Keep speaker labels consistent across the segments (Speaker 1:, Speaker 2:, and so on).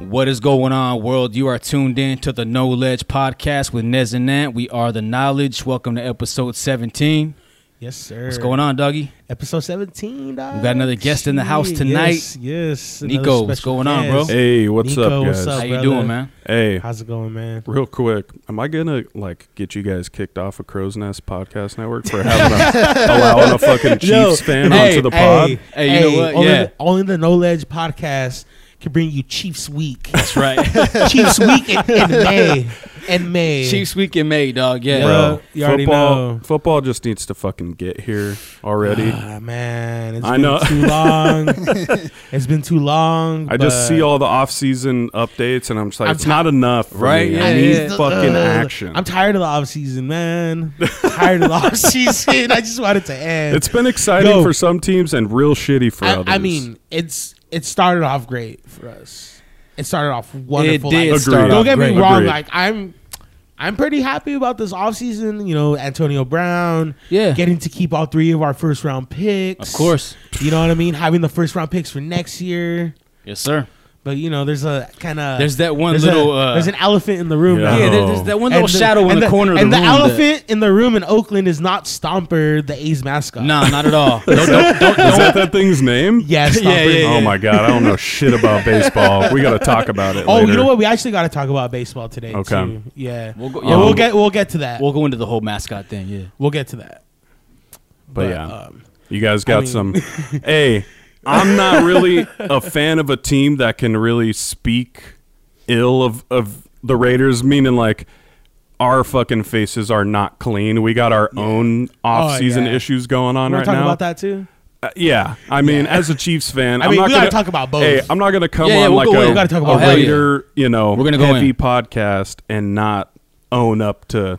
Speaker 1: What is going on, world? You are tuned in to the No Ledge Podcast with Nez and Nant. We are the knowledge. Welcome to episode 17.
Speaker 2: Yes, sir.
Speaker 1: What's going on, Dougie?
Speaker 2: Episode 17. Dog.
Speaker 1: We got another guest in the house
Speaker 2: Shit,
Speaker 1: tonight.
Speaker 2: Yes. yes another
Speaker 1: Nico, what's
Speaker 2: special
Speaker 1: going on, bro?
Speaker 2: guest.
Speaker 3: Hey, what's
Speaker 2: Nico,
Speaker 3: up,
Speaker 2: what's
Speaker 3: guys?
Speaker 2: up?
Speaker 1: How you
Speaker 2: brother.
Speaker 1: doing, man?
Speaker 3: Hey,
Speaker 2: How's it going, man?
Speaker 3: real quick, am I gonna like get you guys kicked off of Crow's Nest Podcast Network for having a, allowing a fucking Chiefs
Speaker 2: Yo,
Speaker 3: fan
Speaker 1: hey,
Speaker 3: onto the pod?
Speaker 2: Hey,
Speaker 1: Hey, you know what?
Speaker 2: Only,
Speaker 1: Yeah.
Speaker 2: the, only the No Ledge podcast can bring you Chiefs Week.
Speaker 1: That's right.
Speaker 2: Chiefs Week in, in May. In May.
Speaker 1: Chiefs week in May, dog. Yeah.
Speaker 2: Bro. you already
Speaker 3: football,
Speaker 2: know.
Speaker 3: football just needs to fucking get here already.
Speaker 2: Ah, man, it's
Speaker 3: I
Speaker 2: been
Speaker 3: know.
Speaker 2: too long. it's been too long.
Speaker 3: I just
Speaker 2: but-
Speaker 3: see all the off-season updates, and I'm just like,
Speaker 2: I'm
Speaker 3: it's
Speaker 2: ti-
Speaker 3: not enough, for
Speaker 1: Right?
Speaker 3: me.
Speaker 1: Yeah,
Speaker 3: I need
Speaker 1: yeah.
Speaker 2: Ugh.
Speaker 3: fucking action.
Speaker 2: uh, I'm tired of the off season, man. tired of the off season. I just want it to end.
Speaker 3: it's been exciting
Speaker 2: Yo.
Speaker 3: for some teams and real shitty for others.
Speaker 2: I, I mean, it's it started off great for us. It started off wonderful.
Speaker 1: It did
Speaker 2: Like,
Speaker 3: Agreed.
Speaker 1: start
Speaker 2: don't
Speaker 1: off
Speaker 2: get me
Speaker 1: great.
Speaker 2: wrong.
Speaker 3: Agreed.
Speaker 2: Like I'm, I'm pretty happy about this offseason. You know, Antonio Brown
Speaker 1: Yeah.
Speaker 2: getting to keep all three of our first round picks.
Speaker 1: Of course.
Speaker 2: You know what I mean? Having the first round picks for next year.
Speaker 1: Yes, sir.
Speaker 2: But you know, there's a kind of
Speaker 1: There's that one little. uh,
Speaker 2: there's an elephant in the room.
Speaker 3: Yeah.
Speaker 2: now.
Speaker 1: yeah, there- there's that one little
Speaker 2: And the-
Speaker 1: shadow in
Speaker 2: and
Speaker 1: Oh. the, corner of the
Speaker 2: and
Speaker 1: room.
Speaker 2: the
Speaker 1: that-
Speaker 2: elephant in the room in Oakland is not Stomper, the A's mascot.
Speaker 1: Nah, not at all. No,
Speaker 3: is that that thing's name?
Speaker 2: Yeah, Stomper.
Speaker 1: Yeah, yeah,
Speaker 3: Oh my god, I don't know shit about baseball. We got to talk about it.
Speaker 2: Oh,
Speaker 3: later.
Speaker 2: you know what? We actually got to talk about baseball today.
Speaker 3: Okay.
Speaker 2: Too. Yeah.
Speaker 1: We'll
Speaker 2: We'll,
Speaker 1: go-
Speaker 2: go,
Speaker 1: yeah,
Speaker 2: we'll
Speaker 1: we'll-
Speaker 2: get we'll get to that. We'll,
Speaker 1: we'll go into the whole mascot thing. Yeah.
Speaker 2: get to that.
Speaker 3: But, yeah,
Speaker 2: um,
Speaker 3: you guys got
Speaker 2: mean-
Speaker 3: some. hey, I'm not really a fan of a team that can really speak ill of of the Raiders, meaning like our fucking faces are not clean. We got our own off season
Speaker 2: Oh, yeah.
Speaker 3: issues going on
Speaker 2: we're
Speaker 3: right
Speaker 2: talking
Speaker 3: now.
Speaker 2: about that too.
Speaker 3: Uh, yeah, I mean, as a Chiefs fan,
Speaker 2: I
Speaker 3: am
Speaker 2: mean,
Speaker 3: not
Speaker 2: we
Speaker 3: gonna
Speaker 2: gotta talk about both.
Speaker 3: Hey, I'm not gonna come
Speaker 1: Yeah, yeah,
Speaker 3: on
Speaker 1: we'll
Speaker 3: like
Speaker 1: go in.
Speaker 3: a,
Speaker 1: We
Speaker 2: gotta talk
Speaker 3: a
Speaker 2: about both.
Speaker 3: Raider, you know,
Speaker 1: We're gonna go
Speaker 3: heavy
Speaker 1: in.
Speaker 3: podcast and not own up to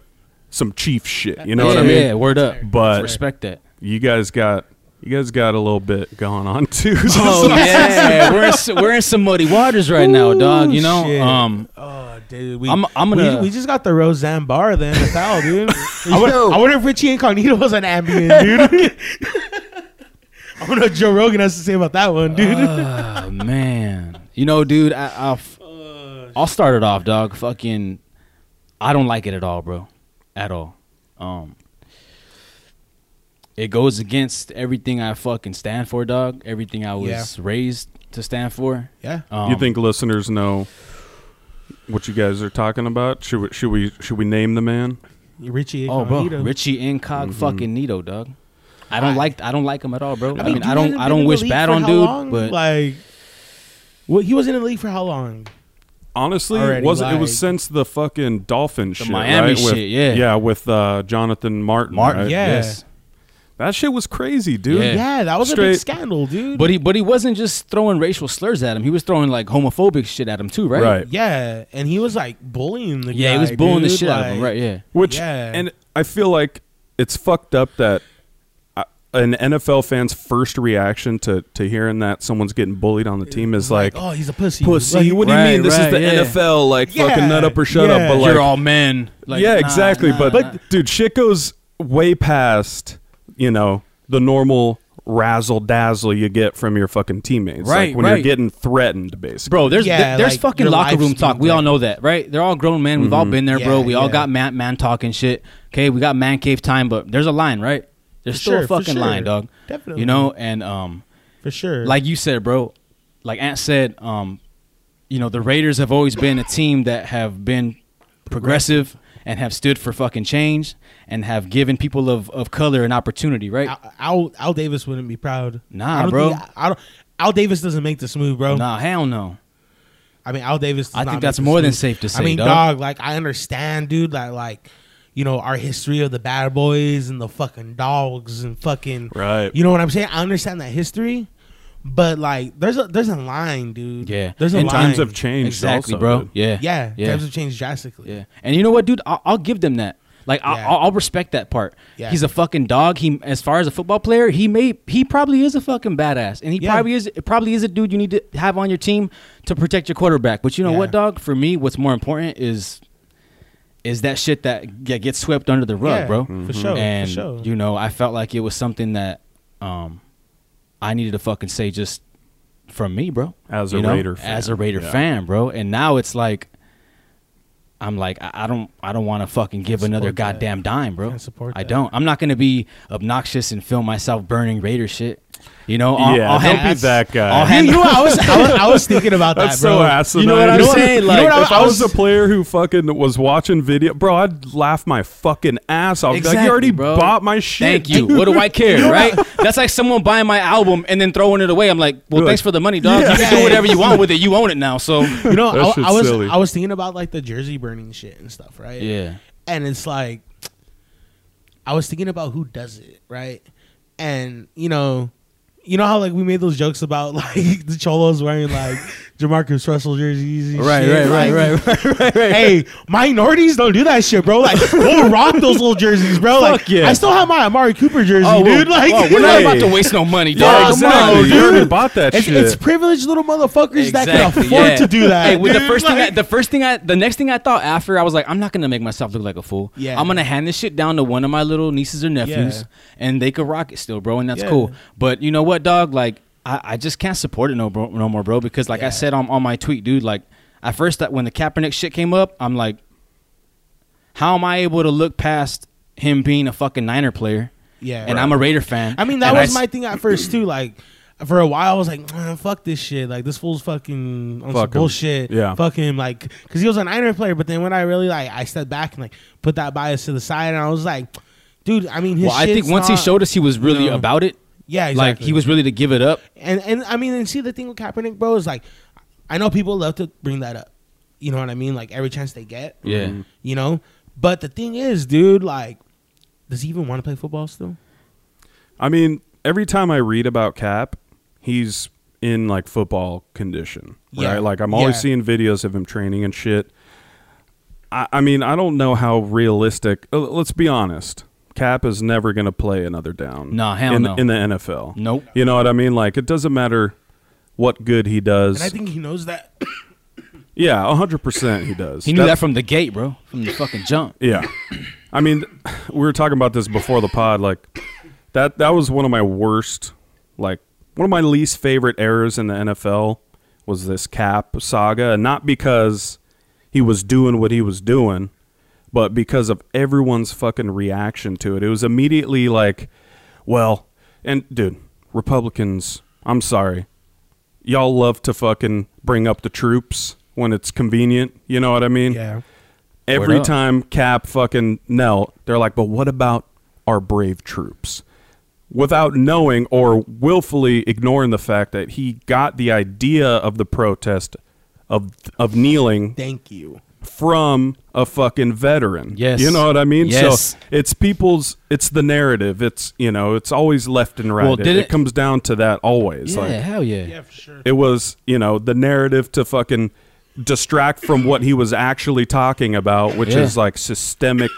Speaker 3: some Chief
Speaker 2: Uh,
Speaker 3: shit. You know
Speaker 1: yeah,
Speaker 3: what I mean?
Speaker 1: Yeah, word up.
Speaker 3: But-
Speaker 1: respect that.
Speaker 3: you guys got you guys got a little bit going on too.
Speaker 1: Oh yeah, we're in, s- we're in some muddy waters right now, dog. You
Speaker 2: Ooh,
Speaker 1: know,
Speaker 2: shit.
Speaker 1: um,
Speaker 2: Oh, dude, we,
Speaker 1: I'm- I'm gonna-
Speaker 2: we, we just got the Roseanne Barr the NFL, dude. I, wonder,
Speaker 4: Yo.
Speaker 2: I wonder if Richie Incognito was an ambient, dude. I wonder what Joe Rogan has to say about that one, dude.
Speaker 1: ah, man, you know, dude, I, I'll f-
Speaker 3: Uh,
Speaker 1: I'll start it off, dog. Fucking, I don't like it at all, bro, at all. Um, it goes against everything I fucking stand for, dog. Everything I was raised to stand for.
Speaker 2: yeah.
Speaker 1: Um,
Speaker 3: you think listeners know what you guys are talking about? Should we, should we should we name the man?
Speaker 2: Richie
Speaker 1: Oh, bro,
Speaker 2: Incognito.
Speaker 1: Richie Incog
Speaker 2: Mm-hmm.
Speaker 1: fucking Nito, dog. I don't like I don't like him at all, bro. I mean, I,
Speaker 2: dude
Speaker 1: don't
Speaker 2: hasn't
Speaker 1: I
Speaker 2: been in
Speaker 1: don't
Speaker 2: the
Speaker 1: wish
Speaker 2: league
Speaker 1: bad
Speaker 2: for
Speaker 1: on
Speaker 2: how
Speaker 1: dude,
Speaker 2: long?
Speaker 1: but
Speaker 2: like, well, he was in the league for how long?
Speaker 3: Honestly,
Speaker 2: Already,
Speaker 3: it was it was
Speaker 2: like-
Speaker 3: since the fucking dolphin shit,
Speaker 1: Miami
Speaker 3: right? With-
Speaker 1: shit, yeah.
Speaker 3: yeah, with uh, Jonathan Martin.
Speaker 1: Martin,
Speaker 3: right?
Speaker 2: yeah.
Speaker 1: yes.
Speaker 3: that shit was crazy, dude.
Speaker 1: Yeah.
Speaker 2: Yeah, that was a big
Speaker 3: Straight-
Speaker 2: scandal, dude.
Speaker 1: But he but he wasn't just throwing racial slurs at him. He was throwing like homophobic shit at him too, right?
Speaker 3: Right.
Speaker 2: Yeah, and he was like bullying the guy.
Speaker 1: Yeah, he was booing the
Speaker 2: dude,
Speaker 1: shit out of
Speaker 2: like-
Speaker 1: him, right? Yeah.
Speaker 3: Which
Speaker 2: Yeah.
Speaker 3: and I feel like it's fucked up that uh, an NFL fan's first reaction to to hearing that someone's getting bullied on the team is like,
Speaker 2: Oh, he's a pussy.
Speaker 3: pussy.
Speaker 2: Like,
Speaker 3: What do you
Speaker 1: Right,
Speaker 3: mean? This
Speaker 1: right,
Speaker 3: is the
Speaker 1: yeah.
Speaker 3: NFL, like
Speaker 2: Yeah,
Speaker 3: fucking nut up or shut
Speaker 2: yeah.
Speaker 3: up. But like,
Speaker 1: You're all men. Like,
Speaker 3: yeah,
Speaker 1: nah,
Speaker 3: exactly.
Speaker 1: nah,
Speaker 3: but
Speaker 1: nah.
Speaker 3: dude, shit goes way past you know the normal razzle dazzle you get from your fucking teammates.
Speaker 1: Right,
Speaker 3: like when
Speaker 1: right.
Speaker 3: you're getting threatened, basically.
Speaker 1: Bro, there's
Speaker 2: Yeah,
Speaker 1: there- there's
Speaker 2: like,
Speaker 1: fucking
Speaker 2: your
Speaker 1: locker room
Speaker 2: life's
Speaker 1: talk. We
Speaker 2: being
Speaker 1: all know that, right? They're all grown men. We've all been there, bro.
Speaker 2: Yeah,
Speaker 1: We all
Speaker 2: yeah.
Speaker 1: got man man talk and shit. Okay, we got man cave time, but there's a line, right? There's
Speaker 2: For
Speaker 1: still a
Speaker 2: sure, for
Speaker 1: fucking line,
Speaker 2: sure.
Speaker 1: dog.
Speaker 2: Definitely.
Speaker 1: You know, and um,
Speaker 2: for sure.
Speaker 1: like you said, bro, like Ant said, um, you know, the Raiders have always been a team that have been progressive and have stood for fucking change and have given people of, of color an opportunity, right?
Speaker 2: Al, Al, Al Davis wouldn't be proud.
Speaker 1: Nah,
Speaker 2: I don't
Speaker 1: bro.
Speaker 2: Think, I don't. Al Davis doesn't make this move, bro.
Speaker 1: Nah, hell no.
Speaker 2: I mean, Al Davis. Does
Speaker 1: I
Speaker 2: not
Speaker 1: think
Speaker 2: make
Speaker 1: that's
Speaker 2: this
Speaker 1: more than
Speaker 2: move.
Speaker 1: safe to say,
Speaker 2: I mean,
Speaker 1: dog.
Speaker 2: Like, I understand, dude. Like, like, you know, our history of the bad boys and the fucking dogs and fucking.
Speaker 3: Right.
Speaker 2: You know what I'm saying? I understand that history, but like, there's a there's a line, dude.
Speaker 1: Yeah.
Speaker 2: There's a
Speaker 1: And
Speaker 2: line.
Speaker 3: times have changed,
Speaker 1: Exactly,
Speaker 3: also,
Speaker 1: bro.
Speaker 3: dude.
Speaker 1: Yeah.
Speaker 2: Yeah,
Speaker 1: Yeah.
Speaker 2: times have changed drastically.
Speaker 1: Yeah. And you know what, dude? I'll, I'll give them that. Like I-
Speaker 2: Yeah.
Speaker 1: I'll, I'll respect that part.
Speaker 2: Yeah.
Speaker 1: He's a fucking dog. He, as far as a football player, he may he probably is a fucking badass, and he
Speaker 2: Yeah.
Speaker 1: probably is probably is a dude you need to have on your team to protect your quarterback. But you know
Speaker 2: Yeah.
Speaker 1: what, dog? For me, what's more important is is that shit that get- gets swept under the rug,
Speaker 2: Yeah,
Speaker 1: bro. Mm-hmm.
Speaker 2: for sure, for
Speaker 1: And
Speaker 2: sure.
Speaker 1: you know, I felt like it was something that um I needed to fucking say just from me, bro.
Speaker 3: As a
Speaker 1: You know?
Speaker 3: Raider fan,
Speaker 1: as a Raider
Speaker 3: yeah.
Speaker 1: fan, bro. And now it's like, I'm like, I, I don't, I don't want to fucking give another
Speaker 2: support that.
Speaker 1: goddamn dime, bro.
Speaker 2: Can't support
Speaker 1: I
Speaker 2: that.
Speaker 1: don't. I'm not gonna be obnoxious and film myself burning Raider shit. You know, I'll,
Speaker 3: Yeah,
Speaker 1: I'll
Speaker 3: don't
Speaker 1: have-
Speaker 3: be that guy.
Speaker 1: I'll
Speaker 3: You
Speaker 1: have-
Speaker 2: you know, I was, I was, I was thinking about that,
Speaker 3: That's
Speaker 2: bro.
Speaker 3: so asinine.
Speaker 1: You know what I'm saying?
Speaker 3: you
Speaker 1: Like,
Speaker 3: know what I-
Speaker 1: if
Speaker 3: I
Speaker 1: I
Speaker 3: was a
Speaker 1: was-
Speaker 3: player who fucking was watching video, bro, I'd laugh my fucking ass off. I'd be like,
Speaker 1: Exactly,
Speaker 3: you already
Speaker 1: bro.
Speaker 3: bought my shit.
Speaker 1: Thank you. What do I care, right? That's like someone buying my album and then throwing it away. I'm like, well,
Speaker 3: You're
Speaker 1: thanks
Speaker 3: like-
Speaker 1: for the money, dog. You can do
Speaker 2: Yeah.
Speaker 1: whatever you want with it. You own it now, so
Speaker 2: You know,
Speaker 3: That
Speaker 2: I,
Speaker 3: shit's
Speaker 2: I was
Speaker 3: silly.
Speaker 2: I was thinking about like the jersey burning shit and stuff, right?
Speaker 1: yeah.
Speaker 2: and it's like I was thinking about who does it, right? And you know, you know how like we made those jokes about like the Cholos wearing like Jamarcus Russell jerseys, and
Speaker 1: Right,
Speaker 2: shit.
Speaker 1: right, right, right,
Speaker 2: like,
Speaker 1: right, right, right,
Speaker 2: Hey, minorities don't do that shit, bro. Like, we'll rock those little jerseys, bro.
Speaker 1: Fuck
Speaker 2: Like,
Speaker 1: yeah.
Speaker 2: I still have my Amari Cooper jersey,
Speaker 1: Oh,
Speaker 2: dude.
Speaker 1: well,
Speaker 2: Like,
Speaker 1: well, we're not
Speaker 3: Hey.
Speaker 1: about to waste no money,
Speaker 3: Yeah,
Speaker 1: dog.
Speaker 2: come on,
Speaker 3: exactly. You
Speaker 2: dude.
Speaker 3: already bought that
Speaker 2: it's,
Speaker 3: shit.
Speaker 2: it's privileged little motherfuckers that can
Speaker 1: Exactly,
Speaker 2: afford
Speaker 1: yeah.
Speaker 2: to do that.
Speaker 1: Hey, with the
Speaker 2: dude.
Speaker 1: first thing, I,
Speaker 2: Like-
Speaker 1: the first thing I, the next thing I thought after, I was like, I'm not gonna make myself look like a fool.
Speaker 2: Yeah.
Speaker 1: I'm gonna hand this shit down to one of my little nieces or nephews,
Speaker 2: Yeah.
Speaker 1: and they could rock it still, bro, and that's
Speaker 2: Yeah.
Speaker 1: cool. But you know what, dog? Like, I, I just can't support it no, bro, no more, bro. Because like I
Speaker 2: Yeah.
Speaker 1: said on, on my tweet, dude. Like, at first, that when the Kaepernick shit came up, I'm like, how am I able to look past him being a fucking Niner player?
Speaker 2: Yeah,
Speaker 1: and
Speaker 2: right.
Speaker 1: I'm a Raider fan.
Speaker 2: I mean, that
Speaker 1: and
Speaker 2: was
Speaker 1: s-
Speaker 2: my thing at first too. Like for a while, I was like, "Man, "Fuck this shit!" Like this fool's fucking on some
Speaker 3: Fuck him.
Speaker 2: bullshit.
Speaker 3: Yeah.
Speaker 2: fuck him. Like because he was an Niner player, but then when I really like, I stepped back and like put that bias to the side, and I was like, "Dude, I mean, his
Speaker 1: Well, I think
Speaker 2: shit's
Speaker 1: once
Speaker 2: not-
Speaker 1: he showed us he was really
Speaker 2: know,
Speaker 1: about it.
Speaker 2: yeah,
Speaker 1: Like
Speaker 2: exactly.
Speaker 1: he was really to give it up.
Speaker 2: and and I mean, and see the thing with Kaepernick, bro, is like, I know people love to bring that up. You know what I mean? Like every chance they get.
Speaker 1: Yeah.
Speaker 2: You know, but the thing is, dude, like, does he even want to play football still?
Speaker 3: I mean, every time I read about Cap, he's in like football condition,
Speaker 2: Yeah.
Speaker 3: right? Like I'm always
Speaker 2: Yeah.
Speaker 3: seeing videos of him training and shit. I, I mean, I don't know how realistic. uh, Let's be honest. Cap is never going to play another down.
Speaker 1: Nah, hell
Speaker 3: in,
Speaker 1: no.
Speaker 3: In the NFL,
Speaker 1: Nope.
Speaker 3: You know what I mean? Like it doesn't matter what good he does.
Speaker 2: And I think he knows that.
Speaker 3: yeah, hundred percent he does.
Speaker 1: He knew that,
Speaker 3: That's-
Speaker 1: from the gate, bro. From the fucking jump.
Speaker 3: Yeah. I mean, we were talking about this before the pod. Like that that was one of my worst, like one of my least favorite errors in the NFL was this cap saga, and not because he was doing what he was doing, but because of everyone's fucking reaction to it. It was immediately like, well, and dude, Republicans, I'm sorry. Y'all love to fucking bring up the troops when it's convenient. You know what I mean?
Speaker 2: Yeah.
Speaker 3: Every
Speaker 1: up.
Speaker 3: time Cap fucking knelt, they're like, but what about our brave troops? Without knowing or willfully ignoring the fact that he got the idea of the protest of of kneeling
Speaker 2: Thank you.
Speaker 3: from a fucking veteran.
Speaker 1: Yes.
Speaker 3: You know what I mean?
Speaker 1: Yes.
Speaker 3: So it's people's it's the narrative. It's you know, it's always left and right.
Speaker 1: Well,
Speaker 3: it,
Speaker 1: did
Speaker 3: it
Speaker 1: it-
Speaker 3: comes down to that always.
Speaker 1: yeah,
Speaker 3: Like
Speaker 1: hell yeah.
Speaker 2: for sure.
Speaker 3: it was, you know, the narrative to fucking distract from what he was actually talking about, which
Speaker 1: Yeah.
Speaker 3: is like systemic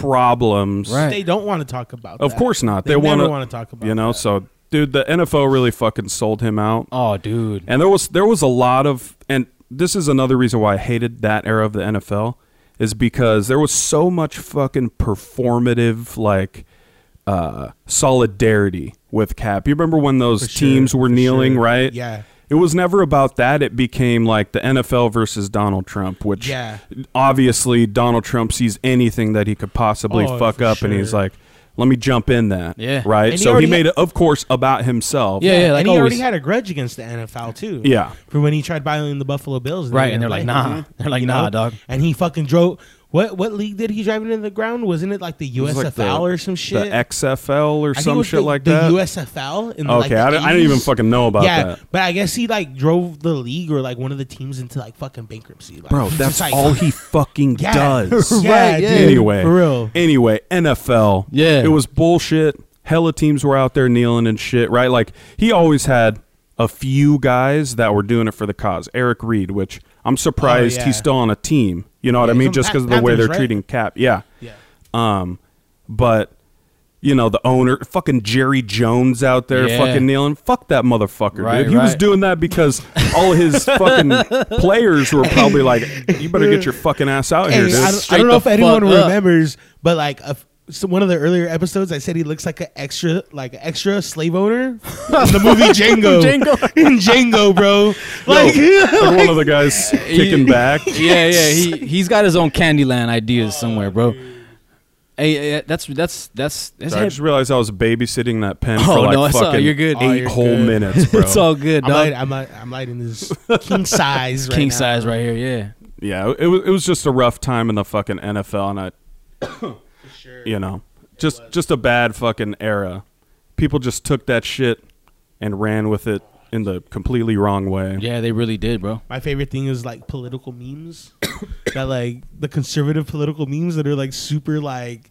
Speaker 3: problems.
Speaker 1: Right.
Speaker 2: They don't want to talk about.
Speaker 3: Of
Speaker 2: that.
Speaker 3: course not. They,
Speaker 2: They,
Speaker 3: want
Speaker 2: never want to talk about.
Speaker 3: you know.
Speaker 2: that.
Speaker 3: So, dude, the NFL really fucking sold him out,
Speaker 1: Oh, dude.
Speaker 3: and there was there was a lot of, and this is another reason why I hated that era of the NFL is because there was so much fucking performative like uh solidarity with cap you remember when those
Speaker 2: sure,
Speaker 3: teams were
Speaker 2: for
Speaker 3: kneeling
Speaker 2: sure.
Speaker 3: right
Speaker 2: Yeah.
Speaker 3: it was never about that. It became like the NFL versus Donald Trump, which
Speaker 2: Yeah.
Speaker 3: obviously Donald Trump sees anything that he could possibly
Speaker 2: Oh,
Speaker 3: fuck
Speaker 2: for
Speaker 3: up, and he's
Speaker 2: sure.
Speaker 3: like, "Let me jump in that."
Speaker 1: Yeah.
Speaker 3: right.
Speaker 2: And he
Speaker 3: so he
Speaker 2: already
Speaker 3: made
Speaker 2: had-
Speaker 3: it, of course, about himself.
Speaker 1: Yeah, yeah. like
Speaker 2: and he
Speaker 1: always.
Speaker 2: already had a grudge against the NFL too.
Speaker 3: Yeah.
Speaker 2: for when he tried buying the Buffalo Bills.
Speaker 1: Right,
Speaker 2: they
Speaker 1: and
Speaker 2: didn't
Speaker 1: they're like,
Speaker 2: play him,
Speaker 1: nah.
Speaker 2: dude.
Speaker 1: They're like, nah, dog.
Speaker 2: And he fucking drove. What what league did he drive it in the ground? Wasn't it like the
Speaker 3: It was
Speaker 2: USFL
Speaker 3: like the-
Speaker 2: or some shit?
Speaker 3: the XFL or
Speaker 2: I think it
Speaker 3: some
Speaker 2: was
Speaker 3: shit
Speaker 2: the-
Speaker 3: like
Speaker 2: the
Speaker 3: that.
Speaker 2: USFL. In like,
Speaker 3: Okay,
Speaker 2: the
Speaker 3: I don't- I didn't even
Speaker 2: 80s.
Speaker 3: fucking know about
Speaker 2: yeah,
Speaker 3: that.
Speaker 2: But I guess he like drove the league or like one of the teams into like fucking bankruptcy. Like,
Speaker 3: Bro,
Speaker 2: just,
Speaker 3: that's
Speaker 2: like,
Speaker 3: all he fucking
Speaker 2: Yeah.
Speaker 3: does.
Speaker 2: Yeah,
Speaker 1: Right,
Speaker 2: dude,
Speaker 1: yeah.
Speaker 3: Anyway,
Speaker 2: for real.
Speaker 3: Anyway, NFL.
Speaker 1: Yeah.
Speaker 3: it was bullshit. Hella teams were out there kneeling and shit. Right, like he always had a few guys that were doing it for the cause. Eric Reed, which I'm surprised
Speaker 2: Oh, yeah.
Speaker 3: he's still on a team. You know what
Speaker 2: Yeah,
Speaker 3: I
Speaker 2: he's
Speaker 3: mean?
Speaker 2: on
Speaker 3: Just
Speaker 2: Pan-
Speaker 3: because of the way
Speaker 2: Panthers,
Speaker 3: they're
Speaker 2: right?
Speaker 3: treating Cap. Yeah.
Speaker 2: Yeah.
Speaker 3: Um, but you know the owner, fucking Jerry Jones out there,
Speaker 1: Yeah.
Speaker 3: fucking kneeling. Fuck that motherfucker,
Speaker 1: Right,
Speaker 3: dude. He was
Speaker 1: right.
Speaker 3: doing that because all his fucking players were probably like, "You better get your fucking ass out here."
Speaker 2: Hey,
Speaker 3: Dude.
Speaker 2: I, don't- I
Speaker 1: Straight
Speaker 2: don't know
Speaker 1: the
Speaker 2: if anyone
Speaker 1: fuck up.
Speaker 2: remembers, but like a, f- so one of the earlier episodes, I said he looks like an extra, like an extra slave owner in the movie Django.
Speaker 3: Django.
Speaker 2: in Django, bro. Like,
Speaker 3: Or one of the guys kicking back.
Speaker 5: yeah, yeah. He he's got his own Candyland ideas
Speaker 3: Oh,
Speaker 5: somewhere, bro. Hey, eh, that's that's that's that's
Speaker 3: I just realized I was babysitting that pen for
Speaker 5: Oh,
Speaker 3: like
Speaker 5: no, it's all-
Speaker 3: fucking
Speaker 5: you're good.
Speaker 2: Oh,
Speaker 3: eight
Speaker 2: you're
Speaker 3: whole
Speaker 2: good.
Speaker 3: minutes, bro.
Speaker 5: it's all good,
Speaker 2: I'm,
Speaker 5: dog.
Speaker 2: light, I'm, light, I'm lighting this king size. Right
Speaker 5: King
Speaker 2: now.
Speaker 5: size right here, yeah.
Speaker 3: yeah, it was it was just a rough time in the fucking NFL, and I, you know, just just a bad fucking era. People just took that shit and ran with it in the completely wrong way.
Speaker 5: Yeah, they really did, bro.
Speaker 2: My favorite thing is like political memes that like the conservative political memes that are like super like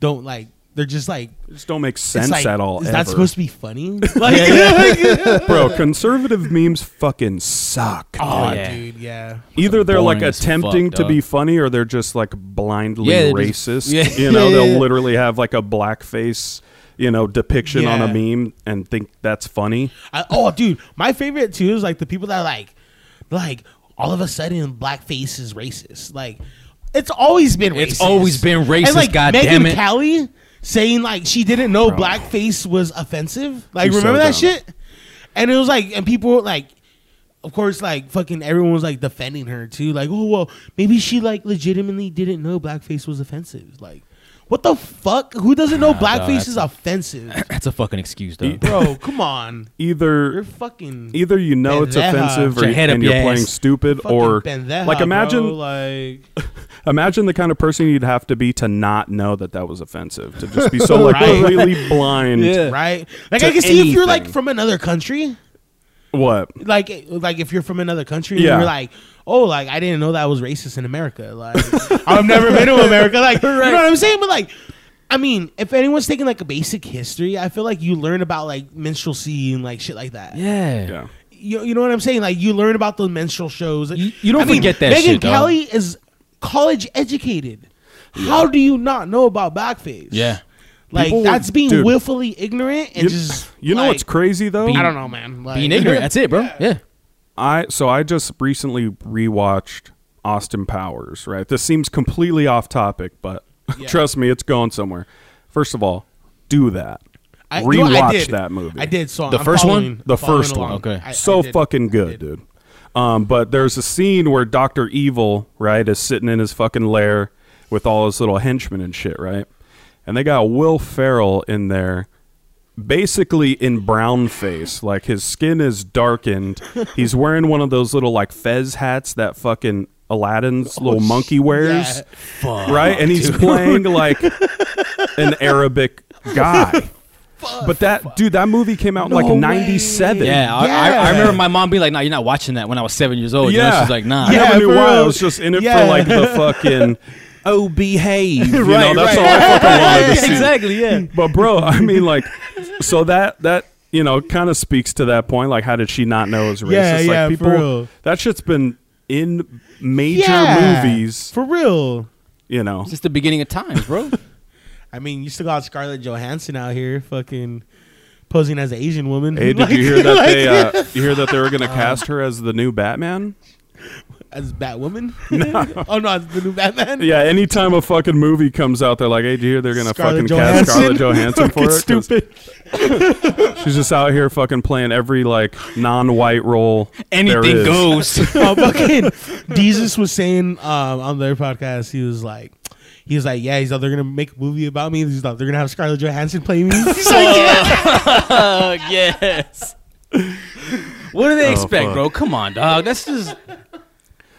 Speaker 2: don't like they're just like
Speaker 3: It just don't make sense
Speaker 2: it's like,
Speaker 3: at all.
Speaker 2: Is
Speaker 3: ever.
Speaker 2: that supposed to be funny? Like,
Speaker 3: bro? Conservative memes fucking suck.
Speaker 2: oh,
Speaker 5: yeah.
Speaker 2: dude, yeah.
Speaker 3: Either they're
Speaker 5: boring
Speaker 3: like
Speaker 5: as fuck,
Speaker 3: attempting to
Speaker 5: dog.
Speaker 3: be funny, or they're just like blindly
Speaker 5: Yeah, they're just-
Speaker 3: racist.
Speaker 5: yeah.
Speaker 3: You know,
Speaker 5: Yeah, yeah,
Speaker 3: they'll
Speaker 5: yeah.
Speaker 3: literally have like a blackface, you know, depiction on a
Speaker 2: Yeah.
Speaker 3: meme and think that's funny.
Speaker 2: I, oh, dude, my favorite too is like the people that are like, like all of a sudden blackface is racist. Like, it's always been racist.
Speaker 5: It's always been racist,
Speaker 2: And like
Speaker 5: god
Speaker 2: Megan
Speaker 5: damn it.
Speaker 2: Kelly saying like she didn't know blackface was offensive. Like,
Speaker 3: She's so
Speaker 2: remember that
Speaker 3: dumb.
Speaker 2: shit? And it was like, and people were like. Of course, like fucking everyone was like defending her too. Like, oh well, maybe she like legitimately didn't know blackface was offensive. Like, what the fuck? Who doesn't know
Speaker 5: that's-
Speaker 2: blackface is offensive,
Speaker 5: That's a fucking excuse, though.
Speaker 2: bro? Come on,
Speaker 3: Either
Speaker 2: you're fucking
Speaker 3: either you know it's
Speaker 2: Pendeja.
Speaker 3: offensive, or
Speaker 5: Your head up
Speaker 3: and you're
Speaker 5: your ass.
Speaker 3: playing stupid,
Speaker 2: fucking
Speaker 3: or
Speaker 2: pendeja,
Speaker 3: like imagine
Speaker 2: bro, like
Speaker 3: imagine the kind of person you'd have to be to not know that that was offensive, to just be so like completely blind.
Speaker 5: Yeah.
Speaker 2: right like
Speaker 3: To
Speaker 2: i can see if you're like
Speaker 3: anything.
Speaker 2: from another country
Speaker 3: What?
Speaker 2: like like if you're from another country
Speaker 3: Yeah.
Speaker 2: and you're like oh like i didn't know that was racist in america like i've never been to america like you know what i'm saying but like i mean if anyone's taking like a basic history i feel like you learn about like minstrelsy and like shit like that
Speaker 5: Yeah.
Speaker 3: Yeah.
Speaker 2: you, you know what i'm saying like you learn about the menstrual shows
Speaker 5: You- you don't
Speaker 2: I mean,
Speaker 5: forget that
Speaker 2: megan
Speaker 5: shit, dog.
Speaker 2: kelly is college educated how do you not know about blackface
Speaker 5: Yeah.
Speaker 2: Like
Speaker 3: People would-
Speaker 2: that's being
Speaker 3: dude.
Speaker 2: willfully ignorant and
Speaker 3: You,
Speaker 2: just
Speaker 3: you know
Speaker 2: like,
Speaker 3: what's crazy though?
Speaker 2: I don't know, man. Like,
Speaker 5: Being ignorant, that's it, bro. Yeah.
Speaker 3: I so I just recently rewatched Austin Powers, right? This seems completely off topic, but
Speaker 2: Yeah.
Speaker 3: trust me, it's going somewhere. First of all, do that.
Speaker 2: I-
Speaker 3: Rewatch
Speaker 2: you know, I did.
Speaker 3: that movie.
Speaker 2: I did. So
Speaker 5: The
Speaker 2: I'm
Speaker 5: first one?
Speaker 2: following-
Speaker 3: The
Speaker 2: following
Speaker 3: first one.
Speaker 2: along.
Speaker 5: Okay.
Speaker 2: I- I
Speaker 3: so
Speaker 2: did.
Speaker 3: fucking
Speaker 2: I did.
Speaker 3: good, dude. Um, but there's a scene where Doctor Evil, right, is sitting in his fucking lair with all his little henchmen and shit, right? And they got Will Ferrell in there, basically in brown face, like his skin is darkened. He's wearing one of those little like fez hats that fucking Aladdin's little monkey wears,
Speaker 2: Oh, yeah.
Speaker 3: right? And he's playing like an Arabic guy. But that dude, that movie came out in
Speaker 2: No
Speaker 3: like
Speaker 2: way.
Speaker 3: '97.
Speaker 5: Yeah, I, I,
Speaker 2: Yeah.
Speaker 5: I remember my mom being like, "Nah, you're not watching that." When I was seven years old, you know, she's like, "Nah."
Speaker 3: I
Speaker 2: Yeah,
Speaker 3: never knew
Speaker 2: for
Speaker 3: why. I
Speaker 2: real.
Speaker 3: was just in it
Speaker 2: Yeah.
Speaker 3: for like the fucking oh behave. You
Speaker 2: Right,
Speaker 3: know, that's
Speaker 2: right.
Speaker 3: all I fucking wanted to see.
Speaker 5: exactly. Yeah.
Speaker 3: But bro, I mean, like, so that that you know kind of speaks to that point. Like, how did she not know it was racist?
Speaker 2: Yeah,
Speaker 3: like,
Speaker 2: yeah, for
Speaker 3: people,
Speaker 2: real.
Speaker 3: That shit's been in major
Speaker 2: Yeah.
Speaker 3: movies.
Speaker 2: for real.
Speaker 3: You know,
Speaker 5: Since the beginning of times, bro.
Speaker 2: I mean, you still got Scarlett Johansson out here, fucking posing as an Asian woman.
Speaker 3: hey, did
Speaker 2: Like-
Speaker 3: you hear that
Speaker 2: like,
Speaker 3: they uh, you hear that they were gonna cast her as the new Batman?
Speaker 2: as Batwoman? oh no, as the new Batman.
Speaker 3: Yeah, anytime a fucking movie comes out, they're like, "Hey, do you hear they're gonna
Speaker 2: Scarlett
Speaker 3: fucking cast Scarlett
Speaker 2: Johansson?
Speaker 3: Johansson for
Speaker 2: Fucking
Speaker 3: it?" 'Cause
Speaker 2: stupid.
Speaker 3: She's just out here fucking playing every like non-white role. there
Speaker 5: Anything
Speaker 3: is.
Speaker 5: goes.
Speaker 2: Oh, fucking Jesus was saying um, on their podcast, he was like, he was like, yeah, he's like, they're gonna make a movie about me. He's like, they're gonna have Scarlett Johansson play me. Uh, He's like,
Speaker 5: Oh, yes. What do they expect,
Speaker 3: Oh, fuck.
Speaker 5: bro? Come on, dog. That's just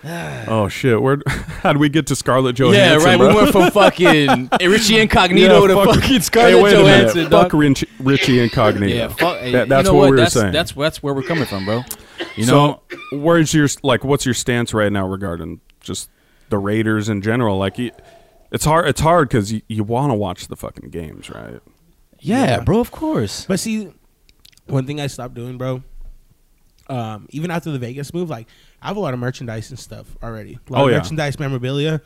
Speaker 3: Oh shit, where how'd we get to Scarlett Johansson?
Speaker 5: yeah, right.
Speaker 3: bro?
Speaker 5: We went from fucking Richie
Speaker 3: Yeah,
Speaker 5: Incognito to
Speaker 3: fuck-
Speaker 5: fucking
Speaker 3: hey,
Speaker 5: Scarlett
Speaker 3: wait a minute.
Speaker 5: Johansson.
Speaker 3: Fuck
Speaker 5: dog.
Speaker 3: Richie, Richie Incognito.
Speaker 5: Yeah, fuck. hey,
Speaker 3: That- that's
Speaker 5: you know
Speaker 3: what, we were
Speaker 5: that's,
Speaker 3: saying.
Speaker 5: That's that's where we're coming from, bro. You know,
Speaker 3: so, where's your like? What's your stance right now regarding just the Raiders in general? Like, you, it's hard. It's hard because you, you want to watch the fucking games, right?
Speaker 5: yeah, bro. Of course.
Speaker 2: But see, one thing I stopped doing, bro. Um, even after the Vegas move, like I have a lot of merchandise and stuff already. A lot
Speaker 3: Oh,
Speaker 2: of
Speaker 3: yeah.
Speaker 2: merchandise memorabilia.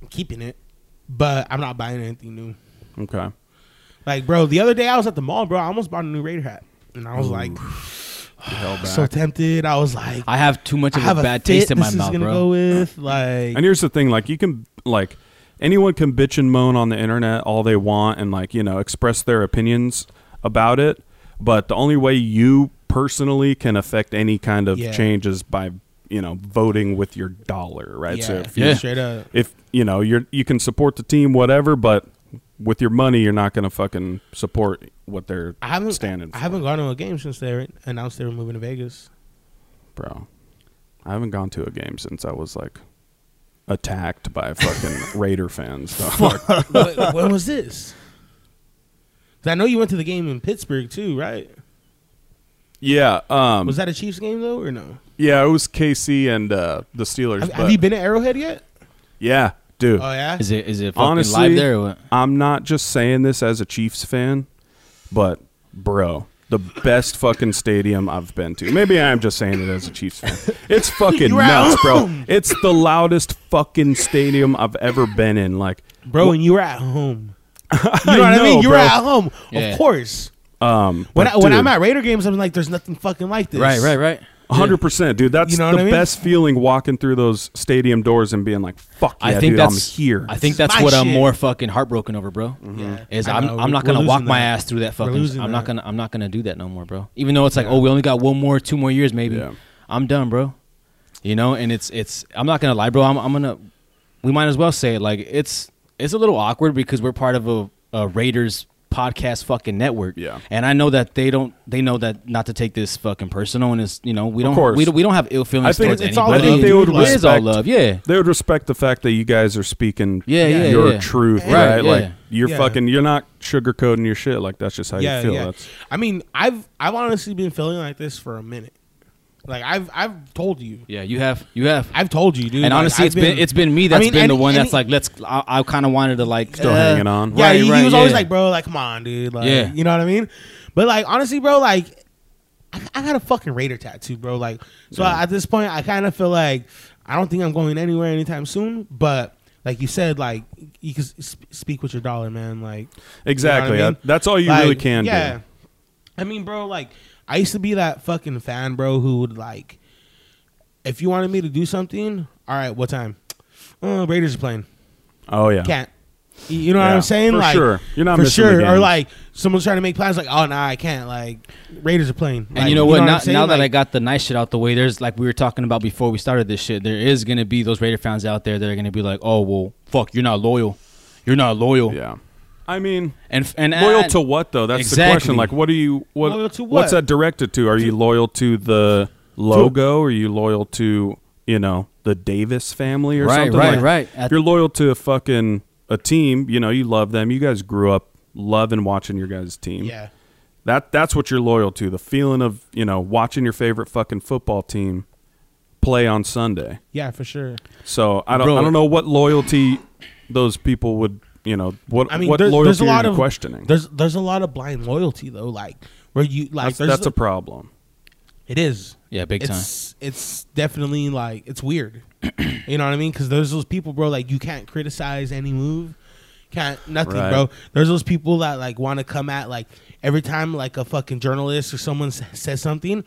Speaker 2: I'm keeping it, but I'm not buying anything new.
Speaker 3: Okay.
Speaker 2: Like, bro, the other day I was at the mall, bro. I almost bought a new Raider hat, and I was like,
Speaker 3: Held
Speaker 2: so
Speaker 3: back.
Speaker 2: tempted. I was like, I
Speaker 5: I have too much of
Speaker 2: have
Speaker 5: a
Speaker 2: a
Speaker 5: bad
Speaker 2: fit
Speaker 5: taste in my
Speaker 2: this is
Speaker 5: mouth,
Speaker 2: gonna
Speaker 5: bro.
Speaker 2: Go with like,
Speaker 3: And here's the thing, like you can like anyone can bitch and moan on the internet all they want and like you know express their opinions about it but the only way you personally can affect any kind of
Speaker 2: Yeah.
Speaker 3: change is by you know voting with your dollar right so if you,
Speaker 5: Yeah.
Speaker 2: straight up.
Speaker 3: if you know you're you can support the team whatever but with your money you're not gonna fucking support what they're
Speaker 2: I haven't
Speaker 3: standing for
Speaker 2: I haven't gone to a game since they announced they were moving to Vegas.
Speaker 3: bro i haven't gone to a game since i was like attacked by fucking raider fans dog.
Speaker 2: Wh- when was this? 'Cause I know you went to the game in Pittsburgh too, right?
Speaker 3: yeah um
Speaker 2: Was that a Chiefs game though, or no?
Speaker 3: yeah it was kc and uh the steelers
Speaker 2: Have,
Speaker 3: but
Speaker 2: have you been to Arrowhead yet?
Speaker 3: yeah dude
Speaker 2: Oh yeah.
Speaker 5: Is it is it fucking
Speaker 3: honestly
Speaker 5: live there? Or what?
Speaker 3: i'm not just saying this as a chiefs fan but bro the best fucking stadium I've been to. Maybe I'm just saying it as a Chiefs fan. It's fucking
Speaker 2: You're out.
Speaker 3: nuts, bro. It's the loudest fucking stadium I've ever been in. Like,
Speaker 2: bro, and you were at home. You
Speaker 3: I
Speaker 2: know what I mean?
Speaker 3: know,
Speaker 2: You were
Speaker 3: bro.
Speaker 2: at home,
Speaker 5: Yeah.
Speaker 2: of course.
Speaker 3: Um,
Speaker 2: When
Speaker 3: but
Speaker 2: I, when
Speaker 3: dude,
Speaker 2: I'm at Raider games, I'm like, there's nothing fucking like this.
Speaker 5: Right, right, right.
Speaker 3: Hundred percent, dude. That's
Speaker 2: You know what
Speaker 3: the
Speaker 2: I mean?
Speaker 3: best feeling walking through those stadium doors and being like, "Fuck yeah,
Speaker 5: I think
Speaker 3: dude,
Speaker 5: that's
Speaker 3: I'm here." Mm-hmm.
Speaker 5: I think
Speaker 2: is
Speaker 5: that's
Speaker 2: my
Speaker 5: what I'm
Speaker 2: shit.
Speaker 5: more fucking heartbroken over, bro.
Speaker 2: Yeah.
Speaker 5: Is
Speaker 2: I
Speaker 5: I'm,
Speaker 2: know,
Speaker 5: I'm not
Speaker 2: we're
Speaker 5: gonna walk
Speaker 2: losing
Speaker 5: my
Speaker 2: that.
Speaker 5: ass through that
Speaker 2: We're
Speaker 5: fucking.
Speaker 2: losing
Speaker 5: I'm not
Speaker 2: that.
Speaker 5: gonna I'm not gonna do that no more, bro. Even though it's like, oh, we only got one more, two more years, maybe.
Speaker 3: Yeah.
Speaker 5: I'm done, bro. You know, and it's it's. I'm not gonna lie, bro. I'm, I'm gonna. We might as well say it. Like it's it's a little awkward because we're part of a, a Raiders podcast fucking network.
Speaker 3: Yeah.
Speaker 5: And I know that they don't. They know that not to take this fucking personal, and it's you know we don't
Speaker 3: course.
Speaker 5: we don't, we don't have ill feelings
Speaker 3: I think
Speaker 5: towards
Speaker 3: it's all
Speaker 5: anybody.
Speaker 3: love, dude.
Speaker 5: it is all
Speaker 3: Respect.
Speaker 5: love. Yeah.
Speaker 3: they would respect the fact that you guys are speaking
Speaker 5: Yeah, yeah,
Speaker 3: your
Speaker 5: yeah.
Speaker 3: truth,
Speaker 5: Right,
Speaker 3: right?
Speaker 5: yeah.
Speaker 3: Like you're
Speaker 2: Yeah.
Speaker 3: fucking, you're not sugarcoating your shit. Like that's just how
Speaker 2: Yeah,
Speaker 3: you feel.
Speaker 2: yeah.
Speaker 3: That's
Speaker 2: I mean, I've I've honestly been feeling like this for a minute. Like I've I've told you,
Speaker 5: Yeah. You have you have.
Speaker 2: I've told you,
Speaker 5: and
Speaker 2: dude. Like,
Speaker 5: honestly, it's
Speaker 2: I've
Speaker 5: been, it's been me
Speaker 2: I
Speaker 5: that's
Speaker 2: mean,
Speaker 5: been the
Speaker 2: any-
Speaker 5: one that's
Speaker 2: any-
Speaker 5: like, let's. I, I kind of wanted to like
Speaker 3: Still
Speaker 5: uh,
Speaker 3: hanging on.
Speaker 2: Yeah, he, he
Speaker 5: right,
Speaker 2: was always
Speaker 5: yeah.
Speaker 2: like, bro, like, come on, dude. Like,
Speaker 5: Yeah.
Speaker 2: You know what I mean? But, like, honestly, bro, like, I, I got a fucking Raider tattoo, bro. Like, so at this point, I kind of feel like I don't think I'm going anywhere anytime soon. But, like you said, like, you can sp- speak with your dollar, man. Like,
Speaker 3: exactly.
Speaker 2: mean?
Speaker 3: I- that's all you
Speaker 2: like,
Speaker 3: really can do.
Speaker 2: I mean, bro, like, I used to be that fucking fan, bro, who would, like, if you wanted me to do something, all right, what time? Uh, Raiders are playing
Speaker 3: Oh yeah,
Speaker 2: can't. You you know what
Speaker 3: Yeah,
Speaker 2: I'm saying?
Speaker 3: for
Speaker 2: like,
Speaker 3: sure. You're not
Speaker 2: for
Speaker 3: missing the
Speaker 2: sure. Or
Speaker 3: games.
Speaker 2: like someone's trying to make plans, like, oh nah, I can't. Like Raiders are playing.
Speaker 5: And
Speaker 2: Like,
Speaker 5: you know what? now
Speaker 2: I'm saying?
Speaker 5: now that I
Speaker 2: Like,
Speaker 5: got the nice shit out the way, there's like we were talking about before we started this shit. There is gonna be those Raider fans out there that are gonna be like, "Oh well, fuck, you're not loyal. You're not loyal."
Speaker 3: yeah. I mean,
Speaker 5: And f- and
Speaker 3: loyal
Speaker 5: and-
Speaker 3: to what though? That's the
Speaker 5: Exactly.
Speaker 3: question. Like, what are you? What,
Speaker 2: Loyal to what?
Speaker 3: What's that directed to? Are you loyal to the logo? Are you loyal to you know the Davis family or
Speaker 5: Right,
Speaker 3: something?
Speaker 5: right,
Speaker 3: like,
Speaker 5: right. At-
Speaker 3: You're loyal to a fucking a team. You know, you love them. You guys grew up loving watching your guys' team.
Speaker 2: yeah,
Speaker 3: That that's what you're loyal to. The feeling of you know watching your favorite fucking football team play on Sunday.
Speaker 2: yeah, for sure.
Speaker 3: So I don't
Speaker 5: Bro.
Speaker 3: I don't know what loyalty those people would you know what
Speaker 2: I mean,
Speaker 3: what
Speaker 2: there-
Speaker 3: loyalty
Speaker 2: there's a
Speaker 3: are
Speaker 2: lot
Speaker 3: you
Speaker 2: of
Speaker 3: questioning.
Speaker 2: There's there's a lot of blind loyalty though, like where you like
Speaker 3: that's
Speaker 2: there's
Speaker 3: that's
Speaker 2: the-
Speaker 3: a problem.
Speaker 2: it is
Speaker 5: Yeah, big time.
Speaker 2: it's it's definitely like it's weird. you know what I mean? Because there's those people, bro. Like you can't criticize any move, can't nothing,
Speaker 3: Right.
Speaker 2: bro. There's those people that like want to come at like every time like a fucking journalist or someone s- says something,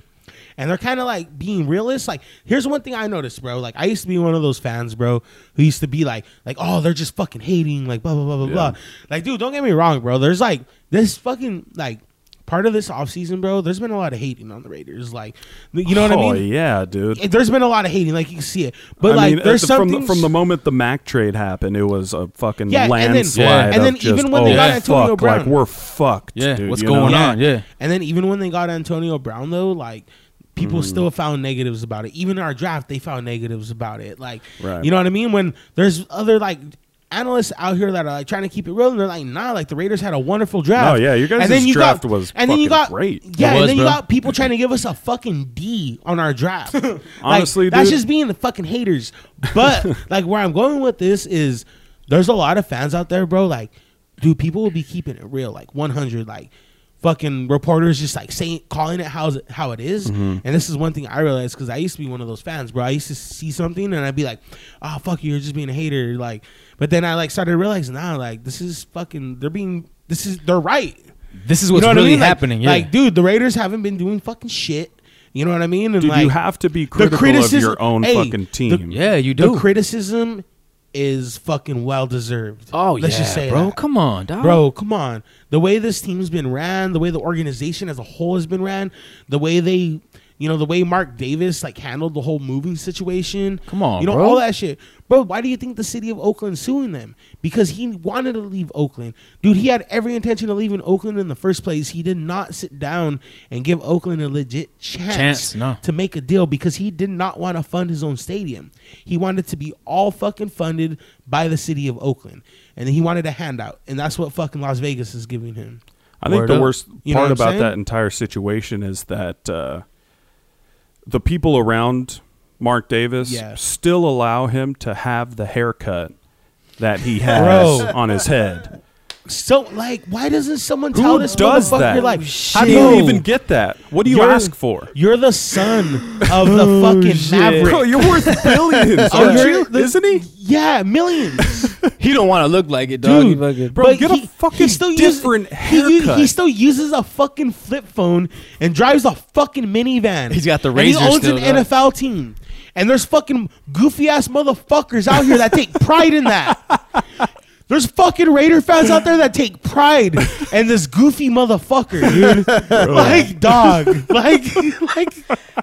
Speaker 2: and they're kind of like being realist. Like here's one thing I noticed, bro. Like I used to be one of those fans, bro, who used to be like like oh they're just fucking hating, like blah blah blah blah
Speaker 3: Yeah.
Speaker 2: blah. Like dude, don't get me wrong, bro. There's like this fucking like. Part of this offseason, bro, there's been a lot of hating on the Raiders. Like, you know what I
Speaker 3: oh,
Speaker 2: mean?
Speaker 3: yeah, dude.
Speaker 2: it- there's been a lot of hating, like you can see it. But
Speaker 3: I
Speaker 2: like,
Speaker 3: mean, at
Speaker 2: there's
Speaker 3: the-
Speaker 2: some
Speaker 3: from the,
Speaker 2: things-
Speaker 3: from the moment the Mac trade happened, it was a fucking
Speaker 2: Yeah, and then-
Speaker 3: landslide.
Speaker 5: Yeah.
Speaker 2: and then
Speaker 3: of just,
Speaker 2: even when they
Speaker 3: oh,
Speaker 2: got Antonio
Speaker 3: fuck,
Speaker 2: Brown.
Speaker 3: like we're fucked.
Speaker 5: Yeah,
Speaker 3: dude,
Speaker 5: what's
Speaker 3: you
Speaker 5: going
Speaker 3: know?
Speaker 5: on? Yeah.
Speaker 2: And then even when they got Antonio Brown though, like people
Speaker 3: Mm-hmm.
Speaker 2: still found negatives about it. Even in our draft, they found negatives about it. Like,
Speaker 3: Right.
Speaker 2: you know what I mean? When there's other like. Analysts out here that are like trying to keep it real, and they're like, "Nah, like the Raiders had a wonderful draft."
Speaker 3: No, yeah, your guys'
Speaker 2: and then you
Speaker 3: draft
Speaker 2: got,
Speaker 3: was
Speaker 2: and then you
Speaker 3: fucking
Speaker 2: got
Speaker 3: great.
Speaker 2: Yeah,
Speaker 5: It was,
Speaker 2: and then you
Speaker 5: bro.
Speaker 2: got people trying to give us a fucking D on our draft. Like,
Speaker 3: Honestly,
Speaker 2: that's
Speaker 3: dude.
Speaker 2: just being the fucking haters. But like, where I'm going with this is, there's a lot of fans out there, bro. Like, dude, people will be keeping it real, like 100, like fucking reporters just like saying, calling it how how it is.
Speaker 3: Mm-hmm.
Speaker 2: And this is one thing I realized because I used to be one of those fans, bro. I used to see something and I'd be like, oh fuck, you, you're just being a hater, like. But then I like started realizing, nah, like this is fucking. They're being. This is. They're right.
Speaker 5: this is what's
Speaker 2: you know what
Speaker 5: really
Speaker 2: I mean? Like-
Speaker 5: happening.
Speaker 2: Like,
Speaker 5: yeah.
Speaker 2: dude, the Raiders haven't been doing fucking shit. You know what I mean? And
Speaker 3: Dude,
Speaker 2: like,
Speaker 3: you have to be critical of your own
Speaker 2: hey,
Speaker 3: fucking team.
Speaker 2: the-
Speaker 5: Yeah, you do.
Speaker 2: The criticism is fucking well deserved.
Speaker 5: Oh yeah, bro.
Speaker 2: that.
Speaker 5: Come on, dog.
Speaker 2: Bro, come on. The way this team's been ran, the way the organization as a whole has been ran, the way they, you know, the way Mark Davis like handled the whole moving situation.
Speaker 5: Come on,
Speaker 2: you know
Speaker 5: bro.
Speaker 2: all that shit, bro. Why do you think the city of Oakland suing them? Because he wanted to leave Oakland, dude. He had every intention of leaving Oakland in the first place. He did not sit down and give Oakland a legit chance,
Speaker 5: Chance, no.
Speaker 2: to make a deal because he did not want to fund his own stadium. He wanted to be all fucking funded by the city of Oakland. And he wanted a handout. And that's what fucking Las Vegas is giving him.
Speaker 3: I think
Speaker 5: Word
Speaker 3: the
Speaker 5: up.
Speaker 3: worst
Speaker 2: You know
Speaker 3: part
Speaker 2: what I'm
Speaker 3: about
Speaker 2: saying?
Speaker 3: that entire situation is that uh, the people around Mark Davis
Speaker 2: Yeah.
Speaker 3: still allow him to have the haircut that he has
Speaker 2: Bro.
Speaker 3: on his head.
Speaker 2: So like why doesn't someone
Speaker 3: Who
Speaker 2: tell this
Speaker 3: does
Speaker 2: motherfucker
Speaker 3: that?
Speaker 2: you're like
Speaker 3: How do
Speaker 2: yo,
Speaker 3: you even get that? What do you
Speaker 2: you're-
Speaker 3: ask for? Oh,
Speaker 2: You're the son of the fucking Maverick.
Speaker 3: Bro, you're worth billions,
Speaker 2: Oh,
Speaker 3: aren't
Speaker 2: you're
Speaker 3: you?
Speaker 2: the-
Speaker 3: Isn't he?
Speaker 2: yeah, millions.
Speaker 5: He don't want to look like it, dog.
Speaker 2: Dude,
Speaker 5: He fucking-
Speaker 3: Bro, get a fucking different
Speaker 2: uses, he u-
Speaker 3: haircut.
Speaker 2: He, still uses a fucking flip phone and drives a fucking minivan.
Speaker 5: He's got the
Speaker 2: And
Speaker 5: razor
Speaker 2: He owns
Speaker 5: still,
Speaker 2: an
Speaker 5: dog.
Speaker 2: NFL team. And there's fucking goofy ass motherfuckers out here that take pride in that. There's fucking Raider fans out there that take pride in this goofy motherfucker, dude. like dog, like like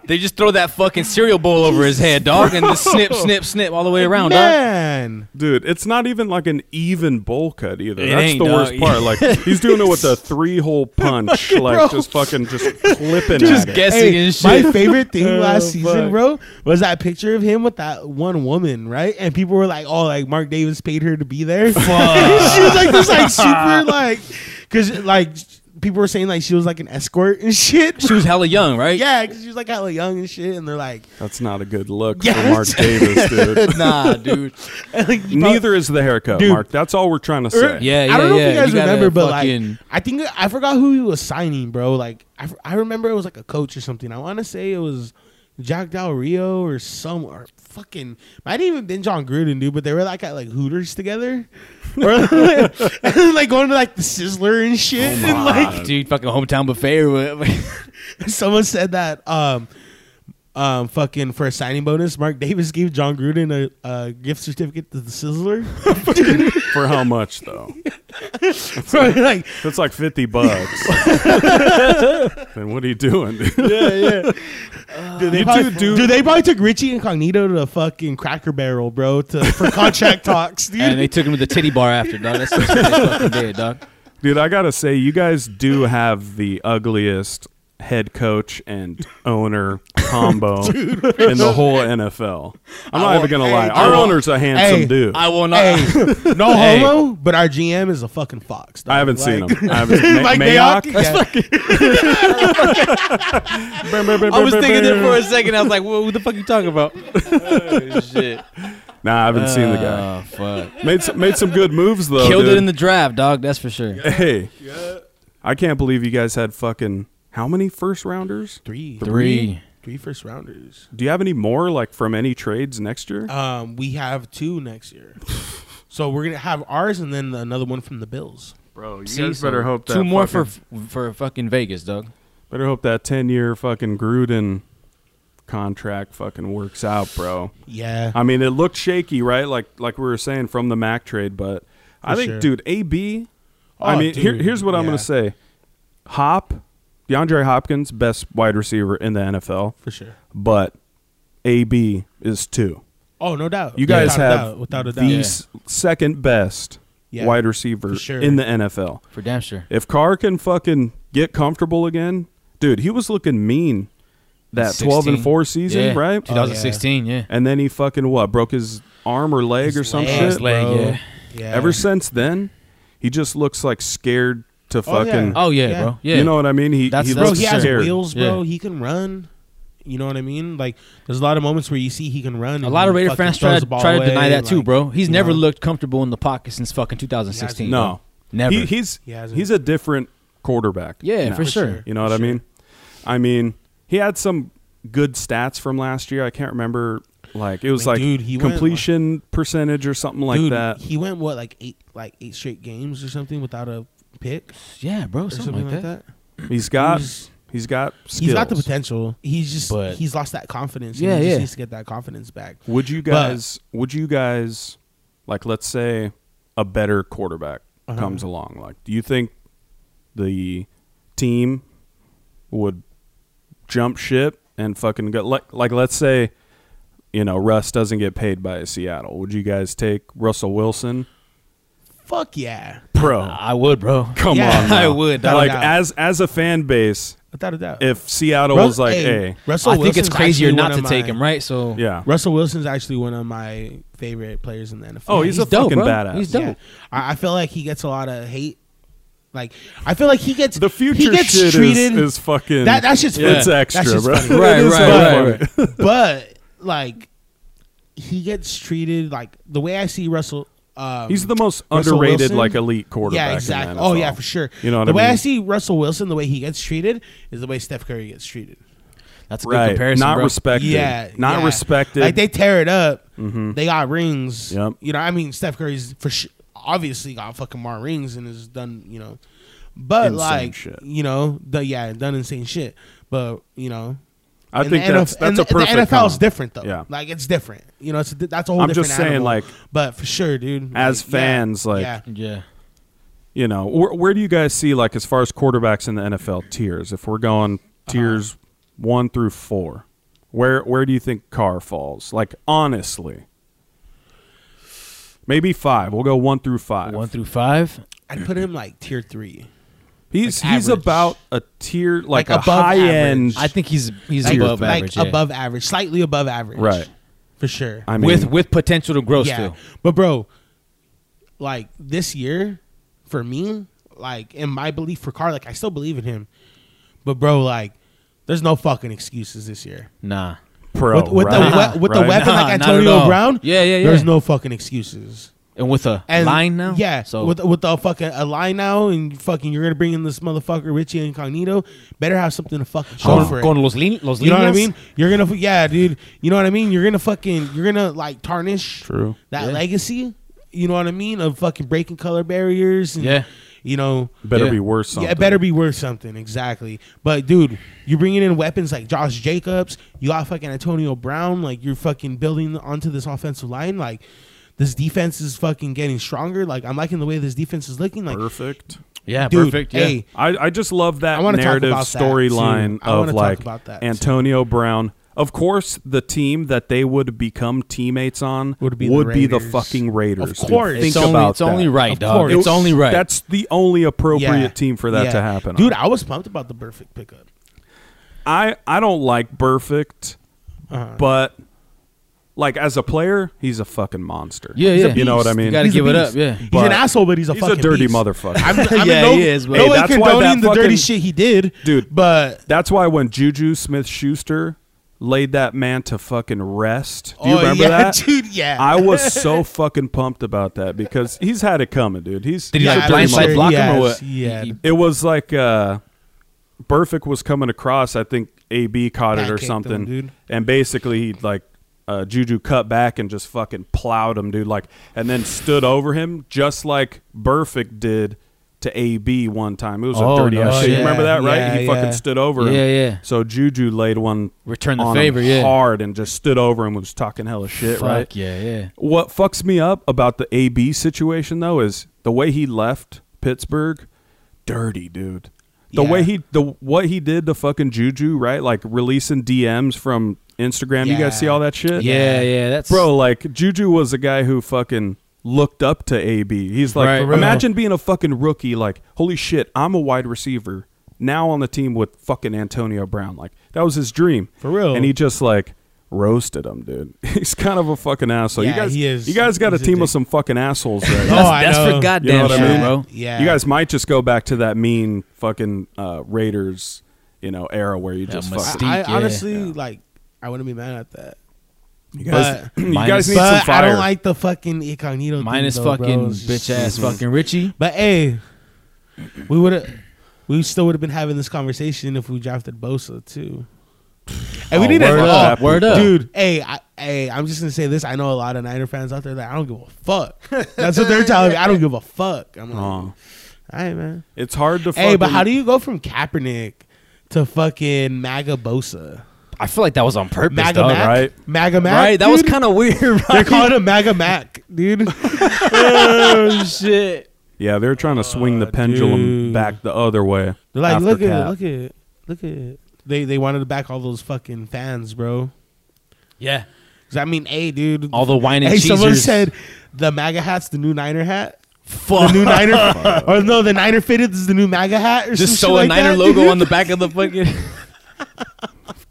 Speaker 5: They just throw that fucking cereal bowl over his head, dog, and just snip, snip, snip all the way around, dog.
Speaker 2: man.
Speaker 3: Dude, it's not even like an even bowl cut either.
Speaker 5: It
Speaker 3: That's
Speaker 5: ain't,
Speaker 3: the worst
Speaker 5: dog.
Speaker 3: part. Like he's doing it with a three hole punch, like just fucking just clipping
Speaker 5: Just
Speaker 3: at it.
Speaker 5: guessing and
Speaker 2: My
Speaker 5: shit. Oh,
Speaker 2: favorite thing last season,
Speaker 3: fuck.
Speaker 2: bro, was that picture of him with that one woman, right? And people were like, "Oh, like Mark Davis paid her to be there." she was like this, like super, like, because like people were saying like she was like an escort and shit.
Speaker 5: she was hella young, right?
Speaker 2: yeah, because she was like hella young and shit, and they're like,
Speaker 3: That's not a good look
Speaker 2: Yeah.
Speaker 3: for Mark Davis, dude.
Speaker 5: nah, dude.
Speaker 2: like, you know-
Speaker 3: Neither is the haircut,
Speaker 2: Dude.
Speaker 3: Mark. That's all we're trying to say.
Speaker 5: Yeah, yeah,
Speaker 2: I don't know
Speaker 5: yeah.
Speaker 2: if you guys
Speaker 5: You gotta
Speaker 2: remember, but
Speaker 5: fucking-
Speaker 2: like, I think I forgot who he was signing, bro. Like, I, f- I remember it was like a coach or something. I want to say it was Jack Del Rio or some or fucking might even been John Gruden, dude. But they were like at like Hooters together, or and then, like going to like the Sizzler and
Speaker 5: Oh
Speaker 2: shit, and like
Speaker 5: dude, fucking hometown buffet or whatever.
Speaker 2: Someone said that um um fucking for a signing bonus, Mark Davis gave John Gruden a, a gift certificate to the Sizzler.
Speaker 3: For how much though?
Speaker 2: so like
Speaker 3: That's like fifty bucks. then what are you doing? dude?
Speaker 2: do they, probably, dude, they probably took Richie Incognito to the fucking Cracker Barrel, bro, to for contract talks, dude.
Speaker 5: and they took him to the titty bar after, dog. That's what they fucking did, dog.
Speaker 3: Dude, I gotta say, you guys do have the ugliest head coach and owner combo in the whole NFL.
Speaker 5: I
Speaker 3: I'm not even
Speaker 5: want-
Speaker 3: gonna
Speaker 5: hey,
Speaker 3: lie.
Speaker 5: dude.
Speaker 3: Our owner's a handsome
Speaker 2: Hey,
Speaker 3: dude.
Speaker 5: I
Speaker 3: I,
Speaker 5: will not.
Speaker 2: hey, no
Speaker 5: Hey.
Speaker 2: homo, but our GM is a fucking fox. dog.
Speaker 3: haven't seen
Speaker 2: Like-
Speaker 3: him. I haven't seen
Speaker 2: Mike Mayock. Yeah.
Speaker 5: I was thinking there for a second. I was like, "What the fuck you talking about?" oh, shit.
Speaker 3: Nah, I haven't seen the guy.
Speaker 5: Oh fuck.
Speaker 3: Made some, made some good moves though.
Speaker 5: Killed
Speaker 3: Oh, dude.
Speaker 5: it in the draft, dog. That's for sure.
Speaker 3: Hey, I can't believe you guys had fucking how many first rounders?
Speaker 2: Three,
Speaker 5: Three.
Speaker 2: three first rounders.
Speaker 3: Do you have any more like from any trades next year?
Speaker 2: Um, we have two next year, so we're gonna have ours and then another one from the Bills.
Speaker 3: Bro, you
Speaker 5: See, so two more for for fucking Vegas, dog.
Speaker 3: better hope that ten year fucking Gruden contract fucking works out, bro.
Speaker 2: Yeah,
Speaker 3: I mean, it looked shaky, right? Like like we were saying from the Mac trade, but I
Speaker 2: For
Speaker 3: think,
Speaker 2: sure.
Speaker 3: dude, AB. I
Speaker 2: Oh,
Speaker 3: mean, here,
Speaker 2: dude,
Speaker 3: here's what I'm
Speaker 2: yeah.
Speaker 3: gonna say: Hop, DeAndre Hopkins, best wide receiver in the NFL,
Speaker 2: for sure.
Speaker 3: but AB is two.
Speaker 2: Oh, no doubt.
Speaker 3: You guys
Speaker 2: Without a
Speaker 3: have
Speaker 2: doubt, without a doubt.
Speaker 3: the s- second best
Speaker 2: Yeah.
Speaker 3: wide receiver
Speaker 2: For sure.
Speaker 3: in the NFL.
Speaker 5: For damn sure.
Speaker 3: If Carr can fucking get comfortable again, dude, he was looking mean that 12 and
Speaker 5: 16.
Speaker 3: 4 season,
Speaker 5: Yeah,
Speaker 3: right? Uh,
Speaker 5: 2016. yeah.
Speaker 3: And then he fucking what? Broke his arm or leg or some
Speaker 5: leg.
Speaker 3: shit.
Speaker 5: His leg,
Speaker 2: bro.
Speaker 5: yeah.
Speaker 2: yeah.
Speaker 3: Ever since then, he just looks like scared to
Speaker 2: Oh, yeah.
Speaker 3: fucking
Speaker 5: Oh yeah,
Speaker 2: Yeah.
Speaker 5: bro. Yeah.
Speaker 3: You know what I mean? He
Speaker 5: That's-
Speaker 3: he
Speaker 5: that's
Speaker 2: bro,
Speaker 3: looks
Speaker 5: for
Speaker 2: he has
Speaker 3: scared.
Speaker 2: wheels, bro.
Speaker 5: Yeah.
Speaker 2: He can run. You know what I mean? Like, there's a lot of moments where you see he can run.
Speaker 5: A
Speaker 2: and
Speaker 5: lot of
Speaker 2: he
Speaker 5: Raider
Speaker 2: fucking
Speaker 5: fans try to
Speaker 2: throws the ball
Speaker 5: try to
Speaker 2: away,
Speaker 5: deny that too,
Speaker 2: like,
Speaker 5: bro. He's
Speaker 2: you
Speaker 5: never
Speaker 2: know?
Speaker 5: looked comfortable in the pocket since fucking 2016.
Speaker 3: No.
Speaker 5: bro. never.
Speaker 3: He, he's
Speaker 2: He hasn't.
Speaker 3: he's a different quarterback.
Speaker 5: yeah,
Speaker 3: now.
Speaker 5: for sure.
Speaker 2: sure.
Speaker 3: You know what I mean? I mean, he had some good stats from last year. I can't remember like it was
Speaker 2: Like,
Speaker 3: like
Speaker 2: dude, he went,
Speaker 3: completion percentage or something like
Speaker 2: Dude,
Speaker 3: that.
Speaker 2: he went what like eight like eight straight games or something without a pick
Speaker 5: Yeah, bro.
Speaker 2: or
Speaker 5: Something,
Speaker 2: something, like that.
Speaker 3: He's got
Speaker 2: He's-
Speaker 3: he's got skills.
Speaker 2: He's got the potential. He's just
Speaker 5: But-
Speaker 2: he's lost that confidence.
Speaker 5: Yeah,
Speaker 2: and he
Speaker 5: yeah.
Speaker 2: Just needs to get that confidence back.
Speaker 3: Would you guys would you guys like let's say a better quarterback
Speaker 5: Uh-huh.
Speaker 3: comes along, like do you think the team would jump ship and fucking go like like let's say you know Russ doesn't get paid by Seattle, would you guys take Russell Wilson?
Speaker 2: Fuck yeah,
Speaker 3: Bro,
Speaker 5: I would, bro.
Speaker 3: Oh. come
Speaker 2: Yeah,
Speaker 3: on. now.
Speaker 5: Uh, I would, dog.
Speaker 3: Like
Speaker 2: Dog.
Speaker 3: as as a fan base,
Speaker 2: without a doubt.
Speaker 3: if Seattle
Speaker 2: Rus-
Speaker 3: was like, hey,
Speaker 2: Russell
Speaker 5: I think it's
Speaker 2: Wilson's
Speaker 5: crazier
Speaker 2: actually
Speaker 5: not
Speaker 2: one
Speaker 5: to
Speaker 2: of
Speaker 5: take
Speaker 2: my-
Speaker 5: him, right? So
Speaker 3: yeah,
Speaker 2: Russell Wilson's actually one of my favorite players in the NFL.
Speaker 3: Oh, he's a
Speaker 5: dope,
Speaker 3: fucking
Speaker 5: bro.
Speaker 3: badass.
Speaker 5: He's dope.
Speaker 2: Yeah. I, I feel like he gets a lot of hate. Like I feel like he gets
Speaker 3: the
Speaker 2: he
Speaker 3: future
Speaker 2: gets
Speaker 3: shit
Speaker 2: treated
Speaker 3: is, is fucking
Speaker 2: that that shit's funny.
Speaker 3: it's
Speaker 2: That
Speaker 3: extra,
Speaker 2: shit's
Speaker 3: bro.
Speaker 2: funny.
Speaker 5: Right,
Speaker 3: It is
Speaker 5: right,
Speaker 3: funny.
Speaker 5: right, right.
Speaker 2: but like he gets treated like the way I see Russell. Um,
Speaker 3: He's the most
Speaker 2: Russell
Speaker 3: underrated,
Speaker 2: Wilson?
Speaker 3: like elite quarterback.
Speaker 2: yeah,
Speaker 3: in the
Speaker 2: exactly. Oh
Speaker 3: NFL.
Speaker 2: yeah, for sure.
Speaker 3: You know what
Speaker 2: the
Speaker 3: I
Speaker 2: way I
Speaker 3: mean?
Speaker 2: see Russell Wilson, the way he gets treated is the way Steph Curry gets treated.
Speaker 5: that's a good
Speaker 3: Right,
Speaker 5: comparison,
Speaker 3: not
Speaker 5: bro.
Speaker 3: respected.
Speaker 2: Yeah,
Speaker 3: not
Speaker 2: yeah.
Speaker 3: respected. Mm-hmm.
Speaker 2: Like they tear it up. They got rings.
Speaker 3: Yep.
Speaker 2: You know, I mean, Steph Curry's for sure, obviously got fucking more rings and has done. You know, but
Speaker 3: Insane
Speaker 2: like
Speaker 3: shit.
Speaker 2: you know, the, yeah, done insane shit. But you know,
Speaker 3: I
Speaker 2: and
Speaker 3: think
Speaker 2: the
Speaker 3: that's
Speaker 2: NF
Speaker 3: that's
Speaker 2: and
Speaker 3: a perfect.
Speaker 2: The NFL is
Speaker 3: comp.
Speaker 2: different though.
Speaker 3: Yeah.
Speaker 2: like it's different. You know, it's a, di- that's a whole.
Speaker 3: I'm
Speaker 2: different
Speaker 3: just saying,
Speaker 2: animal.
Speaker 3: like,
Speaker 2: but for sure, dude.
Speaker 3: as
Speaker 2: yeah,
Speaker 3: fans, like,
Speaker 2: yeah.
Speaker 5: Yeah.
Speaker 3: You know, where, where do you guys see like as far as quarterbacks in the NFL tiers? If we're going
Speaker 2: Uh-huh.
Speaker 3: tiers one through four, where where do you think Carr falls? Like honestly, maybe five. We'll go one through five.
Speaker 5: One through five.
Speaker 2: I'd put him like tier three.
Speaker 3: He's
Speaker 2: Like
Speaker 3: he's
Speaker 2: average.
Speaker 3: about a tier
Speaker 2: Like
Speaker 3: like, a
Speaker 2: above
Speaker 3: high end.
Speaker 2: average.
Speaker 5: I think he's he's
Speaker 2: Like,
Speaker 5: above
Speaker 2: like
Speaker 5: average. yeah.
Speaker 2: above average, slightly above average,
Speaker 3: Right.
Speaker 2: For sure.
Speaker 3: I mean,
Speaker 5: with with potential to grow
Speaker 2: yeah.
Speaker 5: still.
Speaker 2: But bro, like this year, for me, like in my belief for Carr, like I still believe in him. But bro, like, there's no fucking excuses this year.
Speaker 5: Nah.
Speaker 3: pro,
Speaker 2: with with
Speaker 3: right?
Speaker 2: the we- with the
Speaker 3: Right?
Speaker 2: weapon
Speaker 5: Nah,
Speaker 2: like
Speaker 5: not at all.
Speaker 2: Antonio Brown,
Speaker 5: Yeah, yeah, yeah.
Speaker 2: There's no fucking excuses.
Speaker 5: And with a
Speaker 2: And
Speaker 5: line now?
Speaker 2: yeah.
Speaker 5: So
Speaker 2: with with the fucking a line now, and fucking you're gonna bring in this motherfucker Richie Incognito. Better have something to fucking show for it.
Speaker 5: con los, lin- los
Speaker 2: You know what I
Speaker 5: líneas?
Speaker 2: mean? You're gonna, yeah, dude. You know what I mean? You're gonna fucking, you're gonna like tarnish
Speaker 3: True.
Speaker 2: that
Speaker 5: Yeah.
Speaker 2: legacy. You know what I mean? Of fucking breaking color barriers. And,
Speaker 5: Yeah.
Speaker 2: You know,
Speaker 3: Better
Speaker 5: Yeah.
Speaker 3: be worse.
Speaker 2: yeah, it better be worth something exactly. But dude, you're bringing in weapons like Josh Jacobs. You got fucking Antonio Brown. Like you're fucking building onto this offensive line. Like this defense is fucking getting stronger. Like I'm liking the way this defense is looking. Like
Speaker 3: perfect.
Speaker 5: Yeah,
Speaker 2: dude,
Speaker 5: perfect. Yeah.
Speaker 2: hey,
Speaker 3: I, I just love that
Speaker 2: I wanna talk
Speaker 3: narrative
Speaker 2: about that,
Speaker 3: storyline
Speaker 2: too. I wanna
Speaker 3: of
Speaker 2: talk
Speaker 3: like
Speaker 2: about that, too.
Speaker 3: Antonio Brown. Of course, the team that they would become teammates on
Speaker 2: Would
Speaker 3: would
Speaker 2: be
Speaker 3: be,
Speaker 2: the
Speaker 3: the,
Speaker 2: Raiders.
Speaker 3: fucking Raiders.
Speaker 2: Of
Speaker 3: dude.
Speaker 2: course.
Speaker 3: think
Speaker 5: it's only,
Speaker 3: about
Speaker 5: it's only
Speaker 3: that.
Speaker 5: right,
Speaker 2: Of
Speaker 5: dog.
Speaker 2: course.
Speaker 5: It's only right.
Speaker 3: That's the only appropriate
Speaker 2: yeah,
Speaker 3: team for that
Speaker 2: yeah.
Speaker 3: to happen.
Speaker 2: Dude,
Speaker 3: on.
Speaker 2: I was pumped about the perfect pickup.
Speaker 3: I I don't like perfect,
Speaker 2: Uh-huh.
Speaker 3: but like as a player, he's a fucking monster.
Speaker 5: yeah,
Speaker 2: he's a
Speaker 5: yeah.
Speaker 3: You know what I
Speaker 2: beast.
Speaker 3: mean?
Speaker 5: You gotta
Speaker 2: He's a
Speaker 5: give it
Speaker 2: beast.
Speaker 5: up. Yeah.
Speaker 2: he's an
Speaker 3: But
Speaker 2: asshole, but he's a
Speaker 3: he's
Speaker 2: fucking
Speaker 3: a dirty
Speaker 2: beast.
Speaker 3: motherfucker.
Speaker 2: I'm, I mean,
Speaker 5: Yeah,
Speaker 2: no,
Speaker 5: he is, but-
Speaker 2: no
Speaker 5: Hey,
Speaker 2: one
Speaker 3: that's why
Speaker 2: condoning
Speaker 3: that
Speaker 2: the dirty
Speaker 3: fucking-
Speaker 2: shit he did,
Speaker 3: Dude.
Speaker 2: But
Speaker 3: That's why when Juju Smith Schuster laid that man to fucking rest, do you
Speaker 2: oh,
Speaker 3: remember
Speaker 2: yeah,
Speaker 3: that?
Speaker 2: dude? Yeah,
Speaker 3: I was so fucking pumped about that because he's had it coming, dude. He's
Speaker 5: Did he
Speaker 2: Yeah,
Speaker 5: like
Speaker 2: I'm sure
Speaker 5: blindside
Speaker 2: he
Speaker 5: block him or
Speaker 2: has.
Speaker 5: what?
Speaker 2: Yeah.
Speaker 5: He- he-
Speaker 3: it was like uh Burfict was coming across. I think AB caught it or
Speaker 2: Pancaked him,
Speaker 3: something,
Speaker 2: dude.
Speaker 3: and basically he like uh, Juju cut back and just fucking plowed him, dude. Like, and then stood over him just like Burfict did to AB one time. It was
Speaker 5: Oh,
Speaker 3: a dirty
Speaker 5: no
Speaker 3: ass shit.
Speaker 5: shit.
Speaker 3: You remember that, right?
Speaker 2: Yeah,
Speaker 3: he
Speaker 2: yeah.
Speaker 3: fucking stood over him.
Speaker 5: Yeah, yeah.
Speaker 3: So Juju laid one
Speaker 5: Return the
Speaker 3: on
Speaker 5: favor,
Speaker 3: him
Speaker 5: yeah.
Speaker 3: hard and just stood over him was talking hella shit,
Speaker 5: Fuck
Speaker 3: right?
Speaker 5: yeah, yeah.
Speaker 3: What fucks me up about the AB situation though is the way he left Pittsburgh, dirty dude. The
Speaker 2: Yeah.
Speaker 3: way he the what he did to fucking Juju, right? Like releasing DMs from Instagram. You
Speaker 2: Yeah.
Speaker 3: guys see all that shit?
Speaker 5: Yeah, yeah. That's
Speaker 3: Bro, like Juju was a guy who fucking looked up to AB. He's like,
Speaker 5: Right. For real.
Speaker 3: imagine being a fucking rookie. Like, holy shit, I'm a wide receiver now on the team with fucking Antonio Brown. Like, that was his dream
Speaker 2: For real.
Speaker 3: And he just like roasted him, dude. He's kind of a fucking asshole.
Speaker 2: Yeah,
Speaker 3: you guys,
Speaker 2: he is.
Speaker 3: you guys got a
Speaker 2: He's a
Speaker 3: team
Speaker 2: dick.
Speaker 3: of some fucking assholes.
Speaker 2: Oh,
Speaker 3: Right?
Speaker 5: That's,
Speaker 2: I
Speaker 5: that's
Speaker 2: know.
Speaker 5: for goddamn
Speaker 3: You know what I
Speaker 5: sure,
Speaker 3: mean?
Speaker 5: bro.
Speaker 2: Yeah,
Speaker 3: You guys might just go back to that mean fucking uh, Raiders, you know, era where you just
Speaker 5: must-
Speaker 3: fucking.
Speaker 2: I, I
Speaker 5: Mystique, yeah.
Speaker 2: honestly like. I wouldn't be mad at that.
Speaker 3: You guys,
Speaker 2: But-
Speaker 3: you guys
Speaker 5: Minus-
Speaker 3: need some
Speaker 2: But
Speaker 3: fire.
Speaker 2: I don't like the fucking incognito.
Speaker 5: Minus
Speaker 2: thing, though, bro.
Speaker 5: fucking
Speaker 2: It's just-
Speaker 5: bitch ass fucking Richie.
Speaker 2: But hey, we would have, we still would have been having this conversation if we drafted Bosa too. And we
Speaker 3: Oh,
Speaker 2: need
Speaker 3: word
Speaker 2: to,
Speaker 3: up,
Speaker 2: oh,
Speaker 5: word up.
Speaker 2: dude. Hey, I, hey, I'm just gonna say this. I know a lot of Niner fans out there that I don't give a fuck. That's what they're telling me. I don't give a fuck. I'm like, all
Speaker 3: Aw.
Speaker 2: right, man.
Speaker 3: It's hard to.
Speaker 2: Hey, but
Speaker 3: fucking-
Speaker 2: how do you go from Kaepernick to fucking MAGA Bosa?
Speaker 1: I feel like that was on purpose,
Speaker 2: MAGA
Speaker 1: dog.
Speaker 2: Mac,
Speaker 3: right?
Speaker 2: MAGA Mac,
Speaker 1: Right? That was
Speaker 2: dude.
Speaker 1: kind of weird.
Speaker 2: They're
Speaker 1: Right?
Speaker 2: calling him MAGA Mac, dude.
Speaker 1: oh shit!
Speaker 3: Yeah, they're trying to swing the
Speaker 1: Uh,
Speaker 3: pendulum
Speaker 2: dude.
Speaker 3: back the other way.
Speaker 2: They're like,
Speaker 3: after
Speaker 2: look at,
Speaker 3: cap.
Speaker 2: it, look at, it, look at. it." They they wanted to back all those fucking fans, bro.
Speaker 1: Yeah,
Speaker 2: 'Cause I mean, hey, dude.
Speaker 1: all the wine and
Speaker 2: hey, someone
Speaker 1: cheesers.
Speaker 2: said the MAGA hat's the new Niner hat.
Speaker 1: "Fuck."
Speaker 2: The new Niner, or no, the Niner fitted is the new MAGA hat. Or
Speaker 1: Just
Speaker 2: some
Speaker 1: sew a
Speaker 2: shit like
Speaker 1: Niner
Speaker 2: that,
Speaker 1: logo
Speaker 2: dude.
Speaker 1: on the back of the fucking.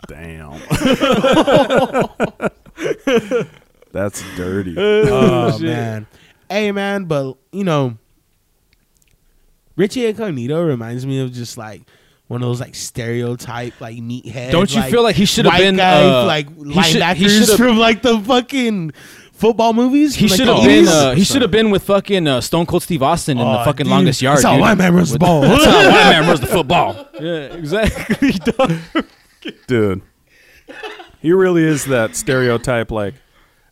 Speaker 3: Damn. That's dirty.
Speaker 2: Oh man, hey man, but you know, Richie Incognito reminds me of just like one of those like stereotype like meathead.
Speaker 1: Don't you feel like he should have
Speaker 2: white
Speaker 1: been,
Speaker 2: guy,
Speaker 1: uh,
Speaker 2: like
Speaker 1: he should-
Speaker 2: linebackers
Speaker 1: he should've-
Speaker 2: from like the fucking football movies?
Speaker 1: He
Speaker 2: from, like,
Speaker 1: should
Speaker 2: the
Speaker 1: have been.
Speaker 2: 80s?
Speaker 1: Uh, he should have been with fucking uh, Stone Cold Steve Austin in the
Speaker 2: Oh,
Speaker 1: fucking
Speaker 2: dude,
Speaker 1: longest yard.
Speaker 2: That's how
Speaker 1: dude.
Speaker 2: white man runs the ball.
Speaker 1: That's how a white man runs the football. Yeah, exactly. dog.
Speaker 3: Dude. He really is that stereotype like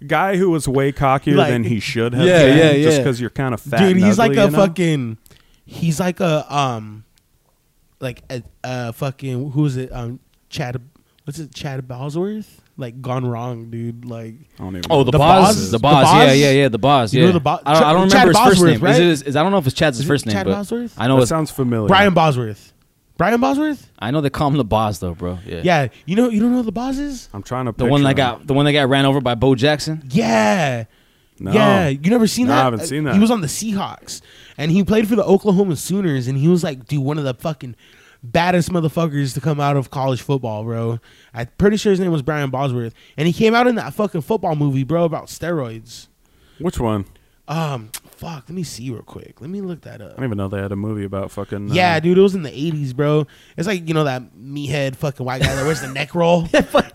Speaker 3: guy who was way cockier
Speaker 2: Like-
Speaker 3: than he should have
Speaker 1: Yeah,
Speaker 3: been
Speaker 1: yeah,
Speaker 3: just
Speaker 1: yeah.
Speaker 3: because you're kind of fat.
Speaker 2: Dude,
Speaker 3: and
Speaker 2: he's like
Speaker 3: ugly,
Speaker 2: a
Speaker 3: you know?
Speaker 2: fucking. He's like a um, like a, a fucking who is it? Um, Chad. What's it? Chad Bosworth? Like gone wrong, dude. Like
Speaker 3: I don't even
Speaker 1: Oh,
Speaker 3: know.
Speaker 1: the,
Speaker 2: The
Speaker 1: boss,
Speaker 2: Boz?
Speaker 1: the
Speaker 2: The
Speaker 1: boss, yeah,
Speaker 2: Boz?
Speaker 1: yeah, yeah, the boss,
Speaker 2: You
Speaker 1: yeah.
Speaker 2: know the Bo-
Speaker 1: I, don't, I don't remember his
Speaker 2: Chad
Speaker 1: first
Speaker 2: Bosworth,
Speaker 1: name. Is
Speaker 2: right?
Speaker 1: it? Is, I don't know if it's Chad's
Speaker 2: Is it
Speaker 1: first name,
Speaker 2: Chad
Speaker 1: but
Speaker 2: Bosworth?
Speaker 1: I know
Speaker 3: that
Speaker 1: it's,
Speaker 3: sounds familiar.
Speaker 2: Brian Bosworth. Brian Bosworth.
Speaker 1: I know they call him the boss though, bro. Yeah,
Speaker 2: Yeah, you know you don't know who the boss is.
Speaker 3: I'm trying to
Speaker 1: the one
Speaker 3: picture
Speaker 1: that
Speaker 3: him.
Speaker 1: got the one that got ran over by Bo Jackson.
Speaker 2: Yeah.
Speaker 3: No.
Speaker 2: Yeah, you never seen
Speaker 3: No,
Speaker 2: that?
Speaker 3: I haven't
Speaker 2: Uh,
Speaker 3: seen that.
Speaker 2: He was on the Seahawks, and he played for the Oklahoma Sooners, and he was like, dude, one of the fucking baddest motherfuckers to come out of college football, bro. I'm pretty sure his name was Brian Bosworth, and he came out in that fucking football movie, bro, about steroids.
Speaker 3: Which one?
Speaker 2: Um, fuck, let me see real quick. Let me look that
Speaker 3: I
Speaker 2: up.
Speaker 3: don't even know they had a movie about fucking. uh,
Speaker 2: Yeah, dude, it was in the '80s, bro. It's like you know that meathead fucking white guy that wears the neck roll,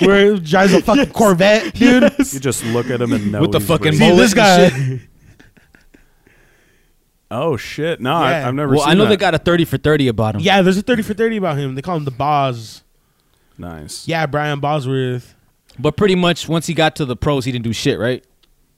Speaker 2: where he drives a fucking Corvette, dude.
Speaker 3: You just look at him and know
Speaker 1: With the
Speaker 3: he's
Speaker 1: fucking
Speaker 3: racist.
Speaker 2: See,
Speaker 1: mullet
Speaker 2: this
Speaker 1: and
Speaker 2: guy.
Speaker 3: Oh shit! No, I,
Speaker 2: Yeah.
Speaker 3: have never.
Speaker 1: Well,
Speaker 3: seen
Speaker 1: I know
Speaker 3: that.
Speaker 1: they got a thirty for thirty about him.
Speaker 2: Yeah, there's a 30 for 30 about him. They call him the Boz.
Speaker 3: nice.
Speaker 2: Yeah, Brian Bosworth.
Speaker 1: but pretty much once he got to the pros, he didn't do shit, right?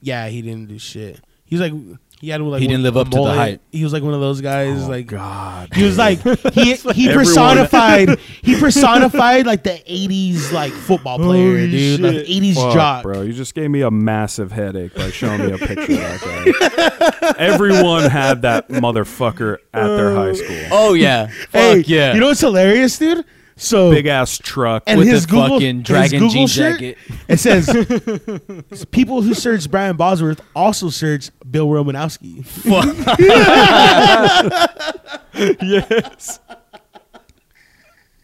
Speaker 2: Yeah, he didn't do shit. He's like he had like
Speaker 1: He didn't
Speaker 2: one-
Speaker 1: live
Speaker 2: a
Speaker 1: up to the
Speaker 2: mullet.
Speaker 1: hype.
Speaker 2: He was like one of those guys.
Speaker 3: Oh,
Speaker 2: like
Speaker 3: God,
Speaker 2: he was like he he
Speaker 3: Everyone-
Speaker 2: personified he personified like the '80s like football player,
Speaker 1: Holy
Speaker 2: dude, like
Speaker 1: shit.
Speaker 2: the '80s
Speaker 3: Fuck,
Speaker 2: jock.
Speaker 3: bro. You just gave me a massive headache by showing me a picture of that guy. Everyone had that motherfucker at their high school.
Speaker 1: Oh yeah,
Speaker 2: Hey,
Speaker 1: fuck yeah.
Speaker 2: you know what's hilarious, dude? So
Speaker 3: Big ass truck.
Speaker 2: and
Speaker 1: with
Speaker 2: his
Speaker 1: the
Speaker 2: Google
Speaker 1: fucking dragon
Speaker 2: his Google
Speaker 1: jean
Speaker 2: shirt,
Speaker 1: jacket.
Speaker 2: It says people who search Brian Bosworth also search Bill Romanowski.
Speaker 1: Fuck.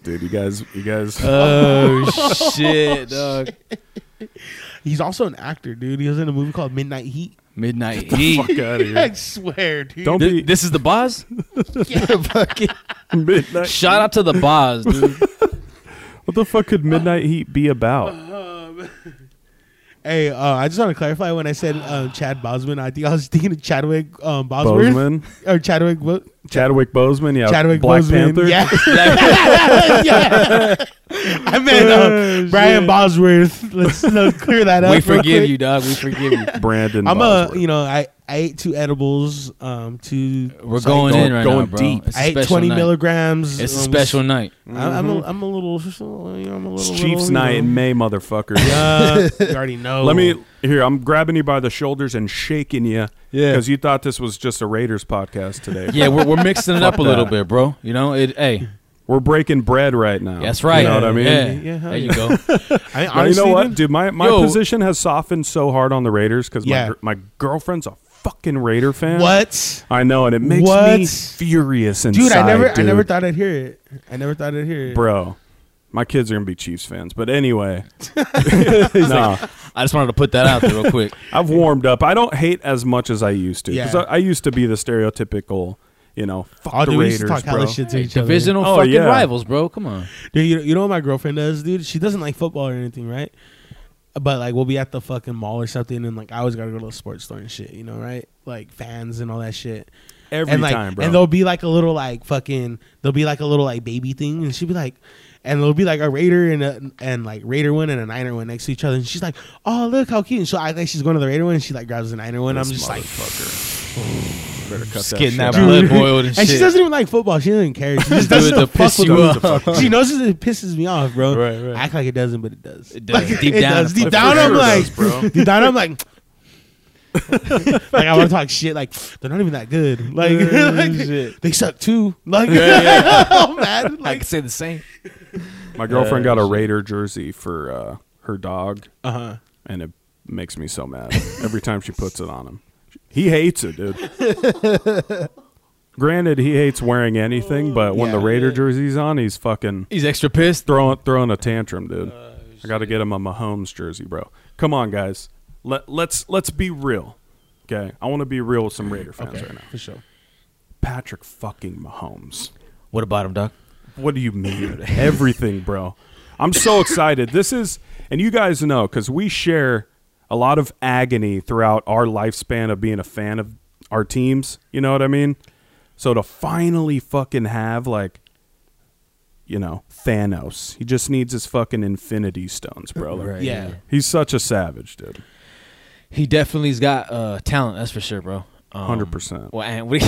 Speaker 3: dude, you guys, you guys.
Speaker 2: Uh,
Speaker 1: oh shit, dog.
Speaker 2: He's also an actor, dude. He was in a movie called Midnight Heat.
Speaker 1: Midnight Heat.
Speaker 3: fuck out of
Speaker 2: I
Speaker 3: here.
Speaker 2: swear, dude.
Speaker 3: Don't
Speaker 1: Th-
Speaker 3: be
Speaker 1: This is the boss. Fucking-
Speaker 3: midnight.
Speaker 1: Shout out to the boss, dude.
Speaker 3: What the fuck could midnight heat be about?
Speaker 2: Hey, uh, I just want to clarify when I said um, Chad Bosman, I think I was thinking of Chadwick um, Bosworth
Speaker 3: Bozeman,
Speaker 2: or Chadwick Bo-
Speaker 3: Chadwick Bozeman,
Speaker 1: Uh,
Speaker 3: yeah,
Speaker 2: Chadwick
Speaker 3: Black
Speaker 2: Boseman.
Speaker 3: Panther.
Speaker 2: Yeah.
Speaker 1: Like,
Speaker 2: yeah. I meant
Speaker 3: Oh,
Speaker 2: uh, Brian Bosworth. Let's, let's clear that up.
Speaker 1: we
Speaker 2: real
Speaker 1: forgive
Speaker 2: quick.
Speaker 1: you, dog. We forgive you.
Speaker 3: Brandon.
Speaker 2: I'm a,
Speaker 3: Bosworth.
Speaker 2: you know, I, I ate two edibles. Um, two.
Speaker 1: We're
Speaker 2: so I-
Speaker 1: going
Speaker 3: going-
Speaker 1: in right
Speaker 3: going
Speaker 1: now, bro.
Speaker 3: deep.
Speaker 1: It's a
Speaker 2: I ate
Speaker 1: special
Speaker 2: 20
Speaker 1: night.
Speaker 2: milligrams.
Speaker 1: It's a
Speaker 2: um,
Speaker 1: special Mm-hmm. night.
Speaker 2: I, I'm, a, I'm a little. You know, I'm a
Speaker 3: It's
Speaker 2: little.
Speaker 3: Chiefs
Speaker 2: little,
Speaker 3: night
Speaker 2: You
Speaker 3: in
Speaker 2: know.
Speaker 3: May, motherfucker.
Speaker 2: Uh, you already know.
Speaker 3: Let me here. I'm grabbing you by the shoulders and shaking you.
Speaker 1: Yeah.
Speaker 3: because you thought this was just a Raiders podcast today.
Speaker 1: Yeah, we're, we're mixing it up a
Speaker 3: Fuck
Speaker 1: little
Speaker 3: that.
Speaker 1: bit, bro. You know, it. Hey,
Speaker 3: we're breaking bread right now.
Speaker 1: that's right.
Speaker 3: Oh. You know what I mean?
Speaker 1: Yeah,
Speaker 2: Yeah, hell
Speaker 1: there
Speaker 2: yeah.
Speaker 1: you go.
Speaker 2: I mean,
Speaker 3: But
Speaker 2: honestly,
Speaker 3: you know what,
Speaker 2: dude,
Speaker 3: dude? My my
Speaker 1: Yo.
Speaker 3: position has softened so hard on the Raiders because
Speaker 2: Yeah.
Speaker 3: my gr- my girlfriend's a fucking Raider fan.
Speaker 2: What?
Speaker 3: I know, and it makes me
Speaker 2: What?
Speaker 3: furious inside.
Speaker 2: Dude, I never, I
Speaker 3: dude.
Speaker 2: never thought I'd hear it. I never thought I'd hear it.
Speaker 3: bro. My kids are gonna be Chiefs fans, but anyway, nah,
Speaker 1: I just wanted to put that out there real quick.
Speaker 3: I've warmed up. I don't hate as much as I used to because
Speaker 2: Yeah.
Speaker 3: I, I used to be the stereotypical, you know, fuck
Speaker 2: Oh,
Speaker 3: the
Speaker 2: dude, we
Speaker 3: Raiders,
Speaker 2: used to talk
Speaker 3: bro.
Speaker 2: hella shit to
Speaker 1: Hey,
Speaker 2: each other.
Speaker 1: divisional
Speaker 3: Oh,
Speaker 1: fucking
Speaker 3: yeah.
Speaker 1: rivals, bro. Come on.
Speaker 2: Dude, you, you know what my girlfriend does, dude? She doesn't like football or anything, right? But like we'll be at the fucking mall or something, and like I always gotta go to the sports store and shit, you know, right? Like fans and all that shit.
Speaker 3: Every
Speaker 2: and like,
Speaker 3: time, bro.
Speaker 2: And there'll be like a little like fucking, there'll be like a little like baby thing, and she'll be like, and there'll be like a Raider and a, and like Raider one and a Niner one next to each other, and she's like, oh look how cute, and she'll act like she's going to the Raider one, and she like grabs the Niner one. I'm
Speaker 3: This
Speaker 2: just like,
Speaker 3: motherfucker. Better cut
Speaker 1: Just
Speaker 3: that
Speaker 1: getting
Speaker 3: shit
Speaker 1: that
Speaker 3: out.
Speaker 1: blood boiled and,
Speaker 2: And
Speaker 1: shit.
Speaker 2: she doesn't even like football. She doesn't care. She just
Speaker 1: do
Speaker 2: does
Speaker 1: it to piss you off.
Speaker 2: She knows it, it pisses me off, bro.
Speaker 1: Right, right.
Speaker 2: Act like it doesn't, but it does.
Speaker 5: It does.
Speaker 2: Like,
Speaker 5: Deep
Speaker 2: it
Speaker 5: down,
Speaker 2: does.
Speaker 5: it
Speaker 2: Deep
Speaker 5: for
Speaker 2: down,
Speaker 5: sure
Speaker 2: I'm like,
Speaker 1: does, bro.
Speaker 2: deep down, I'm like, like I want to talk shit. Like they're not even that good. Like, like,
Speaker 1: Shit.
Speaker 2: they suck too. Like, I'm mad.
Speaker 1: I
Speaker 2: Like,
Speaker 1: can say the same.
Speaker 3: My girlfriend got a Raider jersey for uh, her dog,
Speaker 2: uh huh.
Speaker 3: and it makes me so mad every time she puts it on him. He hates it, dude. Granted, he hates wearing anything, but when the
Speaker 5: Yeah.
Speaker 3: Raider jersey's on, he's fucking
Speaker 5: He's extra pissed.
Speaker 3: throwing throwing a tantrum, dude. I got to get him a Mahomes jersey, bro. Come on, guys. Let let's let's be real. Okay, I want to be real with some Raider fans
Speaker 2: Okay,
Speaker 3: right now.
Speaker 2: for sure.
Speaker 3: Patrick fucking Mahomes.
Speaker 1: What about him, Doc?
Speaker 3: What do you mean? Everything, bro. I'm so excited. This is, and you guys know, because we share a lot of agony throughout our lifespan of being a fan of our teams. You know what I mean? So to finally fucking have, like, you know, Thanos. He just needs his fucking infinity stones, bro. Like,
Speaker 1: Right.
Speaker 2: Yeah.
Speaker 3: He's such a savage, dude.
Speaker 1: He definitely's got uh, talent. That's for sure, bro. Um,
Speaker 3: 100%.
Speaker 1: Well, and what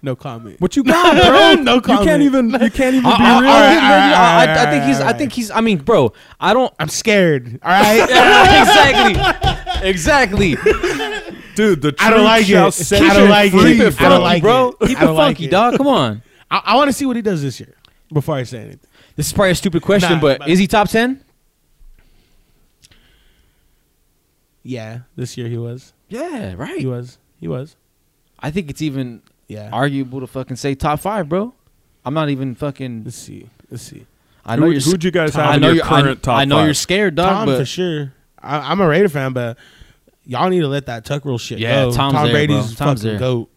Speaker 2: No comment.
Speaker 3: What you got, bro?
Speaker 2: No
Speaker 3: You can't
Speaker 2: comment. Uh,
Speaker 3: even, you can't even
Speaker 1: I,
Speaker 3: be
Speaker 1: I- I
Speaker 3: real.
Speaker 1: don't think- maybe- I- I- I
Speaker 2: alright,
Speaker 1: think he's. I
Speaker 2: alright.
Speaker 1: think he's. I mean, bro. I don't.
Speaker 2: I'm scared. All right.
Speaker 1: exactly. Exactly.
Speaker 3: Dude, the truth
Speaker 2: I don't like
Speaker 3: shall
Speaker 2: it.
Speaker 3: set
Speaker 2: I
Speaker 3: you
Speaker 2: don't like
Speaker 3: free,
Speaker 2: it.
Speaker 3: bro.
Speaker 2: I don't like
Speaker 1: bro.
Speaker 2: it.
Speaker 1: Keep
Speaker 2: I don't
Speaker 1: it
Speaker 2: like
Speaker 1: funky,
Speaker 2: it.
Speaker 1: dog. Come on.
Speaker 2: I, I want to see what he does this year before I say anything.
Speaker 1: This is probably a stupid question,
Speaker 2: Nah,
Speaker 1: but
Speaker 2: but-
Speaker 1: is he top ten?
Speaker 2: Yeah, this year he was.
Speaker 1: Yeah,
Speaker 2: He
Speaker 1: right.
Speaker 2: was. He was.
Speaker 1: I think it's even
Speaker 2: Yeah.
Speaker 1: arguable to fucking say top five, bro. I'm not even fucking.
Speaker 2: Let's see. Let's see.
Speaker 1: I know
Speaker 3: Who-
Speaker 1: you're.
Speaker 3: who'd you guys have
Speaker 1: I
Speaker 3: in
Speaker 1: know
Speaker 3: your
Speaker 1: you're- I-
Speaker 3: current top
Speaker 1: I know
Speaker 3: five?
Speaker 1: you're scared, dog.
Speaker 2: Tom
Speaker 1: but
Speaker 2: for sure. I, I'm a Raider fan, but y'all need to let that Tuck rule shit
Speaker 1: Yeah,
Speaker 2: go.
Speaker 1: Tom's
Speaker 2: Tom
Speaker 1: there,
Speaker 2: Brady's
Speaker 1: bro. Tom's
Speaker 2: fucking
Speaker 1: there.
Speaker 2: goat.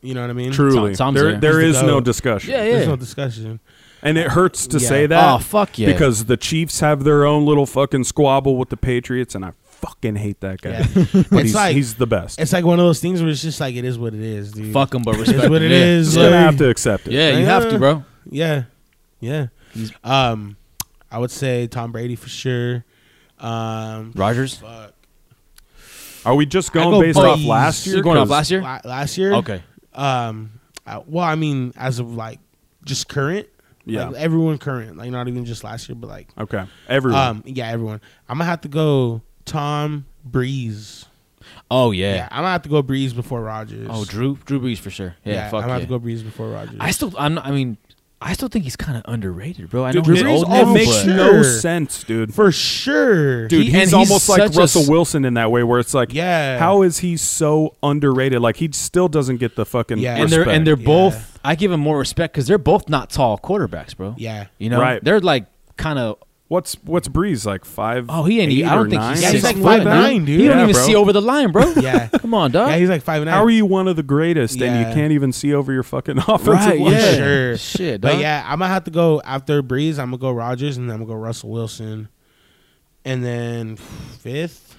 Speaker 2: You know what I mean?
Speaker 3: Truly,
Speaker 1: Tom- Tom's
Speaker 3: there
Speaker 1: there.
Speaker 3: there
Speaker 2: He's
Speaker 3: is
Speaker 2: the
Speaker 3: no
Speaker 2: goat.
Speaker 3: discussion.
Speaker 1: Yeah, yeah.
Speaker 2: There's no discussion.
Speaker 3: And it hurts to
Speaker 2: Yeah.
Speaker 3: say that.
Speaker 1: Oh, fuck yeah.
Speaker 3: Because the Chiefs have their own little fucking squabble with the Patriots, and I fucking hate that guy.
Speaker 2: Yeah.
Speaker 3: But he's,
Speaker 2: like-
Speaker 3: he's the best.
Speaker 2: It's like one of those things where it's just like it is what it is, dude.
Speaker 1: fuck him, but
Speaker 2: It
Speaker 1: respect
Speaker 2: is what
Speaker 1: him.
Speaker 2: it
Speaker 1: yeah.
Speaker 2: is.
Speaker 3: He's gonna
Speaker 2: like-
Speaker 3: have to accept it.
Speaker 1: Yeah, you have to, bro.
Speaker 2: Yeah. Yeah. Um, I would say Tom Brady for sure. Um,
Speaker 1: Rogers.
Speaker 2: fuck.
Speaker 3: Are we just
Speaker 2: I
Speaker 3: going
Speaker 2: go
Speaker 3: based off
Speaker 2: boys.
Speaker 3: last year?
Speaker 1: You're going off
Speaker 3: 'Cause
Speaker 1: last year.
Speaker 2: La- last year.
Speaker 1: Okay.
Speaker 2: Um, I, well, I mean, as of like just current.
Speaker 3: Yeah.
Speaker 2: Like, everyone current, like not even just last year, but like
Speaker 3: Okay. Everyone.
Speaker 2: Um, yeah, everyone. I'm gonna have to go Tom Breeze.
Speaker 1: Oh
Speaker 2: Yeah,
Speaker 1: yeah.
Speaker 2: I'm gonna have to go Breeze before Rogers.
Speaker 1: Oh Drew. Drew Brees for sure. Yeah.
Speaker 2: yeah,
Speaker 1: fuck
Speaker 2: I'm gonna have
Speaker 1: yeah.
Speaker 2: to go Breeze before Rogers.
Speaker 1: I still, I'm not, I mean, I still think he's kind of underrated, bro. I
Speaker 3: dude,
Speaker 1: know he's
Speaker 3: it,
Speaker 1: old
Speaker 3: it
Speaker 1: now,
Speaker 2: oh,
Speaker 3: makes
Speaker 1: but
Speaker 2: sure.
Speaker 3: no sense, dude.
Speaker 2: for sure,
Speaker 3: Dude,
Speaker 1: He- and
Speaker 3: he's
Speaker 1: he's
Speaker 3: almost like
Speaker 1: such a
Speaker 3: Russell
Speaker 1: s-
Speaker 3: Wilson in that way, where it's like,
Speaker 2: Yeah.
Speaker 3: how is he so underrated? Like he still doesn't get the fucking
Speaker 2: Yeah.
Speaker 1: and they're and they're
Speaker 2: Yeah.
Speaker 1: both. I give him more respect because they're both not tall quarterbacks, bro.
Speaker 2: Yeah.
Speaker 1: you know,
Speaker 3: Right.
Speaker 1: they're like kind of.
Speaker 3: what's what's Breeze like five?
Speaker 1: Oh, he ain't.
Speaker 3: eight
Speaker 1: even I
Speaker 3: or
Speaker 1: don't think he's,
Speaker 3: nine?
Speaker 2: Yeah, he's
Speaker 1: six
Speaker 2: like
Speaker 1: foot,
Speaker 2: 5'9",, dude.
Speaker 1: He don't
Speaker 3: Yeah,
Speaker 1: even
Speaker 3: bro.
Speaker 1: see over the line, bro.
Speaker 2: Yeah.
Speaker 1: come on, dog.
Speaker 2: yeah, he's like five and nine.
Speaker 3: How are you one of the greatest and
Speaker 2: Yeah.
Speaker 3: you can't even see over your fucking offensive
Speaker 1: Right,
Speaker 3: line?
Speaker 1: yeah.
Speaker 2: Sure,
Speaker 1: Shit,
Speaker 2: But
Speaker 1: dog.
Speaker 2: yeah, I'm gonna have to go after Breeze. I'm gonna go Rogers, and then I'm gonna go Russell Wilson, and then fifth.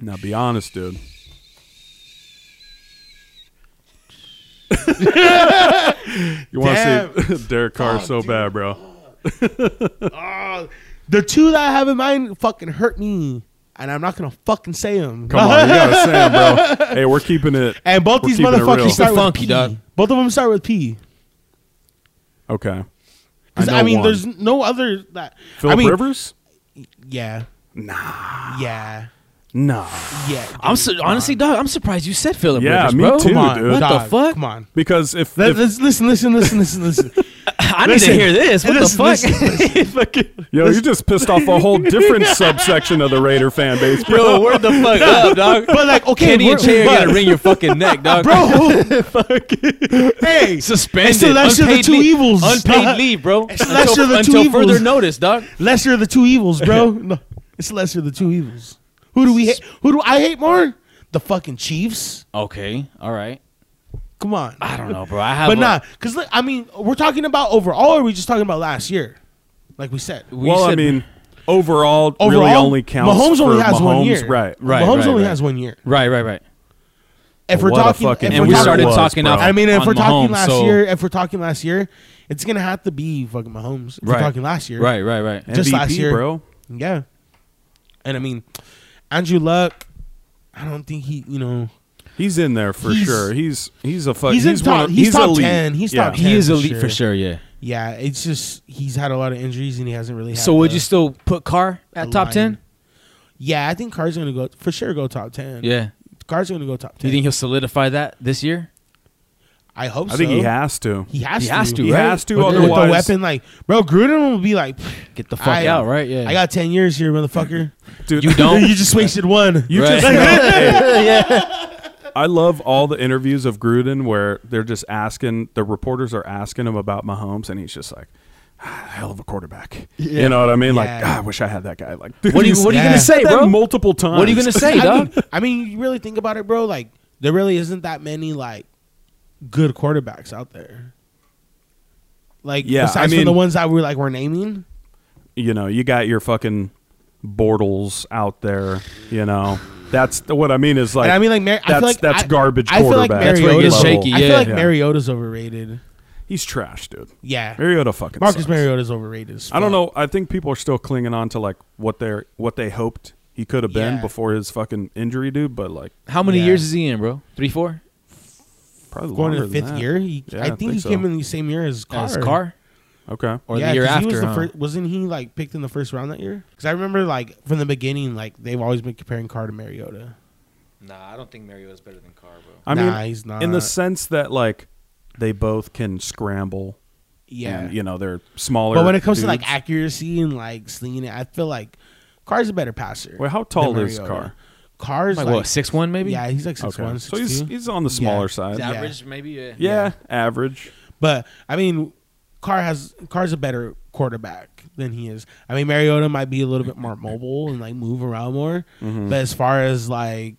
Speaker 3: Now be honest, dude. you want to see Derek Carr so bad, bro?
Speaker 2: Oh, the two that I have in mind fucking hurt me, and I'm not gonna fucking say them.
Speaker 3: Come on, you gotta say 'em, bro. Hey, we're keeping it.
Speaker 2: And both
Speaker 3: We're
Speaker 2: these
Speaker 3: keeping it real.
Speaker 2: motherfuckers start
Speaker 1: Funky,
Speaker 2: with P.
Speaker 1: dog.
Speaker 2: Both of them start with P.
Speaker 3: Okay.
Speaker 2: Because
Speaker 3: know
Speaker 2: I, mean,
Speaker 3: one.
Speaker 2: there's no other that.
Speaker 3: Philip
Speaker 2: I mean,
Speaker 3: Rivers.
Speaker 2: Yeah. Nah. Yeah.
Speaker 3: No,
Speaker 2: Yeah.
Speaker 1: I'm su- honestly, dog. I'm surprised you said Philip
Speaker 3: Yeah,
Speaker 1: Rivers,
Speaker 3: me
Speaker 1: bro.
Speaker 3: too,
Speaker 2: Come on,
Speaker 3: dude.
Speaker 1: What
Speaker 2: dog,
Speaker 1: the fuck?
Speaker 2: Come on.
Speaker 3: because if,
Speaker 2: Let,
Speaker 3: if-
Speaker 2: us listen, listen, listen, listen, listen.
Speaker 1: I need to
Speaker 2: Listen.
Speaker 1: hear this. What
Speaker 2: Listen,
Speaker 1: the fuck?
Speaker 3: yo, you just pissed off a whole different subsection of the Raider fan base, bro.
Speaker 1: Yo, where the fuck up, dog?
Speaker 2: But like, okay,
Speaker 1: Kenny
Speaker 2: we're-
Speaker 1: and Cherry
Speaker 2: but-
Speaker 1: gotta wring your fucking neck, dog.
Speaker 2: bro. hey,
Speaker 1: suspended.
Speaker 2: It's the lesser of the
Speaker 1: unpaid
Speaker 2: two
Speaker 1: leave-
Speaker 2: evils,
Speaker 1: Unpaid
Speaker 2: dog.
Speaker 1: leave, bro.
Speaker 2: It's the lesser of the two
Speaker 1: until further
Speaker 2: evils.
Speaker 1: notice, dog.
Speaker 2: lesser of the two evils, bro. No, it's the lesser of the two evils. Who do we hate? Who do I hate more? The fucking Chiefs.
Speaker 1: Okay, all right.
Speaker 2: Come on.
Speaker 1: I don't know, bro. I have,
Speaker 2: But
Speaker 1: a-
Speaker 2: nah, because I mean, we're talking about overall, or are we just talking about last year? Like we said.
Speaker 1: we
Speaker 3: well, I
Speaker 1: said-
Speaker 3: mean, overall,
Speaker 2: Overall,
Speaker 3: really only counts.
Speaker 2: Mahomes
Speaker 3: for
Speaker 2: only has
Speaker 3: Mahomes,
Speaker 2: one year.
Speaker 3: right?
Speaker 1: Right,
Speaker 2: Mahomes
Speaker 1: right,
Speaker 2: only
Speaker 1: right.
Speaker 2: has one year.
Speaker 1: right, right, right.
Speaker 2: If we're
Speaker 3: What a
Speaker 2: talking,
Speaker 3: fucking-
Speaker 2: if
Speaker 1: And
Speaker 2: we're
Speaker 1: we
Speaker 2: talking-
Speaker 1: started
Speaker 3: was,
Speaker 1: talking
Speaker 3: bro.
Speaker 1: off.
Speaker 2: I mean, if
Speaker 1: on
Speaker 2: we're talking
Speaker 1: Mahomes,
Speaker 2: last
Speaker 1: so-
Speaker 2: year, if we're talking last year, it's gonna have to be fucking Mahomes. If
Speaker 1: Right.
Speaker 2: we're talking last year,
Speaker 1: right, right, right.
Speaker 2: Just
Speaker 3: MVP,
Speaker 2: last year.
Speaker 3: bro.
Speaker 2: Yeah, and I mean, Andrew Luck. I don't think he, you know,
Speaker 3: He's in there for
Speaker 2: He's-
Speaker 3: sure. He's he's a fuck.
Speaker 2: he's
Speaker 3: He's,
Speaker 2: in top-
Speaker 3: one. Of,
Speaker 2: he's top
Speaker 3: elite.
Speaker 2: 10. He's
Speaker 3: yeah.
Speaker 2: top
Speaker 5: He is
Speaker 2: for
Speaker 5: elite
Speaker 2: sure.
Speaker 5: for sure. Yeah.
Speaker 2: Yeah, it's just he's had a lot of injuries and he hasn't really. Had
Speaker 1: So would
Speaker 2: the-
Speaker 1: you still put Carr
Speaker 2: the
Speaker 1: at top
Speaker 2: line.
Speaker 1: ten?
Speaker 2: Yeah, I think Carr's gonna go for sure. Go top ten.
Speaker 1: Yeah.
Speaker 2: Carr's gonna go top
Speaker 1: Do
Speaker 2: ten.
Speaker 1: you think he'll solidify that this year?
Speaker 2: I hope.
Speaker 3: I think
Speaker 2: so.
Speaker 3: he has to.
Speaker 2: He has
Speaker 1: He
Speaker 2: to.
Speaker 1: has to,
Speaker 3: He
Speaker 1: right?
Speaker 3: has to.
Speaker 2: With, with the
Speaker 3: otherwise,
Speaker 2: weapon, like bro, Gruden will be like, "Pff,
Speaker 1: Get the fuck
Speaker 2: I-
Speaker 1: out, right? Yeah.
Speaker 2: I got ten years here, motherfucker.
Speaker 3: dude,
Speaker 1: you don't.
Speaker 2: you just wasted one.
Speaker 3: You
Speaker 1: Right.
Speaker 3: just know, hey, I love all the interviews of Gruden where they're just asking the reporters are asking him about Mahomes, and he's just like, ah, "Hell of a quarterback." You know what I mean? Like,
Speaker 2: Yeah.
Speaker 3: "Ah, I wish I had that guy. Like,
Speaker 1: what are you
Speaker 3: he's
Speaker 1: What are you
Speaker 2: Yeah.
Speaker 1: gonna say,
Speaker 3: said that
Speaker 1: bro?
Speaker 3: Multiple times.
Speaker 1: What are you gonna say,
Speaker 2: I mean,
Speaker 1: dog?
Speaker 2: I mean, you really think about it, bro. Like there really isn't that many like good quarterbacks out there. Like
Speaker 3: Yeah, I
Speaker 2: besides from
Speaker 3: mean-
Speaker 2: the ones that we like we're naming.
Speaker 3: you know, you got your fucking Bortles out there. You know, that's the, what I mean. Is like,
Speaker 2: and I mean, like, Mar- I
Speaker 3: that's-
Speaker 2: feel like
Speaker 3: that's
Speaker 2: I-
Speaker 3: garbage
Speaker 2: I feel like
Speaker 3: quarterback. That's
Speaker 1: where it gets
Speaker 2: Mariota's-
Speaker 1: shaky,
Speaker 2: I feel
Speaker 1: yeah.
Speaker 2: like
Speaker 3: Yeah.
Speaker 2: Mariota's overrated.
Speaker 3: he's trash, dude.
Speaker 2: Yeah,
Speaker 3: Mariota fucking.
Speaker 2: Marcus
Speaker 3: sucks.
Speaker 2: Mariota's overrated. as
Speaker 3: I don't
Speaker 2: fuck.
Speaker 3: know. I think people are still clinging on to like what they're what they hoped he could have been
Speaker 2: Yeah.
Speaker 3: before his fucking injury, dude. But like
Speaker 1: How many
Speaker 2: Yeah.
Speaker 1: years is he in, bro? Three, four?
Speaker 3: probably
Speaker 2: Going to
Speaker 3: longer
Speaker 2: the
Speaker 3: than
Speaker 2: fifth
Speaker 3: that.
Speaker 2: year, he,
Speaker 3: Yeah,
Speaker 2: I think, he
Speaker 3: so.
Speaker 2: came in the same year as Carr.
Speaker 1: As Carr?
Speaker 3: Okay,
Speaker 1: Or
Speaker 2: yeah,
Speaker 1: the year
Speaker 2: 'cause
Speaker 1: after?
Speaker 2: He was the
Speaker 1: huh?
Speaker 2: first, wasn't he like picked in the first round that year? Because I remember like from the beginning, like they've always been comparing Carr to Mariota.
Speaker 1: Nah, I don't think Mariota's better than Carr, bro.
Speaker 3: I
Speaker 2: nah,
Speaker 3: mean,
Speaker 2: he's not.
Speaker 3: in the sense that like they both can scramble.
Speaker 2: yeah,
Speaker 3: and, you know they're smaller.
Speaker 2: but when it comes to like
Speaker 3: dudes.
Speaker 2: accuracy and like slinging it, I feel like Carr's a better passer.
Speaker 3: Wait, how
Speaker 2: than
Speaker 3: tall is
Speaker 2: Mariota.
Speaker 3: Carr?
Speaker 2: Carr's
Speaker 1: Like,
Speaker 2: like,
Speaker 1: what, six one maybe?
Speaker 2: Yeah, he's like six
Speaker 3: okay,
Speaker 2: one,
Speaker 3: so he's he's on the
Speaker 2: Yeah.
Speaker 3: smaller side.
Speaker 2: Yeah.
Speaker 3: Yeah,
Speaker 1: Average, maybe. Yeah.
Speaker 3: average.
Speaker 2: But I mean, Carr has Carr's a better quarterback than he is. I mean, Mariota might be a little bit more mobile and like move around more.
Speaker 3: Mm-hmm.
Speaker 2: But as far as like,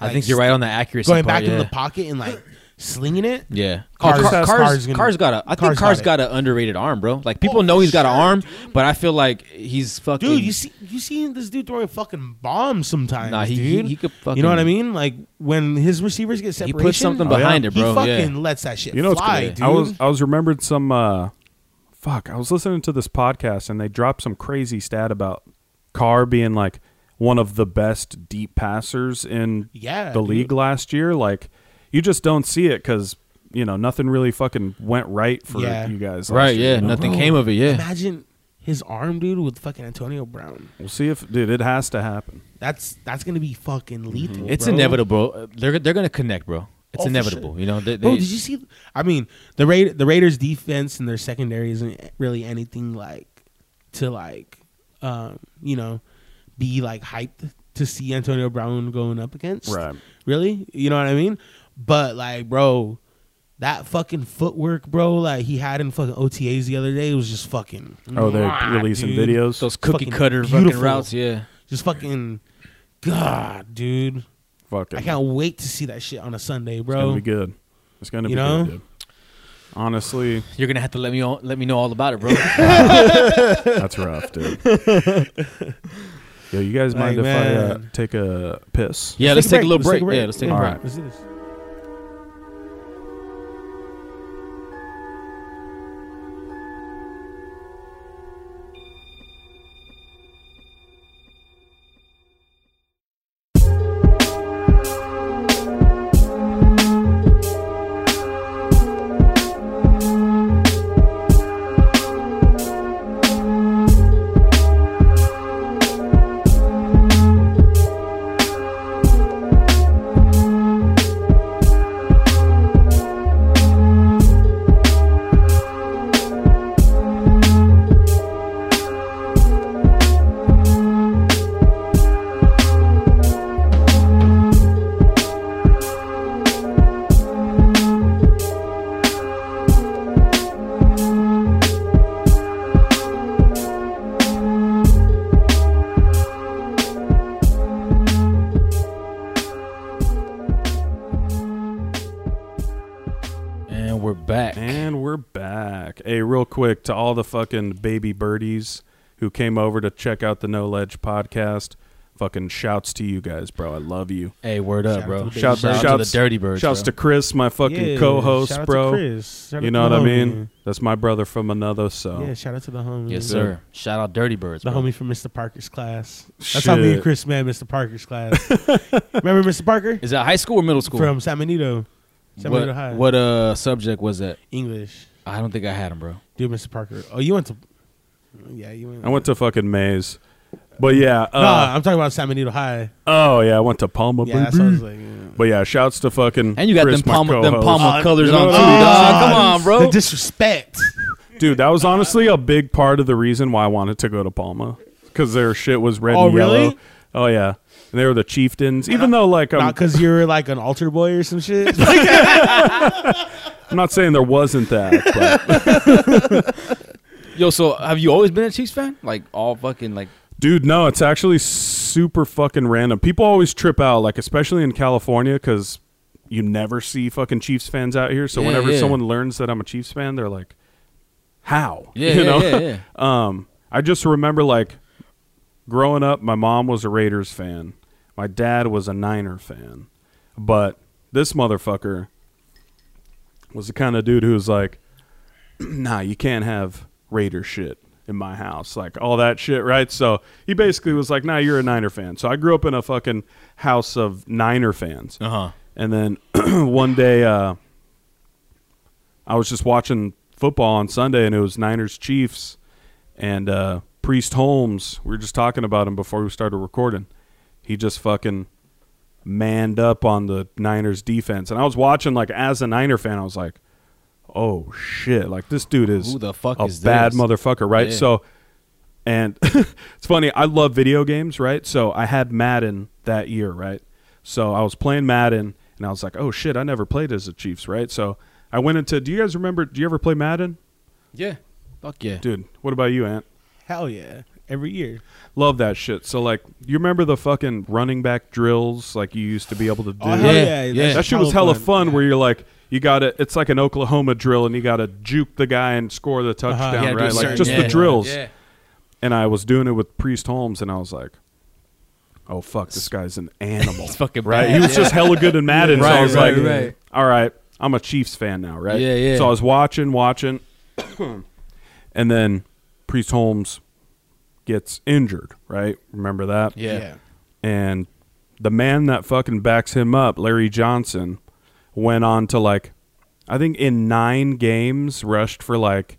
Speaker 1: I
Speaker 2: like,
Speaker 1: think you're right on the accuracy.
Speaker 2: Going
Speaker 1: part,
Speaker 2: back
Speaker 1: yeah.
Speaker 2: into the pocket and like slinging it.
Speaker 1: Yeah.
Speaker 2: Carr's-
Speaker 1: Car's, Car's,
Speaker 2: Carr's gonna-
Speaker 1: Carr's got a. I
Speaker 2: Carr's
Speaker 1: think Carr's
Speaker 2: got
Speaker 1: got an underrated arm, bro. Like people know he's got an arm, but I feel like he's fucking.
Speaker 2: Dude, you see, you see this dude throwing fucking bombs sometimes.
Speaker 1: Nah, he- he-
Speaker 2: dude.
Speaker 1: he could
Speaker 2: You know what I
Speaker 1: fucking-
Speaker 2: mean? Like when his receivers get
Speaker 1: he
Speaker 2: separation,
Speaker 1: puts something
Speaker 3: Oh, yeah.
Speaker 1: behind it, bro.
Speaker 2: He fucking
Speaker 1: yeah.
Speaker 2: lets that shit
Speaker 3: You know, it's
Speaker 2: fly,
Speaker 3: cool.
Speaker 2: dude.
Speaker 3: I was I was remembered some uh, fuck. I was listening to this podcast and they dropped some crazy stat about Carr being like one of the best deep passers in
Speaker 2: Yeah,
Speaker 3: the
Speaker 2: dude.
Speaker 3: league last year. Like you just don't see it because you know nothing really fucking went right for
Speaker 2: Yeah.
Speaker 3: you guys. last
Speaker 1: Right.
Speaker 3: year,
Speaker 1: Yeah.
Speaker 3: you know?
Speaker 1: Nothing came of it. Yeah.
Speaker 2: Imagine his arm, dude, with fucking Antonio Brown.
Speaker 3: We'll see if dude. It has to happen.
Speaker 2: That's that's gonna be fucking lethal.
Speaker 1: It's
Speaker 2: bro.
Speaker 1: inevitable. Uh, They're they're gonna connect, bro. It's
Speaker 2: Oh, for
Speaker 1: inevitable.
Speaker 2: sure.
Speaker 1: You know. They,
Speaker 2: Bro,
Speaker 1: they-
Speaker 2: did you see? I mean, the Ra- the Raiders' defense and their secondary isn't really anything like to like, um, you know, be like hyped to see Antonio Brown going up against.
Speaker 3: Right.
Speaker 2: Really, you know what I mean? But like, bro, that fucking footwork, bro, like he had in fucking OTAs the other day was just fucking.
Speaker 3: Oh, they're
Speaker 2: Mwah,
Speaker 3: releasing
Speaker 2: dude.
Speaker 3: videos.
Speaker 1: those cookie
Speaker 2: fucking
Speaker 1: cutter fucking
Speaker 2: beautiful.
Speaker 1: routes? Yeah.
Speaker 2: Just fucking, God, dude,
Speaker 3: fuck it.
Speaker 2: I can't wait to see that shit on a Sunday,
Speaker 3: It's gonna
Speaker 2: bro.
Speaker 3: be good. It's gonna
Speaker 2: You
Speaker 3: be
Speaker 2: know?
Speaker 3: good. Dude. Honestly,
Speaker 1: You're gonna have to let me all, let me know all about it, bro.
Speaker 3: that's rough, dude. Yo, you guys mind
Speaker 2: Like,
Speaker 3: if I uh,
Speaker 2: man.
Speaker 3: take a piss?
Speaker 1: yeah. Let's take a little break.
Speaker 2: Let's
Speaker 1: Yeah. Let's take a
Speaker 2: All
Speaker 1: break.
Speaker 2: right, Let's do this.
Speaker 1: And we're back.
Speaker 3: And we're back. Hey, real quick to all the fucking baby birdies who came over to check out the No Ledge podcast. fucking shouts to you guys, bro. I love you.
Speaker 5: Hey, word
Speaker 2: Shout
Speaker 5: up,
Speaker 2: out
Speaker 5: bro.
Speaker 2: to the
Speaker 5: Shout
Speaker 3: Shouts,
Speaker 2: Dirty
Speaker 5: out
Speaker 3: shouts,
Speaker 5: to the Dirty Birds.
Speaker 3: Shouts
Speaker 5: bro.
Speaker 3: to Chris, my fucking
Speaker 2: Yeah, shout
Speaker 3: co-host,
Speaker 2: out to
Speaker 3: bro.
Speaker 2: Chris. Shout out
Speaker 3: You
Speaker 2: to
Speaker 3: know what
Speaker 2: the
Speaker 3: I
Speaker 2: homie.
Speaker 3: mean? That's my brother from another. So
Speaker 2: Yeah, shout out to the homie.
Speaker 5: Yes, sir. Shout out Dirty Birds,
Speaker 2: The
Speaker 5: bro.
Speaker 2: homie from Mr. Parker's class. That's how me and
Speaker 3: Shit.
Speaker 2: Chris met Mr. Parker's class. Remember Mr. Parker?
Speaker 5: Is that high school or middle school?
Speaker 2: From San Benito. San Benito High.
Speaker 5: what, what uh subject was that?
Speaker 2: English.
Speaker 5: I don't think I had him, bro.
Speaker 2: Dude, Mr. Parker. Oh, you went to. Yeah, you went.
Speaker 3: I went to fucking Maze. But yeah,
Speaker 2: No,
Speaker 3: uh,
Speaker 2: I'm talking about San Benito High.
Speaker 3: oh yeah, I went to Palma,
Speaker 2: Yeah, that
Speaker 3: baby.
Speaker 2: sounds like. yeah.
Speaker 3: But yeah, shouts to fucking
Speaker 5: And you got
Speaker 3: Chris,
Speaker 5: them
Speaker 3: my
Speaker 5: Palma, them
Speaker 3: co-host.
Speaker 5: Palma
Speaker 2: Oh,
Speaker 5: colors
Speaker 3: you know
Speaker 5: on too.
Speaker 3: what I'm saying?
Speaker 5: dog. Come on, bro.
Speaker 2: The disrespect.
Speaker 3: dude. That was honestly a big part of the reason why I wanted to go to Palma because their shit was red
Speaker 2: Oh,
Speaker 3: and yellow.
Speaker 2: really?
Speaker 3: Oh yeah, and they were the chieftains. Even though like I'm,
Speaker 2: Not because you're like an altar boy or some shit.
Speaker 3: I'm not saying there wasn't that, but
Speaker 1: Yo, so have you always been a Chiefs fan? Like all fucking like
Speaker 3: dude, no, it's actually super fucking random. People always trip out, like especially in California, because you never see fucking Chiefs fans out here. So
Speaker 1: Yeah,
Speaker 3: whenever
Speaker 1: yeah.
Speaker 3: someone learns that I'm a Chiefs fan, they're like, "How?"
Speaker 1: yeah,
Speaker 3: you
Speaker 1: yeah,
Speaker 3: know.
Speaker 1: yeah, yeah.
Speaker 3: Um, I just remember like growing up, my mom was a Raiders fan. My dad was a Niner fan. But this motherfucker was the kind of dude who was like, nah, you can't have Raider shit in my house. Like all that shit, right? So he basically was like, nah, you're a Niner fan. So I grew up in a fucking house of Niner fans.
Speaker 1: Uh-huh.
Speaker 3: And then one day, uh, I was just watching football on Sunday, and it was Niners Chiefs, and uh, Priest Holmes. We were just talking about him before we started recording. He just fucking manned up on the Niners defense, and I was watching like as a Niner fan, I was like, "Oh shit! Like this dude is
Speaker 5: Who the fuck
Speaker 3: a
Speaker 5: is
Speaker 3: bad
Speaker 5: this?
Speaker 3: motherfucker, right?"
Speaker 5: Yeah.
Speaker 3: So, and it's funny. I love video games, right? So I had Madden that year, right? So I was playing Madden, and I was like, "Oh shit! I never played as the Chiefs, right?" So I went into. Do you guys remember? Do you ever play Madden,
Speaker 5: Yeah. Fuck yeah.
Speaker 3: dude? What about you, Ant?
Speaker 2: Hell yeah. Every year.
Speaker 3: Love that shit. So like, you remember the fucking running back drills like you used to be able to do?
Speaker 2: Oh, hell
Speaker 5: Yeah,
Speaker 2: yeah.
Speaker 5: yeah.
Speaker 3: That shit was hella fun. Where you're like, you got to It's like an Oklahoma drill, and you got to juke the guy and score the touchdown,
Speaker 2: You gotta do
Speaker 3: right? Like
Speaker 2: certain-
Speaker 3: just
Speaker 2: Uh-huh. yeah.
Speaker 3: the drills.
Speaker 5: Yeah.
Speaker 3: And I was doing it with Priest Holmes, and I was like, "Oh fuck, this guy's an animal."
Speaker 5: It's fucking
Speaker 3: right?
Speaker 5: bad.
Speaker 3: He was just hella good in Madden. so I
Speaker 5: Right,
Speaker 3: was
Speaker 5: right,
Speaker 3: like,
Speaker 5: right.
Speaker 3: all right, I'm a Chiefs fan now, right?
Speaker 5: Yeah, yeah.
Speaker 3: So I was watching, watching, and then Priest Holmes gets injured, right? Remember that?
Speaker 5: Yeah.
Speaker 3: And the man that fucking backs him up, Larry Johnson, went on to like, I think in nine games, rushed for like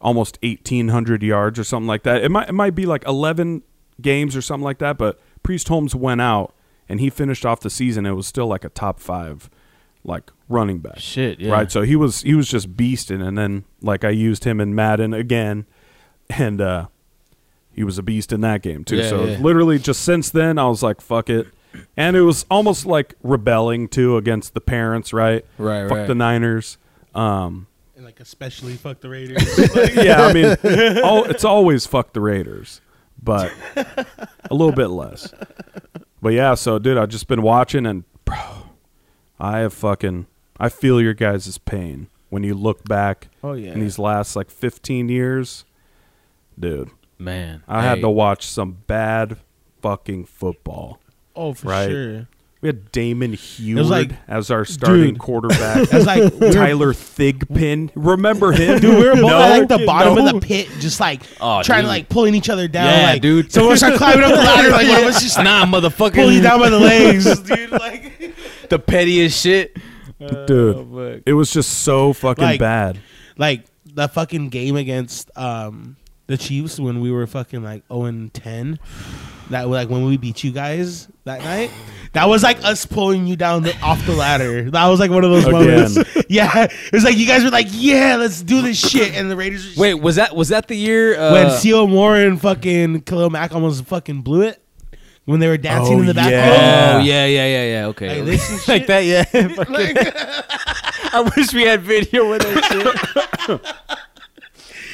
Speaker 3: almost 1,800 yards or something like that. It might, it might be like 11 games or something like that, but Priest Holmes went out and he finished off the season. It was still like a top five, like running back.
Speaker 5: Shit, yeah.
Speaker 3: Right. So he was, he was just beasting. And then like I used him in Madden again. And, uh, he was a beast in that game too.
Speaker 5: Yeah,
Speaker 3: so
Speaker 5: yeah.
Speaker 3: literally just since then I was like fuck it. And it was almost like rebelling too against the parents, right?
Speaker 5: Right,
Speaker 3: Fuck
Speaker 5: right.
Speaker 3: the Niners. Um
Speaker 2: And like, especially fuck the Raiders.
Speaker 3: yeah, I mean all, it's always fuck the Raiders, but a little bit less. But yeah, so dude, I've just been watching and bro, I have fucking I feel your guys' pain when you look back
Speaker 2: Oh, yeah.
Speaker 3: in these last like 15 years. Dude,
Speaker 5: Man.
Speaker 3: I had
Speaker 5: Hey.
Speaker 3: to watch some bad fucking football.
Speaker 2: oh, for
Speaker 3: Right.
Speaker 2: sure.
Speaker 3: We had Damon Heward
Speaker 2: like-
Speaker 3: as our starting
Speaker 2: dude.
Speaker 3: quarterback.
Speaker 2: It's like, we were,
Speaker 3: Tyler Thigpen, remember him?
Speaker 2: dude, we were both
Speaker 3: No.
Speaker 2: at like the bottom of the pit, just like
Speaker 5: Oh,
Speaker 2: trying to
Speaker 5: dude.
Speaker 2: like pulling each other down.
Speaker 5: Yeah,
Speaker 2: like,
Speaker 5: dude.
Speaker 2: So we're start climbing up the ladder, like one of us just like,
Speaker 5: nah, motherfucker.
Speaker 2: pull you down by the legs, dude. Like,
Speaker 5: the pettiest shit.
Speaker 3: dude. It was just so fucking
Speaker 2: Like-
Speaker 3: bad.
Speaker 2: like that fucking game against um the Chiefs when we were fucking like 0 and 10. That like when we beat you guys that night. That was like us pulling you down the, off the ladder. That was like one of those
Speaker 3: Again.
Speaker 2: moments. Yeah, it was like you guys were like, "Yeah, let's do this shit," and the Raiders. Were just,
Speaker 1: Wait, was that was that the year uh,
Speaker 2: when Seal Moore and fucking Khalil Mack almost fucking blew it when they were dancing
Speaker 3: Oh,
Speaker 2: in the back
Speaker 3: yeah.
Speaker 1: Oh yeah, yeah, yeah, yeah. Okay,
Speaker 2: Like this and
Speaker 1: Like
Speaker 2: shit.
Speaker 1: that, yeah.
Speaker 2: room. Like,
Speaker 1: I wish we had video with that shit.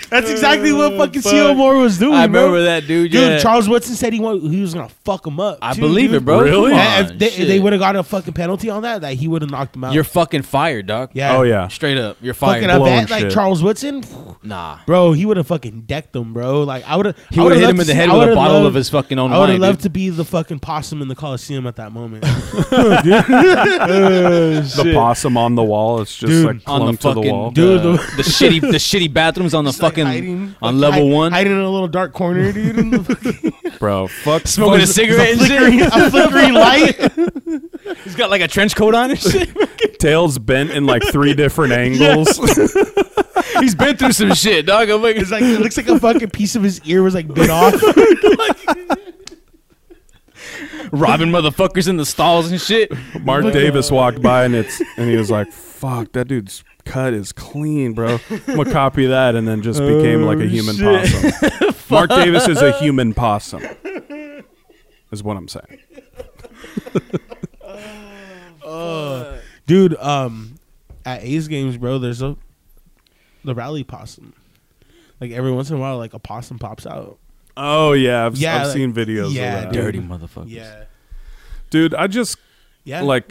Speaker 2: That's exactly what fucking
Speaker 1: fuck.
Speaker 2: Seal Moore was doing.
Speaker 1: I
Speaker 2: bro.
Speaker 1: remember that dude.
Speaker 2: Dude,
Speaker 1: yeah.
Speaker 2: Charles Woodson said he wa- he was gonna fuck him up.
Speaker 1: I
Speaker 2: too,
Speaker 1: believe
Speaker 2: dude.
Speaker 1: it, bro.
Speaker 3: Really?
Speaker 1: Come
Speaker 2: And
Speaker 1: on,
Speaker 2: if they,
Speaker 1: shit.
Speaker 2: they would have got a fucking penalty on that, like he would have knocked him out.
Speaker 1: You're fucking fired, dog.
Speaker 2: yeah,
Speaker 3: Oh yeah.
Speaker 1: Straight up, you're fired.
Speaker 2: fucking up
Speaker 3: blowing
Speaker 2: at, like
Speaker 3: shit.
Speaker 2: Charles Woodson, phew,
Speaker 1: Nah.
Speaker 2: bro. He would have fucking decked him, bro. Like I would have.
Speaker 5: He would have hit him in the head with a bottle of his fucking own
Speaker 2: I would
Speaker 5: wine.
Speaker 2: have loved
Speaker 5: Loved
Speaker 2: to be the fucking possum in the Coliseum at that moment.
Speaker 3: The possum on the wall. It's just
Speaker 2: Dude.
Speaker 3: like clung
Speaker 5: on the
Speaker 3: to
Speaker 5: fucking
Speaker 3: the wall.
Speaker 5: dude,
Speaker 2: Dude,
Speaker 5: the, shitty the shitty bathrooms on the
Speaker 2: Just, like,
Speaker 5: fucking
Speaker 2: hiding, like,
Speaker 5: on level
Speaker 2: hi-
Speaker 5: one,
Speaker 2: hiding in a little dark corner, dude. in the fucking-
Speaker 3: Bro, fuck
Speaker 5: smoking a cigarette and
Speaker 2: flickering,
Speaker 5: shit.
Speaker 2: a flickering light.
Speaker 5: He's got like a trench coat on and shit.
Speaker 3: tails bent in like three different angles.
Speaker 5: He's been through some shit, dog. I'm like,
Speaker 2: It's like it looks like a fucking piece of his ear was like bit off.
Speaker 5: robbing motherfuckers in the stalls and shit.
Speaker 3: Mark Davis walked by and it's and he was like, "Fuck, that dude's cut is clean, bro." I'm gonna copy that and then just became like
Speaker 2: Oh,
Speaker 3: a human possum. Mark Davis is a human possum, is what I'm saying.
Speaker 2: dude. Um, at A's games, bro, there's a the rally possum. Like every once in a while, like a possum pops out.
Speaker 3: Oh yeah, I've,
Speaker 2: Yeah,
Speaker 3: I've
Speaker 2: like-
Speaker 3: seen videos
Speaker 2: yeah,
Speaker 3: of that,
Speaker 5: Dirty motherfuckers.
Speaker 3: dude. I just
Speaker 2: yeah.
Speaker 3: like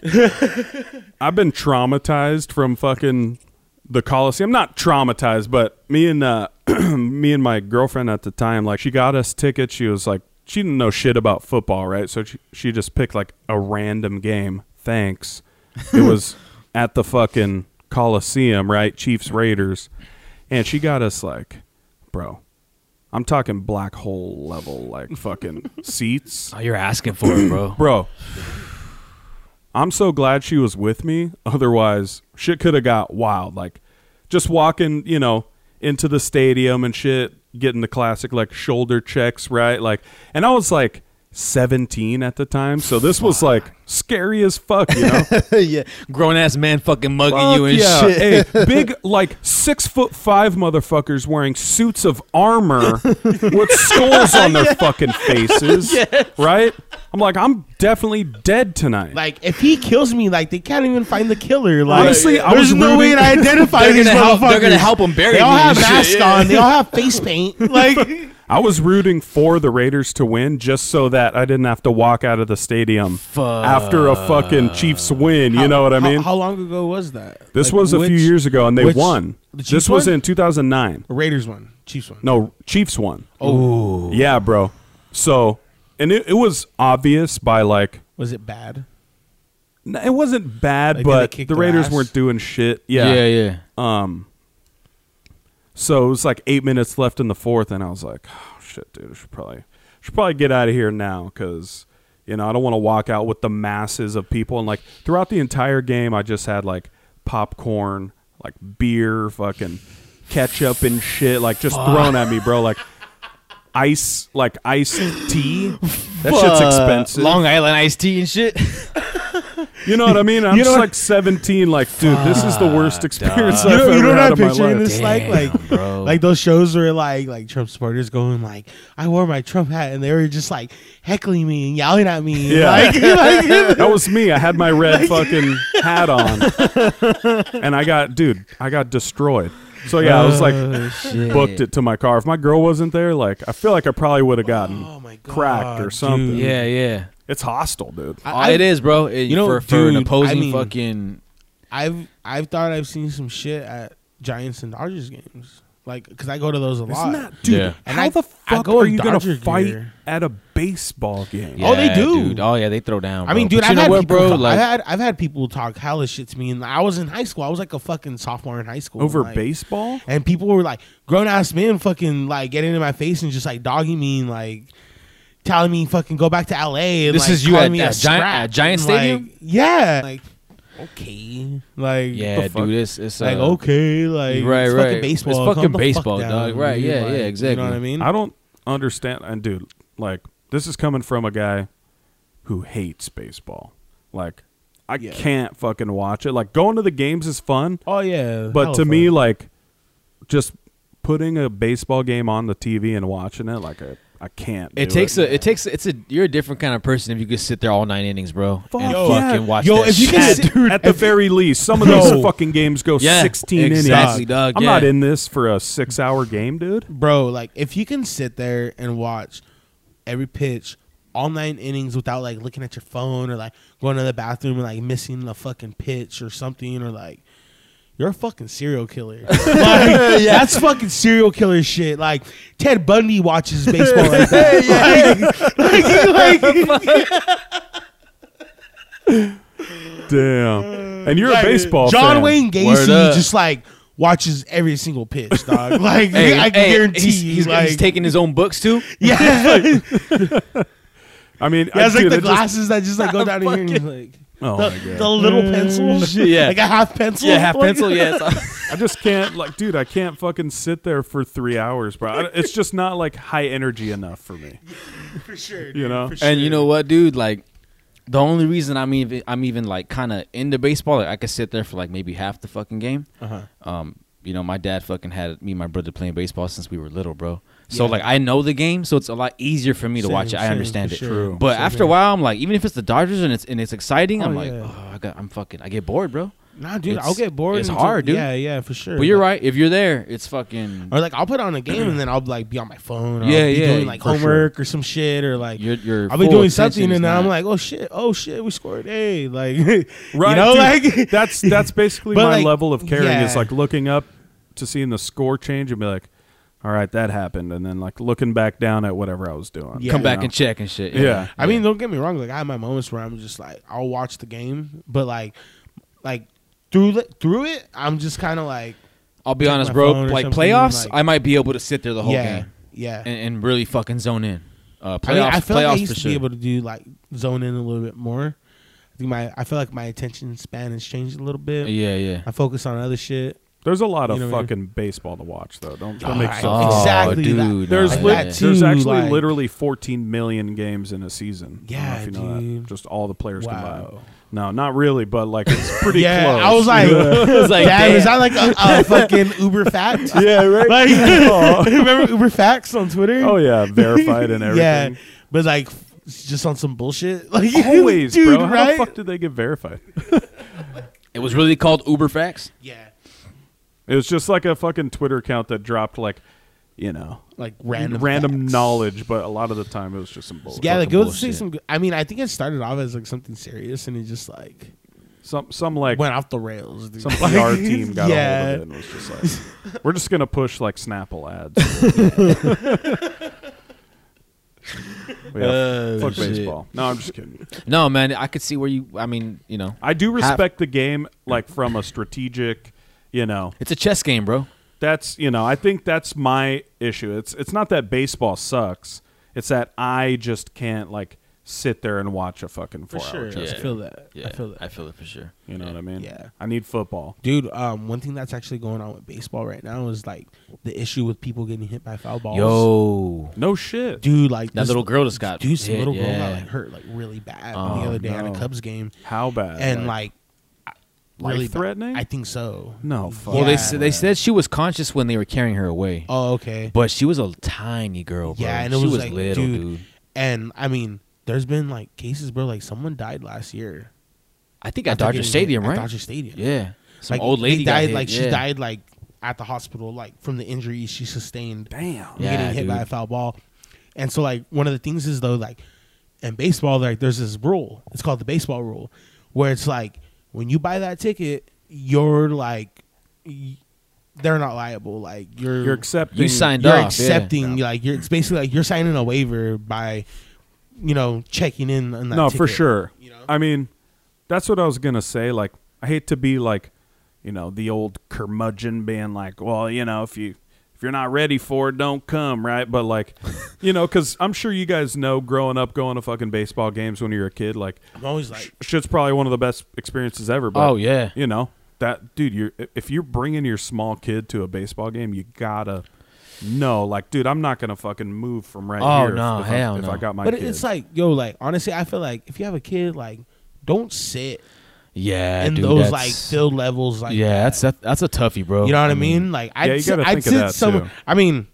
Speaker 3: I've been traumatized from fucking the Coliseum. Not traumatized, but me and uh me and my girlfriend at the time, like she got us tickets. She was like she didn't know shit about football, right? So she, she just picked like a random game. Thanks. It was at the fucking Coliseum, right? Chiefs Raiders. And she got us like, bro, I'm talking black hole level like fucking seats.
Speaker 5: Oh, you're asking for it, bro.
Speaker 3: Bro, I'm so glad she was with me. Otherwise, shit could have got wild. Like, just walking, you know, into the stadium and shit, getting the classic, like, shoulder checks, right? Like, and I was like 17 at the time. So this was like scary as fuck, you know?
Speaker 5: yeah, grown ass man fucking mugging
Speaker 3: Fuck
Speaker 5: you and
Speaker 3: yeah.
Speaker 5: shit.
Speaker 3: Hey, big like six foot five motherfuckers wearing suits of armor with skulls on their fucking faces. Right? I'm like, I'm definitely dead tonight.
Speaker 2: Like if he kills me, like they can't even find the killer. Like,
Speaker 3: Honestly, I
Speaker 2: there's
Speaker 3: was
Speaker 2: no way
Speaker 3: rooting-
Speaker 2: to identify
Speaker 5: They're
Speaker 2: these
Speaker 5: gonna help-
Speaker 2: motherfuckers.
Speaker 5: they're gonna help him bury
Speaker 2: They all
Speaker 5: me
Speaker 2: have
Speaker 5: and shit.
Speaker 2: masks
Speaker 5: Yeah,
Speaker 2: on. They all have face paint. Like,
Speaker 3: I was rooting for the Raiders to win just so that I didn't have to walk out of the stadium after a fucking Chiefs win. You know what I
Speaker 2: How-
Speaker 3: mean?
Speaker 2: How, long ago was that?
Speaker 3: this
Speaker 2: Like,
Speaker 3: was a few
Speaker 2: which-
Speaker 3: years ago, and they
Speaker 2: which-
Speaker 3: won.
Speaker 2: the Chiefs
Speaker 3: This was
Speaker 2: won?
Speaker 3: in 2009.
Speaker 2: Raiders one, Chiefs one.
Speaker 3: No, Chiefs won. Oh, yeah, bro. So, and it, it was obvious by like
Speaker 2: Was it bad?
Speaker 3: n- it wasn't
Speaker 2: Like,
Speaker 3: bad,
Speaker 2: did they
Speaker 3: but
Speaker 2: kick
Speaker 3: the
Speaker 2: their
Speaker 3: Raiders
Speaker 2: ass?
Speaker 3: weren't doing shit.
Speaker 5: yeah.
Speaker 3: Um, so it was like eight minutes left in the fourth, and I was like, oh, "Shit, dude, I should probably should probably get out of here now because you know I don't want to walk out with the masses of people." And like throughout the entire game, I just had like popcorn, like beer, fucking ketchup and shit, like just thrown at me, bro. Like ice, like iced tea. That shit's
Speaker 5: Uh,
Speaker 3: expensive.
Speaker 5: Long Island iced tea and shit.
Speaker 3: you know what I mean? I'm
Speaker 2: You know what-
Speaker 3: just like 17. Like, dude, this is the worst experience
Speaker 5: dog.
Speaker 2: you
Speaker 3: I've
Speaker 2: know,
Speaker 3: ever
Speaker 2: you know what
Speaker 3: had
Speaker 2: I'm
Speaker 3: in my life.
Speaker 2: picturing this like like
Speaker 5: bro.
Speaker 2: like those shows where like like Trump supporters going like I wore my Trump hat and they were just like heckling me and yelling at me.
Speaker 3: Yeah.
Speaker 2: Like, like-
Speaker 3: that was me. I had my red fucking hat on, and I got dude, I got destroyed. So yeah, I was like
Speaker 2: Oh,
Speaker 3: booked it to my car. If my girl wasn't there, like I feel like I probably would have gotten
Speaker 2: oh my god.
Speaker 3: cracked or
Speaker 2: dude.
Speaker 3: something.
Speaker 5: Yeah, yeah.
Speaker 3: It's hostile, dude.
Speaker 2: I-
Speaker 5: it is, bro. It-
Speaker 2: You know,
Speaker 5: for, for an
Speaker 2: dude, I
Speaker 5: opposing
Speaker 2: mean-
Speaker 5: fucking.
Speaker 2: I've I've thought I've seen some shit at Giants and Dodgers games. Like cuz I go to those a lot.
Speaker 3: Isn't that dude?
Speaker 5: Yeah.
Speaker 2: And
Speaker 3: How
Speaker 2: I-
Speaker 3: the
Speaker 2: I
Speaker 3: fuck
Speaker 2: go
Speaker 3: are
Speaker 2: in
Speaker 3: you gonna
Speaker 2: Dodger
Speaker 3: fight
Speaker 2: gear.
Speaker 3: at a baseball game?
Speaker 2: Oh, they
Speaker 5: Yeah,
Speaker 2: do.
Speaker 5: dude. Oh yeah, they throw down.
Speaker 2: I mean,
Speaker 5: bro.
Speaker 2: dude,
Speaker 5: But you
Speaker 2: I've
Speaker 5: know
Speaker 2: had,
Speaker 5: what,
Speaker 2: people,
Speaker 5: bro?
Speaker 2: talk-
Speaker 5: Like,
Speaker 2: I've had I've had people talk hella shit to me, and I was in high school. I was like a fucking sophomore in high school.
Speaker 3: Over
Speaker 2: like,
Speaker 3: baseball?
Speaker 2: and people were like grown ass men fucking like getting in my face and just like dogging me and like telling me fucking go back to LA and
Speaker 5: This
Speaker 2: like,
Speaker 5: is you
Speaker 2: calling
Speaker 5: at-
Speaker 2: me a
Speaker 5: at Giant-
Speaker 2: scrap.
Speaker 5: at Giant
Speaker 2: And, like,
Speaker 5: Stadium?
Speaker 2: yeah like okay like
Speaker 5: yeah,
Speaker 3: the fuck?
Speaker 5: dude, it's it's
Speaker 2: like
Speaker 5: uh,
Speaker 2: okay like
Speaker 5: Right,
Speaker 2: it's
Speaker 5: right.
Speaker 2: fucking baseball
Speaker 5: It's
Speaker 2: Calm
Speaker 5: fucking
Speaker 2: the fuck
Speaker 5: baseball,
Speaker 2: down,
Speaker 5: dog. Right,
Speaker 2: dude.
Speaker 5: yeah, yeah,
Speaker 2: Like, you
Speaker 5: exactly.
Speaker 2: know what I mean
Speaker 3: I don't understand. And dude, like this is coming from a guy who hates baseball. Like I
Speaker 2: Yeah.
Speaker 3: can't fucking watch it. Like going to the games is fun,
Speaker 2: oh yeah
Speaker 3: but
Speaker 2: hella
Speaker 3: to me
Speaker 2: fun.
Speaker 3: like just putting a baseball game on the TV and watching it like I I can't.
Speaker 1: It
Speaker 3: do
Speaker 1: takes a. It takes. It's a. You're a different kind of person if you could sit there all nine innings, bro. Fuck and
Speaker 3: Yo,
Speaker 1: fucking
Speaker 3: yeah.
Speaker 1: watch
Speaker 2: Yo,
Speaker 1: that
Speaker 2: if you
Speaker 1: shit.
Speaker 2: can
Speaker 3: Yeah,
Speaker 2: sit-
Speaker 3: dude, at the very least, some of
Speaker 2: Bro.
Speaker 3: those fucking games go
Speaker 1: Yeah,
Speaker 3: 16
Speaker 1: exactly,
Speaker 3: innings.
Speaker 1: dog,
Speaker 3: I'm
Speaker 1: yeah.
Speaker 3: not in this for a six-hour game, dude.
Speaker 2: bro. Like if you can sit there and watch every pitch, all nine innings without like looking at your phone or like going to the bathroom and like missing a fucking pitch or something or like. You're a fucking serial killer. Like, That's fucking serial killer shit. Like Ted Bundy watches baseball like that. Like- like- like-
Speaker 3: Damn. And you're
Speaker 2: like,
Speaker 3: a baseball
Speaker 2: John
Speaker 3: fan.
Speaker 2: Wayne
Speaker 1: Word
Speaker 2: Gacy
Speaker 1: up.
Speaker 2: just like watches every single pitch, dog. Like
Speaker 1: Hey,
Speaker 2: I can
Speaker 1: hey,
Speaker 2: guarantee
Speaker 1: he's,
Speaker 2: you,
Speaker 1: he's,
Speaker 2: like
Speaker 1: he's taking his own books too.
Speaker 2: yeah,
Speaker 3: I mean, I,
Speaker 2: That's like
Speaker 3: dude,
Speaker 2: the
Speaker 3: it just-
Speaker 2: glasses that just like go down to here and he's like
Speaker 3: oh
Speaker 2: the,
Speaker 3: my God.
Speaker 2: the little pencil,
Speaker 1: Mm. yeah.
Speaker 2: like a half pencil,
Speaker 1: Yeah, half
Speaker 2: Like-
Speaker 1: pencil. Yeah, it's-
Speaker 3: I just can't, like, dude, I can't fucking sit there for three hours, bro. I- It's just not like high energy enough for me.
Speaker 2: for sure,
Speaker 3: You know?
Speaker 2: for
Speaker 1: And
Speaker 2: sure.
Speaker 1: you know what, dude? Like, the only reason I'm even I'm even like kind of into baseball, like, I could sit there for like maybe half the fucking game.
Speaker 2: Uh-huh.
Speaker 1: Um, you know, my dad fucking had me and my brother playing baseball since we were little, bro. So
Speaker 2: Yeah.
Speaker 1: like I know the game, so it's a lot easier for me to watch it.
Speaker 2: Same,
Speaker 1: I
Speaker 2: same,
Speaker 1: understand
Speaker 2: for
Speaker 1: it.
Speaker 2: sure.
Speaker 3: True.
Speaker 1: But
Speaker 2: Same
Speaker 1: after
Speaker 2: here.
Speaker 1: a while, I'm like, even if it's the Dodgers and it's and it's exciting, I'm
Speaker 2: Oh,
Speaker 1: like,
Speaker 2: yeah.
Speaker 1: oh, I got, I'm fucking, I get bored, bro.
Speaker 2: nah, dude,
Speaker 1: it's-
Speaker 2: I'll get bored.
Speaker 1: it's
Speaker 2: until-
Speaker 1: hard, dude.
Speaker 2: Yeah, yeah, for sure. Oh,
Speaker 1: But you're
Speaker 2: Like,
Speaker 1: right. If you're there, it's fucking.
Speaker 2: Or like I'll put on a game and then I'll like be on my phone. Or
Speaker 1: Yeah,
Speaker 2: I'll be
Speaker 1: yeah,
Speaker 2: Doing like
Speaker 1: for sure.
Speaker 2: homework or some shit or like
Speaker 1: You're, you're
Speaker 2: I'll be
Speaker 1: full
Speaker 2: doing
Speaker 1: attention
Speaker 2: something
Speaker 1: is
Speaker 2: and then
Speaker 1: not-
Speaker 2: I'm like, oh shit, oh shit, we scored, hey, like, right, you
Speaker 3: Right,
Speaker 2: know,
Speaker 3: dude.
Speaker 2: like
Speaker 3: that's that's basically
Speaker 2: But,
Speaker 3: my
Speaker 2: like,
Speaker 3: level of caring
Speaker 2: yeah.
Speaker 3: is like looking up to seeing the score change and be like, all right, that happened, and then like looking back down at whatever I was doing.
Speaker 2: Yeah.
Speaker 1: come
Speaker 3: you
Speaker 1: back
Speaker 3: know?
Speaker 1: and check and shit.
Speaker 3: Yeah.
Speaker 2: I mean, don't get me wrong. Like I have my moments where I'm just like, I'll watch the game, but like, like through the, through it, I'm just kind of like,
Speaker 1: I'll be
Speaker 2: Check
Speaker 1: honest,
Speaker 2: my
Speaker 1: bro.
Speaker 2: phone or
Speaker 1: Like
Speaker 2: something,
Speaker 1: playoffs,
Speaker 2: like-
Speaker 1: I might be able to sit there the whole
Speaker 2: yeah,
Speaker 1: game
Speaker 2: yeah.
Speaker 1: and, and really fucking zone in. Uh, playoffs,
Speaker 2: I mean, I feel
Speaker 1: playoffs
Speaker 2: like I used
Speaker 1: for
Speaker 2: to
Speaker 1: sure.
Speaker 2: be able to do like zone in a little bit more. I think my I feel like my attention span has changed a little bit.
Speaker 1: yeah, yeah.
Speaker 2: I focus on other shit.
Speaker 3: There's a lot of
Speaker 2: You know what I mean?
Speaker 3: fucking baseball to watch though. Don't
Speaker 2: Oh,
Speaker 3: don't make
Speaker 2: I-
Speaker 3: sense.
Speaker 2: Oh, exactly that.
Speaker 1: dude.
Speaker 3: There's
Speaker 2: like
Speaker 3: lit-
Speaker 2: that too,
Speaker 3: there's actually
Speaker 2: like-
Speaker 3: literally 14 million games in a season. I don't know
Speaker 2: Yeah,
Speaker 3: if you know
Speaker 2: dude.
Speaker 3: that. Just all the players combined.
Speaker 2: Wow.
Speaker 3: No, not really, but like it's pretty
Speaker 2: yeah,
Speaker 3: close.
Speaker 2: I was like,
Speaker 1: was like,
Speaker 2: damn, is that
Speaker 1: damn.
Speaker 2: like a, a fucking Uber fact?
Speaker 3: yeah, right.
Speaker 2: Like, remember Uber facts on Twitter?
Speaker 3: oh yeah, verified and everything.
Speaker 2: Yeah, but like f- just on some bullshit. Like
Speaker 3: Always,
Speaker 2: dude,
Speaker 3: bro. How
Speaker 2: right?
Speaker 3: the fuck did they get verified?
Speaker 1: It was really called Uber Facts.
Speaker 2: yeah,
Speaker 3: It was just like a fucking Twitter account that dropped like, you know,
Speaker 2: like random facts.
Speaker 3: knowledge, but a lot of the time it was just some bullshit.
Speaker 2: Yeah, like
Speaker 1: fucking
Speaker 2: go see
Speaker 1: bullshit.
Speaker 2: some. good- I mean, I think it started off as like something serious, and it just like
Speaker 3: some some like
Speaker 2: went off the rails. dude.
Speaker 3: some
Speaker 2: Like,
Speaker 3: PR team got
Speaker 2: yeah.
Speaker 3: a hold of it and was just like, we're just gonna push like Snapple ads. But yeah,
Speaker 1: Oh,
Speaker 3: fuck
Speaker 1: shit.
Speaker 3: baseball. No, I'm just kidding.
Speaker 1: No, man, I could see where you. I mean, you know,
Speaker 3: I do
Speaker 1: Half-
Speaker 3: respect the game, like from a strategic, you know.
Speaker 1: it's a chess game, bro.
Speaker 3: That's you know, I think that's my issue. It's it's not that baseball sucks. It's that I just can't like sit there and watch a fucking
Speaker 2: For
Speaker 3: four
Speaker 2: sure,
Speaker 3: hour chess.
Speaker 2: I
Speaker 1: Yeah.
Speaker 2: feel that. I feel that.
Speaker 1: I feel it for sure.
Speaker 3: You know what I mean?
Speaker 2: Yeah.
Speaker 3: I need football.
Speaker 2: Dude, um, one thing that's actually going on with baseball right now is like the issue with people getting hit by foul balls.
Speaker 1: Yo,
Speaker 3: No shit.
Speaker 2: dude, like
Speaker 1: that
Speaker 2: this-
Speaker 1: little girl just got
Speaker 2: dude, some
Speaker 1: hit,
Speaker 2: little girl
Speaker 1: yeah.
Speaker 2: got like hurt like really bad the
Speaker 1: Oh, Uh,
Speaker 2: other day at a
Speaker 3: no.
Speaker 2: Cubs game,
Speaker 3: How bad?
Speaker 2: and like I- really bad.
Speaker 3: Life-threatening?
Speaker 2: I think so.
Speaker 3: no. Fuck.
Speaker 1: Well, they
Speaker 2: Yeah.
Speaker 1: said they said she was conscious when they were carrying her away,
Speaker 2: Oh, okay.
Speaker 1: but she was a tiny girl, bro.
Speaker 2: yeah, and it
Speaker 1: she
Speaker 2: was, like,
Speaker 1: little,
Speaker 2: dude,
Speaker 1: dude.
Speaker 2: And I mean, there's been like cases, bro. Like someone died last year
Speaker 1: I think at
Speaker 2: After
Speaker 1: Dodger
Speaker 2: getting hit
Speaker 1: Stadium,
Speaker 2: at
Speaker 1: right?
Speaker 2: Dodger Stadium.
Speaker 1: Yeah, some
Speaker 2: Like,
Speaker 1: old
Speaker 2: they
Speaker 1: lady got
Speaker 2: died.
Speaker 1: hit,
Speaker 2: Like she
Speaker 1: yeah.
Speaker 2: died like at the hospital, like from the injuries she sustained.
Speaker 3: damn.
Speaker 2: from getting
Speaker 1: Yeah,
Speaker 2: hit by
Speaker 1: dude.
Speaker 2: a foul ball. And so like one of the things is though like in baseball like there's this rule. It's called the baseball rule where it's like when you buy that ticket, you're like y- they're not liable. Like you're
Speaker 3: You're accepting.
Speaker 1: You signed
Speaker 2: you're
Speaker 1: off, yeah.
Speaker 2: accepting like you're it's basically like you're signing a waiver by you know checking in on that
Speaker 3: No, for
Speaker 2: ticket,
Speaker 3: sure.
Speaker 2: You know?
Speaker 3: I mean, that's what I was gonna say. Like, I hate to be like, you know, the old curmudgeon being like, well, you know, if you if you're not ready for it, don't come, right? But like, you know, because I'm sure you guys know, growing up, going to fucking baseball games when you're a kid, like,
Speaker 2: I'm always like
Speaker 3: shit's probably one of the best experiences ever. But
Speaker 1: Oh yeah,
Speaker 3: you know that dude you're if you're bringing your small kid to a baseball game you gotta know like dude i'm not gonna fucking move from right
Speaker 1: Oh,
Speaker 3: here if-
Speaker 1: no,
Speaker 3: if,
Speaker 1: hell
Speaker 3: I, if
Speaker 1: no.
Speaker 3: i got my
Speaker 2: But
Speaker 3: kid.
Speaker 2: it's like yo like honestly I feel like if you have a kid like don't sit
Speaker 1: yeah,
Speaker 2: in
Speaker 1: dude, that's-
Speaker 2: those like field levels like
Speaker 1: yeah,
Speaker 2: that.
Speaker 1: that's that, that's a toughie, bro.
Speaker 2: You know what I mean? Like I'd,
Speaker 3: you
Speaker 2: sit-
Speaker 3: gotta
Speaker 2: I'd
Speaker 3: think of
Speaker 2: sit
Speaker 3: that,
Speaker 2: somewhere.
Speaker 3: too.
Speaker 2: I mean,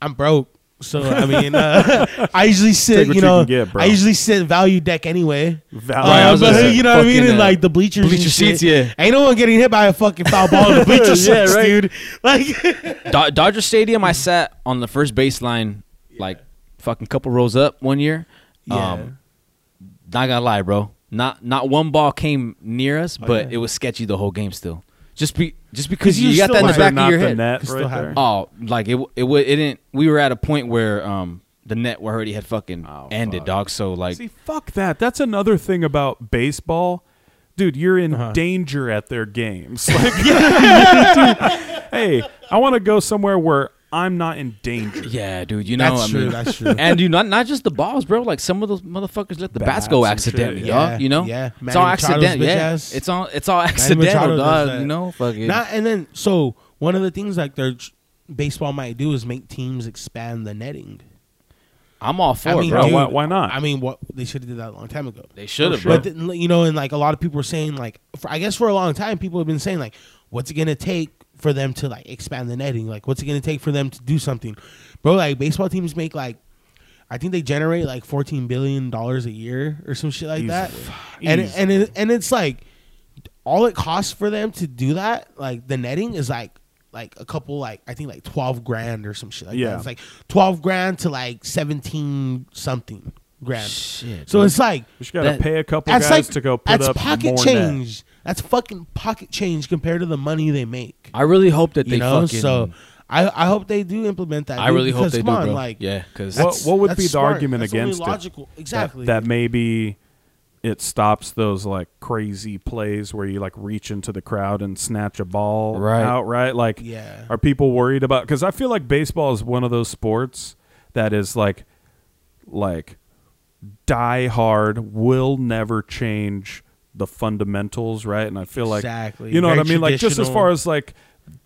Speaker 2: I'm broke. So I mean, uh, I usually sit.
Speaker 3: Take what
Speaker 2: you
Speaker 3: you
Speaker 2: know,
Speaker 3: can get, bro.
Speaker 2: I usually sit value deck anyway.
Speaker 3: Value.
Speaker 5: Right, I
Speaker 2: Uh,
Speaker 5: was gonna
Speaker 2: but,
Speaker 5: say,
Speaker 2: you know what I mean?
Speaker 5: fucking,
Speaker 2: And,
Speaker 5: uh,
Speaker 2: like the bleachers,
Speaker 5: bleacher
Speaker 2: and
Speaker 5: seats,
Speaker 2: shit.
Speaker 5: yeah.
Speaker 2: Ain't no one getting hit by a fucking foul ball in the bleacher seats,
Speaker 3: Yeah, right.
Speaker 2: dude. Like,
Speaker 1: Do- Dodger Stadium, I sat on the first baseline, like fucking couple rows up one year.
Speaker 2: Yeah.
Speaker 1: Um, not gonna lie, bro. Not not one ball came near us, but
Speaker 2: Oh, yeah.
Speaker 1: it was sketchy the whole game still. Just be just
Speaker 2: Cause
Speaker 1: because
Speaker 2: you
Speaker 1: you, got
Speaker 2: still
Speaker 1: that in the
Speaker 3: Was
Speaker 2: like-
Speaker 3: there
Speaker 1: back
Speaker 3: not
Speaker 1: of your
Speaker 3: the
Speaker 1: head.
Speaker 3: net
Speaker 2: It's still
Speaker 3: right there?
Speaker 2: happening.
Speaker 1: Oh, like it it wa- it didn't. We were at a point where um the net were already had fucking
Speaker 2: Oh,
Speaker 1: ended, dog. So like
Speaker 3: See, fuck that. That's another thing about baseball. Dude, you're in
Speaker 2: Uh-huh.
Speaker 3: danger at their games. Like, dude, hey, I want to go somewhere where I'm not in danger.
Speaker 1: Yeah, dude, you know
Speaker 2: That's
Speaker 1: I
Speaker 2: true,
Speaker 1: mean,
Speaker 2: that's true.
Speaker 1: And you not not just the balls, bro. Like some of those motherfuckers let the bats,
Speaker 3: Bats
Speaker 1: go
Speaker 3: and
Speaker 1: accidentally,
Speaker 3: shit.
Speaker 1: dog.
Speaker 2: Yeah,
Speaker 1: you know,
Speaker 2: yeah.
Speaker 1: it's
Speaker 2: Manny
Speaker 1: all
Speaker 2: Machado's
Speaker 1: accidental.
Speaker 2: bitch
Speaker 1: Yeah,
Speaker 2: ass.
Speaker 1: it's all it's all
Speaker 2: Manny Machado
Speaker 1: accidental,
Speaker 2: does
Speaker 1: dog.
Speaker 2: that.
Speaker 1: You know, fucking.
Speaker 2: Nah, and then so one of the things like their ch- baseball might do is make teams expand the netting.
Speaker 1: I'm all for
Speaker 2: I
Speaker 1: it,
Speaker 2: mean,
Speaker 1: bro.
Speaker 3: Yeah,
Speaker 2: dude,
Speaker 3: why- why not?
Speaker 2: I mean, what they should have did that a long time ago.
Speaker 1: They should have, bro.
Speaker 2: But then, you know, and like a lot of people were saying, like, for, I guess for a long time, people have been saying, like, what's it gonna take for them to like expand the netting? Like, what's it gonna take for them to do something, bro? Like, baseball teams make like, I think they generate like fourteen billion dollars a year or some shit like that, and it- and it, and it's like, all it costs for them to do that, like the netting is like. Like a couple, like I think, like twelve grand or some shit like that.
Speaker 3: Yeah.
Speaker 2: It's like twelve grand to like seventeen something grand.
Speaker 1: Shit,
Speaker 2: so
Speaker 1: dude.
Speaker 2: it's like
Speaker 3: You just got to
Speaker 1: That-
Speaker 3: pay a couple
Speaker 2: that's
Speaker 3: guys
Speaker 2: like
Speaker 3: to go put
Speaker 2: that's
Speaker 3: up
Speaker 2: pocket
Speaker 3: more net.
Speaker 2: change. That's fucking pocket change compared to the money they make.
Speaker 1: I really hope that they
Speaker 2: You know,
Speaker 1: fucking.
Speaker 2: so I I hope they do implement that.
Speaker 1: I
Speaker 2: dude,
Speaker 1: really hope
Speaker 2: because,
Speaker 1: they do,
Speaker 2: come on,
Speaker 1: bro.
Speaker 2: Like,
Speaker 1: yeah, because
Speaker 3: What-
Speaker 2: that's-
Speaker 3: what would
Speaker 2: that's
Speaker 3: be the
Speaker 2: smart.
Speaker 3: argument
Speaker 2: That's only
Speaker 3: against it?
Speaker 2: Logical, exactly.
Speaker 3: That maybe it stops those like crazy plays where you like reach into the crowd and snatch a ball
Speaker 1: Right.
Speaker 3: out, right? Like,
Speaker 2: Yeah.
Speaker 3: are people worried about? Because I feel like baseball is one of those sports that is like, like, die hard will never change the fundamentals, right? And I feel like
Speaker 2: Exactly.
Speaker 3: you know
Speaker 2: Very
Speaker 3: what I mean. Like, just as
Speaker 2: traditional.
Speaker 3: far as like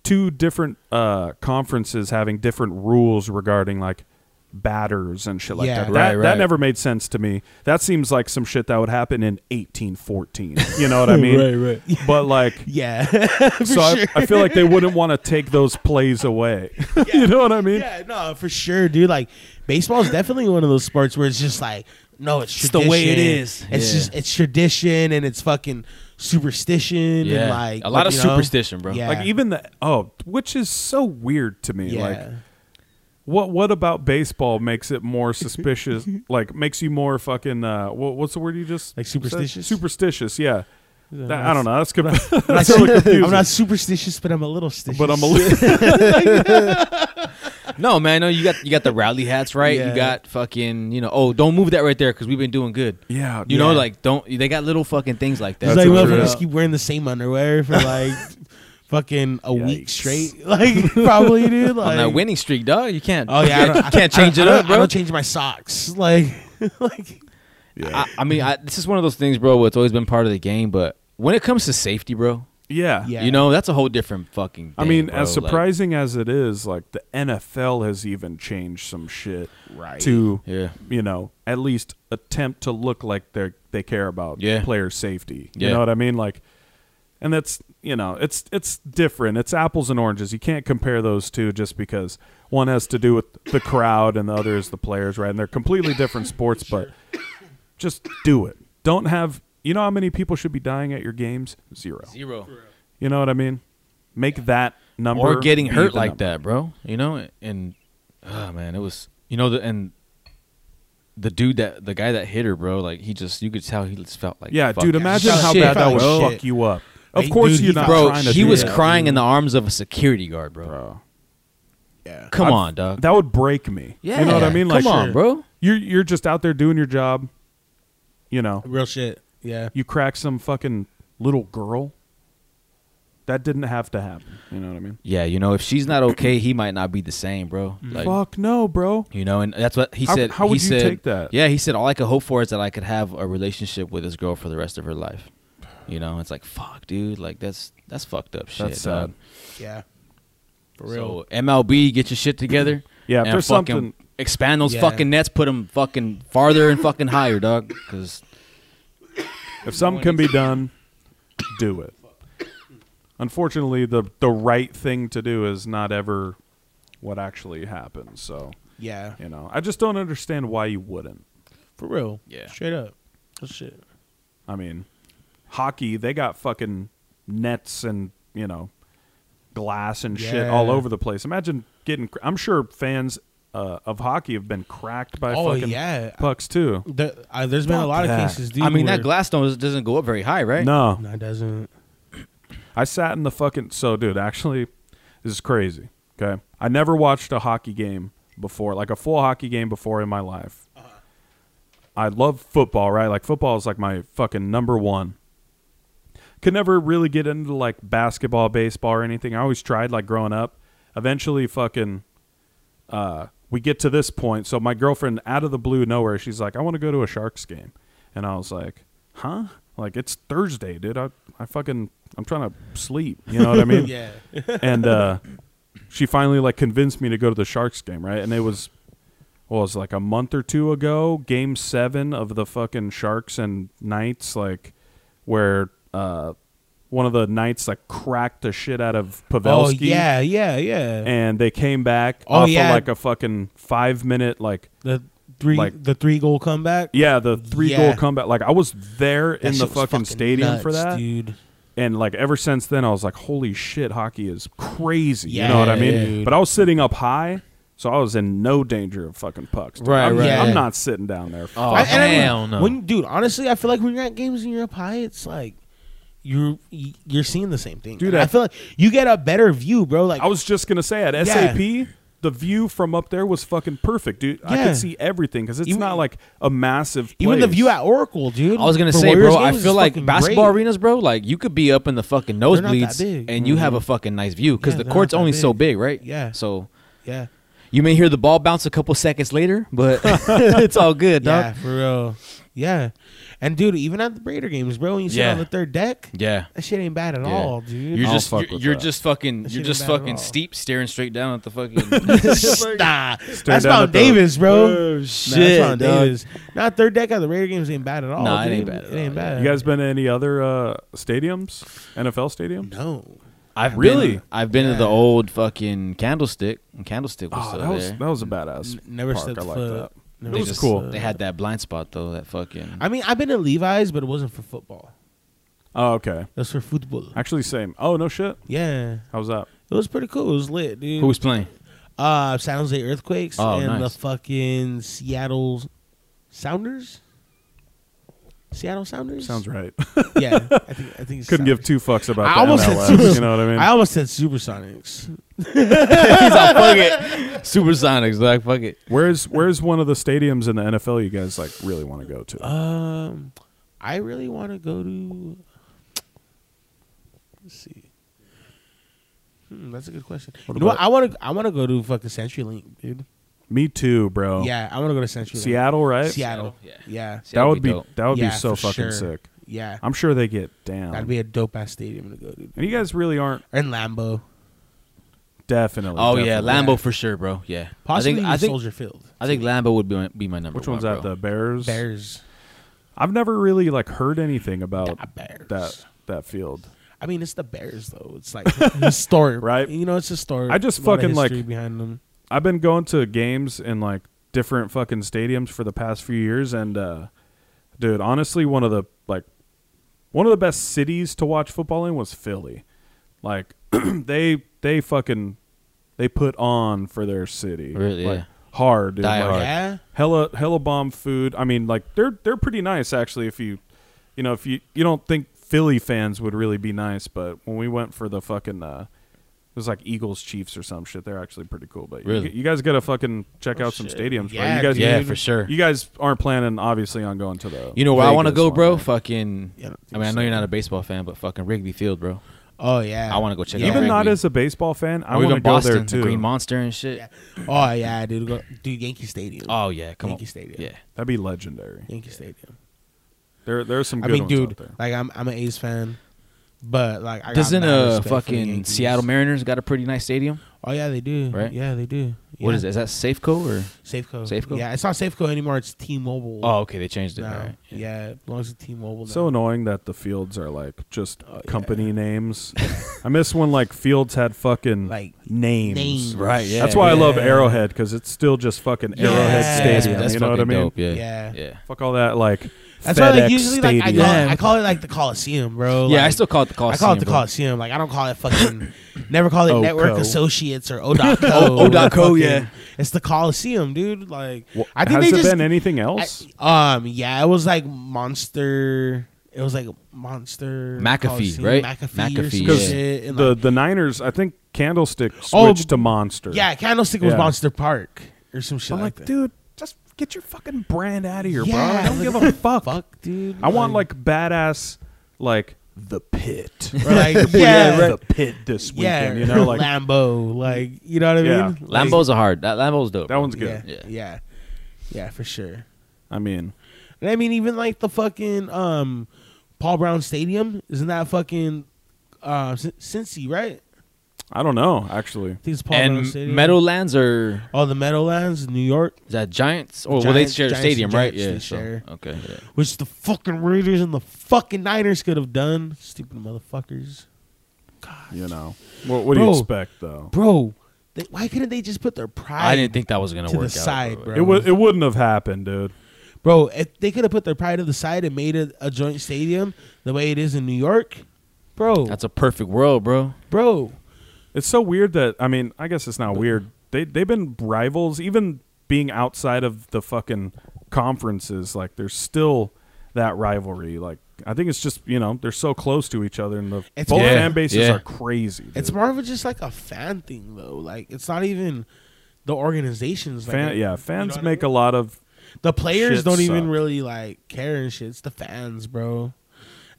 Speaker 3: two different uh conferences having different rules regarding like batters and shit like
Speaker 2: Yeah.
Speaker 3: that.
Speaker 2: Right,
Speaker 3: that, that
Speaker 1: right.
Speaker 3: never made sense to me. That seems like some shit that would happen in 1814. You know what I mean?
Speaker 2: Right,
Speaker 3: right. But like,
Speaker 2: yeah, for
Speaker 3: so I,
Speaker 2: sure.
Speaker 3: I feel like they wouldn't want to take those plays away. you know what I mean?
Speaker 2: yeah, no, for sure, dude. Like baseball is definitely one of those sports where it's just like, no, it's
Speaker 1: It's the way it
Speaker 2: tradition.
Speaker 1: is.
Speaker 2: It's
Speaker 1: Yeah.
Speaker 2: just it's tradition and it's fucking superstition and
Speaker 1: Yeah.
Speaker 2: like
Speaker 1: A lot of
Speaker 2: you know?
Speaker 1: superstition, bro.
Speaker 2: Yeah.
Speaker 3: Like even the oh, which is so weird to me.
Speaker 2: Yeah.
Speaker 3: Like what what about baseball makes it more suspicious? like makes you more fucking uh, what, what's the word you just
Speaker 2: Like
Speaker 3: said?
Speaker 2: superstitious?
Speaker 3: Superstitious, yeah. That- I
Speaker 2: that's-
Speaker 3: don't know. That's good.
Speaker 2: I'm not,
Speaker 3: That's really confusing.
Speaker 2: I'm not superstitious, but I'm a little stitious.
Speaker 3: but I'm a little.
Speaker 1: no, man, no, you got you got the rally hats right.
Speaker 2: Yeah.
Speaker 1: You got fucking, you know, oh, don't move that right there because we've been doing good.
Speaker 3: Yeah,
Speaker 1: you
Speaker 3: yeah.
Speaker 1: know, like don't they got little fucking things like
Speaker 2: It's
Speaker 1: that.
Speaker 2: like
Speaker 3: That's what
Speaker 2: motherfuckers
Speaker 3: it is.
Speaker 2: just keep wearing the same underwear for like fucking a week
Speaker 3: Yikes.
Speaker 2: straight. Like probably dude. Like
Speaker 1: on that winning streak, dog. You can't.
Speaker 2: Oh yeah, I
Speaker 1: you
Speaker 2: don't-
Speaker 1: can't, you can't
Speaker 2: I- I
Speaker 1: change it
Speaker 2: don't-
Speaker 1: up, bro.
Speaker 2: I don't change my socks. Like like
Speaker 1: I, I mean, I, this is one of those things, bro. Where it's always been part of the game, but when it comes to safety, bro,
Speaker 3: yeah,
Speaker 2: Yeah.
Speaker 1: you know that's a whole different fucking.
Speaker 3: I
Speaker 1: thing,
Speaker 3: mean,
Speaker 1: bro.
Speaker 3: as
Speaker 1: Like,
Speaker 3: surprising as it is, like the NFL has even changed some shit
Speaker 2: Right.
Speaker 3: to,
Speaker 1: Yeah.
Speaker 3: you know, at least attempt to look like they they care about
Speaker 1: Yeah.
Speaker 3: player safety. You
Speaker 1: Yeah.
Speaker 3: know what I mean? Like, and that's you know, it's it's different. It's apples and oranges. You can't compare those two just because one has to do with the crowd and the other is the players, right? And they're completely different sports, but just do it. Don't have you know how many people should be dying at your games? Zero.
Speaker 1: zero
Speaker 3: You know what I mean? Make that number
Speaker 1: or getting
Speaker 3: be
Speaker 1: hurt
Speaker 3: the
Speaker 1: like
Speaker 3: number.
Speaker 1: that, bro. You know, and oh man, it was you know the and the dude that the guy that hit her, bro. Like he just you could tell he just felt like
Speaker 3: Yeah,
Speaker 1: fuck,
Speaker 3: dude.
Speaker 1: I
Speaker 3: Imagine
Speaker 1: just-
Speaker 3: how
Speaker 2: shit,
Speaker 3: bad that would
Speaker 2: bro.
Speaker 3: fuck you up. Of
Speaker 2: Like,
Speaker 3: course,
Speaker 2: dude,
Speaker 3: you're
Speaker 2: he-
Speaker 3: not
Speaker 1: bro.
Speaker 3: trying to.
Speaker 1: He
Speaker 3: do
Speaker 1: was
Speaker 3: that.
Speaker 1: crying in the arms of a security guard, bro.
Speaker 3: Bro,
Speaker 2: Yeah.
Speaker 1: Come
Speaker 3: I'd-
Speaker 1: on, dog.
Speaker 3: That would break me.
Speaker 1: yeah,
Speaker 3: you know what I mean. Like,
Speaker 1: come on, bro.
Speaker 3: You're you're just out there doing your job. You know,
Speaker 2: Real shit. Yeah.
Speaker 3: you crack some fucking little girl. That didn't have to happen. You know what I mean?
Speaker 1: Yeah, you know, if she's not okay, he might not be the same, bro. Like,
Speaker 3: Mm. Fuck no, bro.
Speaker 1: You know, and that's what he
Speaker 3: How-
Speaker 1: said.
Speaker 3: how would
Speaker 1: he
Speaker 3: you
Speaker 1: said,
Speaker 3: take that?
Speaker 1: Yeah, he said all I could hope for is that I could have a relationship with this girl for the rest of her life. You know, it's like fuck, dude. Like that's that's fucked up shit.
Speaker 3: That's sad.
Speaker 1: dog.
Speaker 2: Yeah. For real.
Speaker 1: So MLB, get your shit together.
Speaker 3: Yeah, if
Speaker 1: and
Speaker 3: there's
Speaker 1: fucking
Speaker 3: something-
Speaker 1: expand those
Speaker 2: Yeah.
Speaker 1: fucking nets, put them fucking farther and fucking higher, dog. Because
Speaker 3: If something can be done, do it. Unfortunately, the the right thing to do is not ever what actually happens. So
Speaker 2: Yeah,
Speaker 3: You know, I just don't understand why you wouldn't.
Speaker 2: for real.
Speaker 1: Yeah.
Speaker 2: straight up. Oh, shit.
Speaker 3: I mean, hockey, they got fucking nets and, you know, glass and shit all
Speaker 2: Yeah.
Speaker 3: over the place. Imagine getting, cr- I'm sure fans uh, of hockey have been cracked by
Speaker 2: Oh,
Speaker 3: fucking
Speaker 2: yeah.
Speaker 3: pucks too.
Speaker 2: There, I, there's been a lot of
Speaker 1: that.
Speaker 2: cases, dude.
Speaker 5: I mean,
Speaker 2: where-
Speaker 5: that glass dome doesn't go up very high, right?
Speaker 3: No,
Speaker 2: No, it doesn't.
Speaker 3: I sat in the fucking, so dude, actually, this is crazy. Okay. I never watched a hockey game before, like a full hockey game before in my life. I love football, right? Like football is like my fucking number one. Could never really get into like basketball, baseball, or anything. I always tried like growing up. Eventually, fucking, uh, we get to this point. So my girlfriend, out of the blue, nowhere, she's like, "I want to go to a Sharks game," and I was like, "Huh? Like it's Thursday, dude. I, I fucking, I'm trying to sleep. You know what I mean?
Speaker 2: Yeah,
Speaker 3: and uh, she finally like convinced me to go to the Sharks game, right? And it was, well, it was like a month or two ago, Game Seven of the fucking Sharks and Knights, like where uh, one of the Knights like cracked the shit out of Pavelski,
Speaker 2: oh yeah, yeah, yeah.
Speaker 3: and they came back
Speaker 2: Oh,
Speaker 3: off of,
Speaker 2: yeah.
Speaker 3: like a fucking five minute like.
Speaker 2: the three,
Speaker 3: like-
Speaker 2: the three goal comeback.
Speaker 3: Yeah, the three
Speaker 2: Yeah.
Speaker 3: goal comeback. Like I was there
Speaker 2: That
Speaker 3: in the
Speaker 2: shit was
Speaker 3: fucking, stadium for
Speaker 2: nuts,
Speaker 3: that,
Speaker 2: dude.
Speaker 3: and like ever since then i was like holy shit hockey is crazy you
Speaker 2: Yeah,
Speaker 3: know what i mean
Speaker 2: dude.
Speaker 3: but i was sitting up high so i was in no danger of fucking pucks dude.
Speaker 5: Right,
Speaker 3: I'm,
Speaker 5: right.
Speaker 3: i'm
Speaker 2: Yeah.
Speaker 3: not sitting down there
Speaker 1: Oh,
Speaker 2: I- and I mean,
Speaker 1: hell no.
Speaker 2: When, dude, honestly, I feel like when you're at games and you're up high, it's like you're you're seeing the same thing.
Speaker 3: Dude,
Speaker 2: And I,
Speaker 3: I-
Speaker 2: feel like you get a better view, bro. Like,
Speaker 3: i was just gonna say at sap the view from up there was fucking perfect dude i
Speaker 2: Yeah.
Speaker 3: could see everything because it's
Speaker 2: Even-
Speaker 3: not like a massive
Speaker 2: even the
Speaker 3: place.
Speaker 2: view at Oracle, dude.
Speaker 5: I was gonna
Speaker 2: for
Speaker 5: say,
Speaker 2: Warriors
Speaker 5: bro. I
Speaker 2: games is
Speaker 5: feel like
Speaker 2: fucking
Speaker 5: basketball
Speaker 2: great.
Speaker 5: arenas, bro. Like you could be up in the fucking
Speaker 2: not that
Speaker 5: nosebleeds,
Speaker 2: big.
Speaker 5: and you have a fucking nice view because
Speaker 2: Yeah,
Speaker 5: the
Speaker 2: they're
Speaker 5: court's
Speaker 2: not that
Speaker 5: only so
Speaker 2: big.
Speaker 5: big, right?
Speaker 2: Yeah.
Speaker 5: So
Speaker 2: Yeah,
Speaker 5: you may hear the ball bounce a couple seconds later, but it's all good, dog.
Speaker 2: yeah, for real. Yeah, and dude, even at the Raider games, bro, when you sit
Speaker 1: Yeah.
Speaker 2: on the third deck,
Speaker 1: yeah.
Speaker 2: that shit ain't bad at
Speaker 1: Yeah.
Speaker 2: all, dude. Oh,
Speaker 1: You're
Speaker 3: I'll
Speaker 1: just
Speaker 3: fuck
Speaker 1: you're,
Speaker 3: with
Speaker 1: you're
Speaker 3: that.
Speaker 1: just fucking
Speaker 2: That
Speaker 1: you're
Speaker 2: shit
Speaker 1: just
Speaker 2: ain't bad at
Speaker 1: fucking
Speaker 2: all.
Speaker 1: steep staring straight down at the fucking
Speaker 2: nah,
Speaker 3: down
Speaker 2: that's Mount
Speaker 3: at the-
Speaker 2: Davis, bro.
Speaker 5: Oh,
Speaker 2: Nah, that's
Speaker 5: shit,
Speaker 2: Mount
Speaker 5: dog.
Speaker 2: Davis. Not third deck at the Raider games ain't bad at all.
Speaker 5: Nah, it
Speaker 2: dude.
Speaker 5: ain't bad at
Speaker 2: It ain't
Speaker 5: all, yeah.
Speaker 2: bad.
Speaker 3: you guys been to any other uh, stadiums nfl stadiums
Speaker 2: No.
Speaker 5: I've
Speaker 3: Really?
Speaker 5: been, I've been to the old fucking candlestick. And candlestick was
Speaker 3: oh
Speaker 5: still
Speaker 3: that was
Speaker 5: there.
Speaker 3: that was a badass
Speaker 2: never
Speaker 3: park.
Speaker 2: stepped
Speaker 3: I liked
Speaker 2: foot.
Speaker 3: that.
Speaker 2: Never
Speaker 5: They
Speaker 3: It was
Speaker 5: just-
Speaker 3: cool.
Speaker 5: They had that blind spot though. That fucking.
Speaker 2: I mean, I've been to Levi's, but it wasn't for football.
Speaker 3: oh okay
Speaker 2: It was for football.
Speaker 3: actually same oh no shit
Speaker 2: Yeah,
Speaker 3: how was that
Speaker 2: it was pretty cool. It was lit, dude.
Speaker 5: who was playing?
Speaker 2: uh, San Jose Earthquakes
Speaker 5: Oh,
Speaker 2: and
Speaker 5: nice.
Speaker 2: the fucking Seattle Sounders. Seattle Sounders
Speaker 3: sounds right
Speaker 2: Yeah, I think I think it's
Speaker 3: couldn't give
Speaker 2: Sounders.
Speaker 3: two fucks about
Speaker 2: I
Speaker 3: that
Speaker 2: almost
Speaker 3: MLS,
Speaker 2: said
Speaker 3: you know what i mean
Speaker 2: I almost said Supersonics.
Speaker 5: He's all Oh, fuck it. Supersonics, dog. Fuck it.
Speaker 3: Where's where's one of the stadiums in the NFL you guys like really want to go to?
Speaker 2: Um, I really want to go to. Let's see. Hmm, that's a good question.
Speaker 3: What
Speaker 2: you know what?
Speaker 3: about-
Speaker 2: I want to. I want to go to fucking CenturyLink, dude.
Speaker 3: Me too, bro.
Speaker 2: Yeah, I want to go to CenturyLink.
Speaker 3: Oh. Seattle, right?
Speaker 2: Seattle.
Speaker 5: Seattle, yeah.
Speaker 2: Yeah.
Speaker 3: That would be
Speaker 5: dope.
Speaker 3: that would
Speaker 2: Yeah,
Speaker 3: be so
Speaker 2: for
Speaker 3: fucking
Speaker 2: sure.
Speaker 3: sick.
Speaker 2: Yeah.
Speaker 3: I'm sure they get down.
Speaker 2: That'd be a dope ass stadium to go to.
Speaker 3: and you guys really aren't
Speaker 2: And Lambo.
Speaker 3: definitely.
Speaker 5: Oh yeah,
Speaker 3: definitely.
Speaker 5: Lambo for sure, bro. Yeah.
Speaker 2: Possibly
Speaker 5: I think I think
Speaker 2: Soldier Field.
Speaker 5: I think Lambo would be my, be my number.
Speaker 3: Which one's
Speaker 5: one,
Speaker 3: that?
Speaker 5: bro.
Speaker 3: The Bears.
Speaker 2: Bears.
Speaker 3: I've never really like heard anything about
Speaker 2: The Bears.
Speaker 3: that that field.
Speaker 2: I mean, it's the Bears though. It's like historic,
Speaker 3: Right.
Speaker 2: You know, it's historic.
Speaker 3: I just
Speaker 2: A lot of
Speaker 3: fucking, like-
Speaker 2: history behind them.
Speaker 3: I've been going to games in like different fucking stadiums for the past few years, and uh, dude, honestly, one of the like one of the best cities to watch football in was Philly. Like they they fucking they put on for their city,
Speaker 5: Really,
Speaker 3: Like,
Speaker 5: yeah.
Speaker 3: hard, dude.
Speaker 5: Die
Speaker 3: Like,
Speaker 5: hard.
Speaker 2: Yeah.
Speaker 3: hella hella bomb food. I mean, like they're they're pretty nice actually. If you you know if you you don't think Philly fans would really be nice, but when we went for the fucking uh, it was like Eagles Chiefs or some shit. They're actually pretty cool. But you-
Speaker 5: Really?
Speaker 3: you, guys gotta fucking check
Speaker 2: Oh,
Speaker 3: out some
Speaker 2: shit.
Speaker 3: stadiums, bro.
Speaker 2: Yeah,
Speaker 3: You guys,
Speaker 2: dude.
Speaker 5: Yeah, for sure.
Speaker 3: You guys aren't planning obviously on going to the.
Speaker 5: You know where I want to
Speaker 3: Vegas
Speaker 5: go,
Speaker 3: one,
Speaker 5: bro?
Speaker 3: right?
Speaker 5: Fucking.
Speaker 2: Yeah, I don't
Speaker 5: I mean, I
Speaker 2: think
Speaker 5: know
Speaker 2: so.
Speaker 5: you're not a baseball fan, but fucking Wrigley Field, bro.
Speaker 2: Oh yeah.
Speaker 5: I wanna go check it
Speaker 2: yeah.
Speaker 5: out.
Speaker 3: Even
Speaker 5: Wrigley.
Speaker 3: not as a baseball fan, I
Speaker 5: Or
Speaker 3: want to
Speaker 5: even
Speaker 3: go
Speaker 5: Boston,
Speaker 3: there
Speaker 5: the
Speaker 3: too.
Speaker 5: Green Monster and shit.
Speaker 2: Oh yeah, dude. Go, dude, Yankee Stadium.
Speaker 5: Oh yeah, come
Speaker 2: Yankee
Speaker 5: on.
Speaker 2: Stadium.
Speaker 5: Yeah.
Speaker 3: That'd be legendary.
Speaker 2: Yankee Stadium.
Speaker 3: There, there are some
Speaker 2: I
Speaker 3: good
Speaker 2: mean,
Speaker 3: ones out
Speaker 2: dude,
Speaker 3: there.
Speaker 2: like I'm I'm an A's fan. But like, I got
Speaker 5: Doesn't
Speaker 2: mad
Speaker 5: uh
Speaker 2: respect for the
Speaker 5: fucking
Speaker 2: Yankees.
Speaker 5: Seattle Mariners got a pretty nice stadium?
Speaker 2: Oh yeah, they do.
Speaker 5: Right?
Speaker 2: Yeah, they do.
Speaker 5: What
Speaker 2: Yeah.
Speaker 5: is it? Is that Safeco or?
Speaker 2: Safeco.
Speaker 5: Safeco?
Speaker 2: Yeah, it's not Safeco anymore. It's T-Mobile.
Speaker 1: Oh, okay, they changed it.
Speaker 2: now.
Speaker 1: All right.
Speaker 2: yeah. it belongs to T-Mobile. Now.
Speaker 3: So annoying that the fields are like just uh,
Speaker 2: Oh,
Speaker 3: company names. I miss when like fields had fucking
Speaker 2: Like,
Speaker 3: names.
Speaker 2: names.
Speaker 5: Right. Yeah.
Speaker 3: That's why I love
Speaker 2: Yeah.
Speaker 3: Arrowhead because it's still just fucking
Speaker 2: Yeah.
Speaker 3: Arrowhead
Speaker 2: That's-
Speaker 3: Stadium.
Speaker 2: that's
Speaker 3: you know what I
Speaker 1: fucking
Speaker 3: mean?
Speaker 1: Dope. Yeah.
Speaker 2: Yeah.
Speaker 1: Yeah.
Speaker 3: Fuck all that like.
Speaker 2: that's why
Speaker 3: FedEx
Speaker 2: like usually
Speaker 3: Stadium.
Speaker 2: like I call, it,
Speaker 5: Yeah.
Speaker 2: I call it like the Coliseum, bro.
Speaker 5: Yeah, I
Speaker 2: Like,
Speaker 5: still call it the
Speaker 2: I
Speaker 5: Coliseum.
Speaker 2: call it the
Speaker 5: bro.
Speaker 2: Coliseum. Like I don't call it fucking. never call it
Speaker 3: Oh,
Speaker 2: Network
Speaker 3: co.
Speaker 2: Associates or O.co.
Speaker 5: Oh, O.co, yeah.
Speaker 2: It's the Coliseum, dude. Like
Speaker 3: Well,
Speaker 2: I think
Speaker 3: has
Speaker 2: they
Speaker 3: it
Speaker 2: just
Speaker 3: been anything
Speaker 2: I-
Speaker 3: else?
Speaker 2: um, yeah, it was like Monster. It was like Monster
Speaker 1: McAfee,
Speaker 2: Coliseum,
Speaker 1: right?
Speaker 2: McAfee, or
Speaker 1: McAfee,
Speaker 2: some
Speaker 1: yeah.
Speaker 2: shit. And
Speaker 3: the
Speaker 2: like,
Speaker 3: the Niners, I think Candlestick switched
Speaker 2: Oh,
Speaker 3: to Monster.
Speaker 2: yeah, Candlestick was
Speaker 3: Yeah.
Speaker 2: Monster Park or some shit
Speaker 3: I'm
Speaker 2: like, that.
Speaker 3: like, dude, just get your fucking brand out of here,
Speaker 2: Yeah,
Speaker 3: bro. I don't
Speaker 2: like,
Speaker 3: give a fuck.
Speaker 2: Fuck, dude.
Speaker 3: I want like badass, like the pit.
Speaker 2: or like yeah,
Speaker 3: the pit this
Speaker 2: yeah,
Speaker 3: weekend. You know, like
Speaker 2: Lambo, like you know what I
Speaker 3: Yeah.
Speaker 2: mean? Like,
Speaker 1: Lambo's a hard. That Lambo's dope.
Speaker 3: that one's good.
Speaker 2: yeah, yeah,
Speaker 1: Yeah.
Speaker 2: yeah, for sure.
Speaker 3: I mean,
Speaker 2: And I mean, even like the fucking um, Paul Brown Stadium, isn't that fucking uh, Cin- Cincy, right?
Speaker 3: I don't know actually.
Speaker 2: I think it's Paul Brown
Speaker 1: And
Speaker 2: Stadium.
Speaker 1: Meadowlands are
Speaker 2: all the Meadowlands, in New York.
Speaker 1: is that Giants?
Speaker 5: Oh,
Speaker 1: Or well, they
Speaker 2: Giants-
Speaker 1: share a
Speaker 2: Giants and
Speaker 1: stadium, right?
Speaker 2: Jets,
Speaker 1: Yeah.
Speaker 2: they
Speaker 1: so-
Speaker 2: share.
Speaker 1: Okay. Yeah.
Speaker 2: which the fucking Raiders and the fucking Niners could have done. Stupid motherfuckers,
Speaker 3: You know, what, what do you
Speaker 2: Bro.
Speaker 3: expect though?
Speaker 2: bro. They, why couldn't they just put their pride?
Speaker 1: I didn't think that was gonna
Speaker 2: to the
Speaker 1: work out.
Speaker 2: side, bro.
Speaker 3: It would it wouldn't have happened, dude.
Speaker 2: bro. If they could have put their pride to the side and made it a joint stadium the way it is in New York, bro.
Speaker 1: That's a perfect world, bro.
Speaker 2: bro.
Speaker 3: It's so weird that I mean, I guess it's not weird. They they've been rivals even being outside of the fucking conferences. Like there's still that rivalry. Like I think it's just you know they're so close to each other, and the
Speaker 2: It's
Speaker 3: both
Speaker 2: Yeah,
Speaker 3: fan bases
Speaker 1: yeah.
Speaker 3: are crazy. dude.
Speaker 2: It's more of a just like a fan thing though. Like it's not even the organizations. Like,
Speaker 3: Fan,
Speaker 2: it-
Speaker 3: yeah,
Speaker 2: you
Speaker 3: fans
Speaker 2: know what I
Speaker 3: make
Speaker 2: mean?
Speaker 3: a lot of
Speaker 2: The players
Speaker 3: Shit
Speaker 2: don't even
Speaker 3: suck.
Speaker 2: really like care and shit. It's the fans, bro.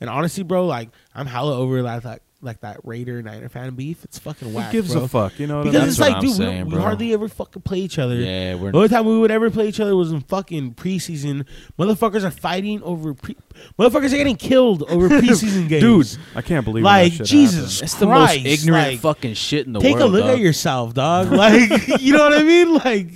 Speaker 2: And honestly, bro, like I'm hella over like that, like that Raider Niner fan beef. It's fucking whack.
Speaker 3: who gives
Speaker 2: bro.
Speaker 3: a fuck, you know? What I
Speaker 2: Because
Speaker 3: mean?
Speaker 1: That's
Speaker 2: it's
Speaker 1: what
Speaker 2: like,
Speaker 1: I'm
Speaker 2: dude, we-
Speaker 1: saying,
Speaker 2: we,
Speaker 1: bro.
Speaker 2: hardly ever fucking play each other.
Speaker 1: Yeah, we're
Speaker 2: The only time we would ever play each other was in fucking preseason. Motherfuckers are fighting over pre. Motherfuckers are getting killed over preseason games,
Speaker 3: dude, I can't believe when
Speaker 2: Like
Speaker 3: that shit
Speaker 2: Jesus,
Speaker 3: happened.
Speaker 1: It's the
Speaker 2: Christ,
Speaker 1: most ignorant
Speaker 2: like,
Speaker 1: fucking shit in the
Speaker 2: Take
Speaker 1: world.
Speaker 2: a look
Speaker 1: dog.
Speaker 2: at yourself, dog. Like, you know what I mean? Like,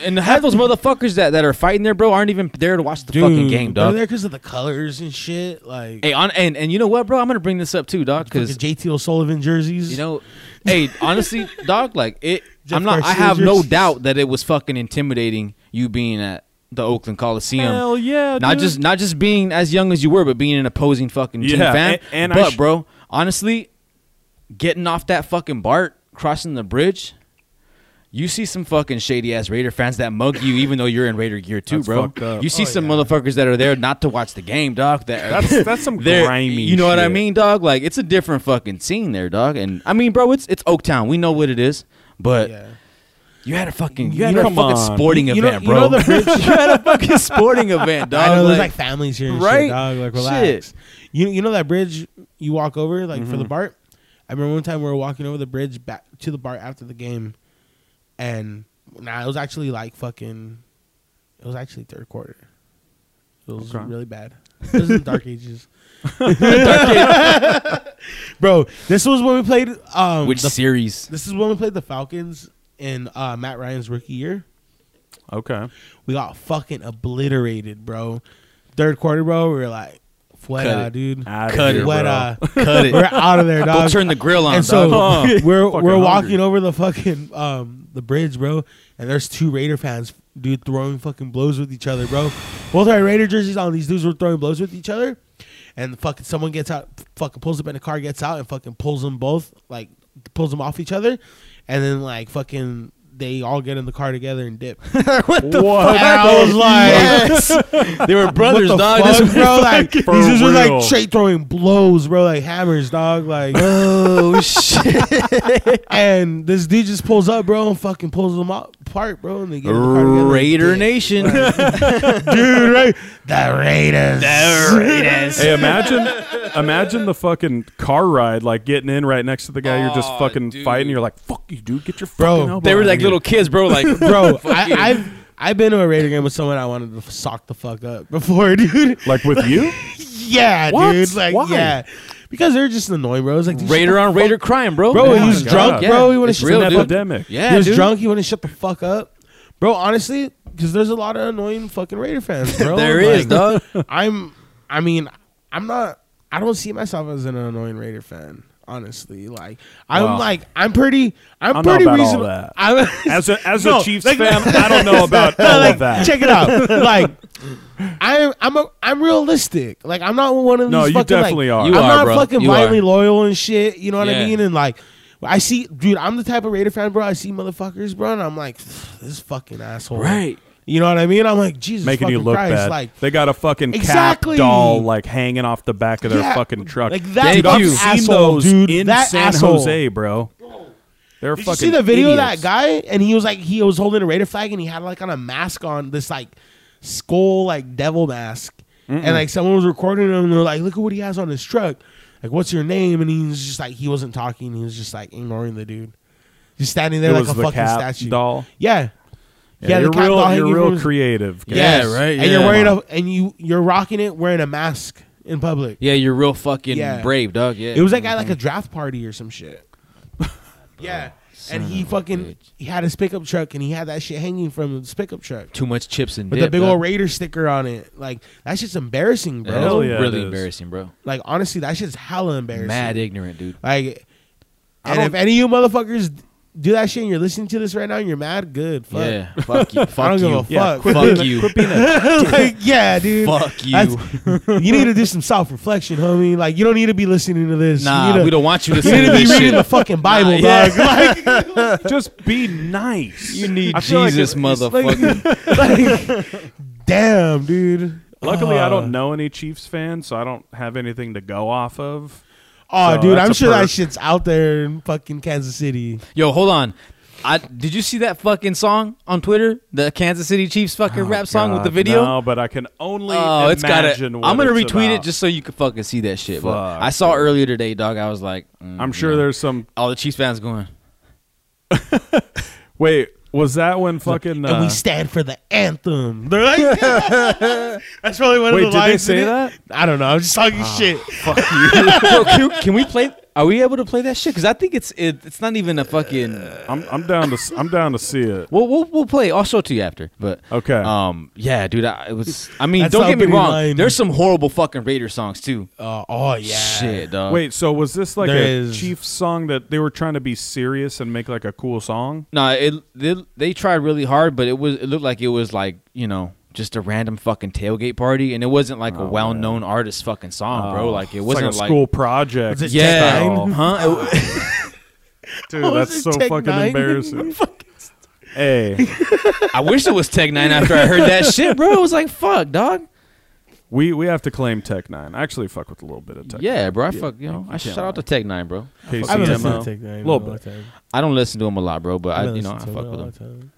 Speaker 1: and half those motherfuckers that, that are fighting there, bro, aren't even there to watch the fucking game,
Speaker 2: They're
Speaker 1: dog.
Speaker 2: there because of the colors and shit. Like,
Speaker 1: Hey, on and, and you know what, bro? I'm gonna bring this up too, dog,
Speaker 2: fucking
Speaker 1: because
Speaker 2: JT O'Sullivan jerseys.
Speaker 1: you know, hey, honestly, dog, like it.
Speaker 2: Jeff
Speaker 1: I'm not. I
Speaker 2: Garcia
Speaker 1: have no
Speaker 2: jerseys.
Speaker 1: doubt that it was fucking intimidating you being at the Oakland Coliseum.
Speaker 3: Hell yeah,
Speaker 1: not
Speaker 3: dude.
Speaker 1: just not just being as young as you were, but being an opposing fucking team
Speaker 3: Yeah,
Speaker 1: fan.
Speaker 3: and- and I
Speaker 1: but
Speaker 3: sh-
Speaker 1: bro, honestly, getting off that fucking BART, crossing the bridge, you see some fucking shady ass Raider fans that mug you, even though you're in Raider gear too,
Speaker 3: That's fucked
Speaker 1: bro.
Speaker 3: up.
Speaker 1: You see
Speaker 2: Oh,
Speaker 1: some
Speaker 2: yeah.
Speaker 1: motherfuckers that are there not to watch the game, dog. That
Speaker 3: That's that's some
Speaker 1: there-
Speaker 3: grimy.
Speaker 1: You know what I
Speaker 3: shit.
Speaker 1: mean, dog? Like it's a different fucking scene there, dog. And I mean, bro, it's it's Oaktown. We know what it is, but
Speaker 2: Yeah.
Speaker 1: you had a fucking
Speaker 3: You
Speaker 1: you
Speaker 3: had
Speaker 1: had
Speaker 3: a-
Speaker 1: a
Speaker 3: come
Speaker 1: fucking
Speaker 3: on.
Speaker 1: sporting
Speaker 2: You- you know-
Speaker 1: event,
Speaker 2: you
Speaker 1: bro.
Speaker 2: know the bridge-
Speaker 1: you had a fucking sporting event, dog.
Speaker 2: I know there's
Speaker 1: Like,
Speaker 2: like families here, and
Speaker 1: Right?
Speaker 2: Shit, dog. Like relax.
Speaker 1: Shit.
Speaker 2: You you know that bridge you walk over like for the BART. I remember one time we were walking over the bridge back to the BART after the game, and nah, it was actually like fucking. It was actually third quarter. It was
Speaker 3: Okay.
Speaker 2: really bad. It was in the dark ages. Bro, this was when we played. Um,
Speaker 1: which
Speaker 2: the-
Speaker 1: series?
Speaker 2: this is when we played the Falcons in uh, Matt Ryan's rookie year.
Speaker 3: Okay,
Speaker 2: We got fucking obliterated, bro. Third quarter, bro, we were like,
Speaker 1: Cut
Speaker 2: fuera,
Speaker 1: it.
Speaker 2: dude.
Speaker 3: Outta
Speaker 1: Cut
Speaker 3: here,
Speaker 1: it.
Speaker 3: bro.
Speaker 2: Fuera.
Speaker 1: Cut it.
Speaker 2: we're out of there,
Speaker 1: Go
Speaker 2: dog.
Speaker 1: turn the grill on,
Speaker 2: and so
Speaker 1: dog.
Speaker 3: Huh.
Speaker 2: we're
Speaker 3: Fucking
Speaker 2: we're
Speaker 3: hungry.
Speaker 2: walking over the fucking um the bridge, bro. And there's two Raider fans, dude, throwing fucking blows with each other, bro. Both our Raider jerseys on. These dudes were throwing blows with each other, and fucking someone gets out, fucking pulls up in a car, gets out, and fucking pulls them both, like pulls them off each other, and then like fucking they all get in the car together and dip.
Speaker 3: What the
Speaker 2: And
Speaker 3: fuck?
Speaker 2: I was like,
Speaker 1: they were brothers,
Speaker 2: what the
Speaker 1: dog.
Speaker 2: fuck,
Speaker 1: This-
Speaker 2: bro? Like these
Speaker 3: For
Speaker 2: dudes were
Speaker 3: real.
Speaker 2: like straight throwing blows, bro, like hammers, dog. Like,
Speaker 1: oh shit!
Speaker 2: and this dude just pulls up, bro, and fucking pulls them out apart, bro, and they get in the car together and
Speaker 1: Raider
Speaker 2: dip.
Speaker 1: Nation.
Speaker 2: dude, right? The Raiders.
Speaker 3: Hey, imagine, imagine the fucking car ride, like getting in right next to the guy you're just
Speaker 1: Aw,
Speaker 3: fucking
Speaker 1: dude.
Speaker 3: fighting. You're like, fuck you, dude, get your
Speaker 2: Bro,
Speaker 3: fucking elbow
Speaker 1: they were
Speaker 3: out of
Speaker 1: like
Speaker 3: here."
Speaker 1: little kids, bro. Like,
Speaker 2: bro.
Speaker 1: fuck you.
Speaker 2: I, I've I've been to a Raider game with someone I wanted to sock the fuck up before, dude.
Speaker 3: like with you.
Speaker 2: Yeah,
Speaker 3: What?
Speaker 2: dude. Like,
Speaker 3: Why?
Speaker 2: yeah. because they're just annoying, bro. It's like dude, shut
Speaker 1: Raider
Speaker 2: the
Speaker 1: on
Speaker 2: fuck-
Speaker 1: Raider crime, bro.
Speaker 2: Bro,
Speaker 3: Yeah,
Speaker 2: he was
Speaker 3: God.
Speaker 2: drunk,
Speaker 3: Yeah.
Speaker 2: bro. He wouldn't
Speaker 1: It's
Speaker 2: shut
Speaker 1: real,
Speaker 2: the
Speaker 3: It's
Speaker 2: fuck
Speaker 3: an
Speaker 1: dude.
Speaker 2: up.
Speaker 3: epidemic.
Speaker 1: Yeah,
Speaker 2: he was
Speaker 1: dude.
Speaker 2: drunk. He wouldn't shut the fuck up, bro. Honestly, because there's a lot of annoying fucking Raider fans, bro.
Speaker 1: There is,
Speaker 2: Like,
Speaker 1: dog.
Speaker 2: I'm. I mean, I'm not. I don't see myself as an annoying Raider fan. Honestly, like I'm
Speaker 3: Wow.
Speaker 2: like I'm pretty. I'm,
Speaker 3: I don't know
Speaker 2: pretty
Speaker 3: about all
Speaker 2: reasonable.
Speaker 3: that.
Speaker 2: I'm,
Speaker 3: As a as
Speaker 2: No,
Speaker 3: a Chiefs
Speaker 2: like-
Speaker 3: fan, I don't know about all
Speaker 2: like,
Speaker 3: of that.
Speaker 2: Check it out. Like I'm I'm a, I'm realistic. Like I'm not one of these.
Speaker 3: No, you
Speaker 2: fucking,
Speaker 3: definitely
Speaker 2: like,
Speaker 3: are.
Speaker 2: I'm
Speaker 3: You
Speaker 5: are,
Speaker 2: not
Speaker 5: bro.
Speaker 2: fucking
Speaker 5: You
Speaker 2: blindly
Speaker 5: are.
Speaker 2: loyal and shit. You know what I
Speaker 5: Yeah.
Speaker 2: mean? And like. I see, dude. I'm the type of Raider fan, bro. I see motherfuckers, bro, and I'm like, this fucking asshole,
Speaker 5: Right.
Speaker 2: You know what I mean? I'm like, Jesus,
Speaker 3: making you
Speaker 2: fucking
Speaker 3: look
Speaker 2: Christ,
Speaker 3: bad.
Speaker 2: Like,
Speaker 3: they got a fucking
Speaker 2: Exactly.
Speaker 3: cat doll like hanging off the back of their
Speaker 2: Yeah,
Speaker 3: fucking truck.
Speaker 2: like, that
Speaker 3: dude, I've
Speaker 5: fucking
Speaker 3: seen
Speaker 2: asshole,
Speaker 3: those
Speaker 2: dude,
Speaker 3: in
Speaker 2: that
Speaker 3: San
Speaker 2: asshole.
Speaker 3: Jose, bro. They're
Speaker 2: Did you
Speaker 3: fucking
Speaker 2: see the video
Speaker 3: idiots.
Speaker 2: of that guy? And he was like, he was holding a Raider flag and he had like on a mask on, this like skull, like devil mask. And like someone was recording him and they're like, look at what he has on his truck. Like, what's your name? And he was just like, he wasn't talking. He was just like ignoring the dude. Just standing there
Speaker 3: It
Speaker 2: like
Speaker 3: was
Speaker 2: a
Speaker 3: the
Speaker 2: fucking
Speaker 3: cat
Speaker 2: statue.
Speaker 3: doll.
Speaker 2: Yeah.
Speaker 3: Yeah, you're
Speaker 2: cat doll
Speaker 3: real.
Speaker 2: hanging
Speaker 3: You're
Speaker 2: from
Speaker 3: real
Speaker 2: his-
Speaker 3: creative. guy.
Speaker 5: Yeah,
Speaker 2: Yes.
Speaker 5: right,
Speaker 2: And you're
Speaker 5: yeah.
Speaker 2: wearing a, and you, you're rocking it wearing a mask in public.
Speaker 1: Yeah, you're real fucking
Speaker 2: Yeah.
Speaker 1: brave, dog. Yeah.
Speaker 2: It was like at like a draft party or some shit. yeah. And he fucking he had his pickup truck and he had that shit hanging from his pickup truck
Speaker 1: too much chips and
Speaker 2: with
Speaker 1: dip.
Speaker 2: the big
Speaker 1: dog.
Speaker 2: old Raider sticker on it. Like that shit's embarrassing, bro.
Speaker 1: That's
Speaker 3: Hell yeah, it
Speaker 1: really
Speaker 3: is.
Speaker 1: embarrassing, bro.
Speaker 2: Like honestly, that shit's hella embarrassing.
Speaker 1: Mad ignorant, dude.
Speaker 2: Like,
Speaker 3: I
Speaker 2: and
Speaker 3: don't-
Speaker 2: if any of you motherfuckers do that shit and you're listening to this right now and you're mad, good. Fuck.
Speaker 1: Yeah, fuck you. Fuck
Speaker 2: I don't
Speaker 1: you.
Speaker 2: give a
Speaker 3: Yeah,
Speaker 2: fuck.
Speaker 3: quit
Speaker 1: Fuck
Speaker 3: being a-
Speaker 1: you.
Speaker 3: quit being a-
Speaker 2: like, yeah, dude.
Speaker 1: Fuck you.
Speaker 2: That's- you need to do some self reflection, homie. Like, you don't need to be listening to this. you
Speaker 1: Nah,
Speaker 2: need to,
Speaker 1: we don't want you to
Speaker 2: You
Speaker 1: see
Speaker 2: need to be
Speaker 1: this
Speaker 2: reading
Speaker 1: shit.
Speaker 2: the fucking Bible,
Speaker 1: yeah.
Speaker 2: dog. Like,
Speaker 3: just be nice.
Speaker 1: you need
Speaker 3: I feel like
Speaker 1: Jesus,
Speaker 3: it-
Speaker 1: motherfucker.
Speaker 2: like, damn, dude.
Speaker 3: Luckily, I
Speaker 2: Uh,
Speaker 3: don't know any Chiefs fans, so I don't have anything to go off of.
Speaker 2: Oh,
Speaker 3: So
Speaker 2: dude,
Speaker 3: that's
Speaker 2: I'm
Speaker 3: a
Speaker 2: sure that
Speaker 3: perk.
Speaker 2: shit's out there in fucking Kansas City.
Speaker 1: Yo, hold on. I did you see that fucking song on Twitter? The Kansas City Chiefs fucking rap song with the
Speaker 3: Oh, God,
Speaker 1: video.
Speaker 3: No, but I can only
Speaker 1: Oh, it's got it.
Speaker 3: imagine.
Speaker 1: I'm
Speaker 3: what
Speaker 1: gonna
Speaker 3: it's
Speaker 1: retweet it
Speaker 3: about.
Speaker 1: just so you can fucking see that shit. But
Speaker 3: Fuck,
Speaker 1: I saw earlier today, dog. I was like, mm,
Speaker 3: I'm sure
Speaker 1: you know.
Speaker 3: there's some.
Speaker 1: all the Chiefs fans going.
Speaker 3: Wait, was that when fucking?
Speaker 2: and
Speaker 3: uh,
Speaker 2: we stand for the anthem. They're like, that's probably one
Speaker 3: Wait,
Speaker 2: of
Speaker 3: did
Speaker 2: the
Speaker 3: they
Speaker 2: lines. in
Speaker 3: say
Speaker 2: it.
Speaker 3: that? Ah.
Speaker 2: I don't know. I'm just talking shit.
Speaker 1: Bro, can, can we play? Are we able to play that shit? Because I think it's it, it's not even a fucking.
Speaker 3: I'm I'm down to s- I'm down to see it.
Speaker 1: We'll, we'll we'll play. I'll show it to you after. But
Speaker 3: Okay.
Speaker 1: um, yeah, dude. I it was. I mean,
Speaker 2: That's
Speaker 1: don't
Speaker 2: the
Speaker 1: get me
Speaker 2: opening
Speaker 1: wrong.
Speaker 2: line.
Speaker 1: There's some horrible fucking Raider songs too.
Speaker 2: Uh, oh yeah.
Speaker 1: Shit, dog.
Speaker 3: Wait, so was this like
Speaker 2: There
Speaker 3: a
Speaker 2: is-
Speaker 3: Chiefs song that they were trying to be serious and make like a cool song?
Speaker 1: No, it they, they tried really hard, but it was it looked like it was like you know just a random fucking tailgate party, and it wasn't like a well-known artist fucking song, bro. Like it
Speaker 3: Oh, It's
Speaker 1: wasn't
Speaker 3: like a
Speaker 1: like,
Speaker 3: school project.
Speaker 2: Was it
Speaker 1: yeah, uh,
Speaker 2: Tech Nine?
Speaker 1: huh? It-
Speaker 3: Dude,
Speaker 2: Was
Speaker 3: that's
Speaker 2: Oh, it
Speaker 3: so
Speaker 2: Tech
Speaker 3: fucking
Speaker 2: Nine?
Speaker 3: embarrassing. hey,
Speaker 1: I wish it was Tech Nine after I heard that shit, bro. It was like fuck, dog.
Speaker 3: we we have to claim Tech Nine. I actually fuck with a little bit of Tech.
Speaker 1: Yeah, bro. I fuck you know. I shout out to Tech Nine, bro.
Speaker 3: Nine.
Speaker 2: I've been listening
Speaker 3: KCMO.
Speaker 2: to Tech Nine in
Speaker 3: Little
Speaker 2: a long
Speaker 3: bit.
Speaker 2: time.
Speaker 1: I don't listen to him a lot, bro, but I,
Speaker 2: I've been
Speaker 1: you know I
Speaker 2: listening to
Speaker 1: fuck
Speaker 2: it
Speaker 1: with
Speaker 2: a
Speaker 1: him.
Speaker 2: long time.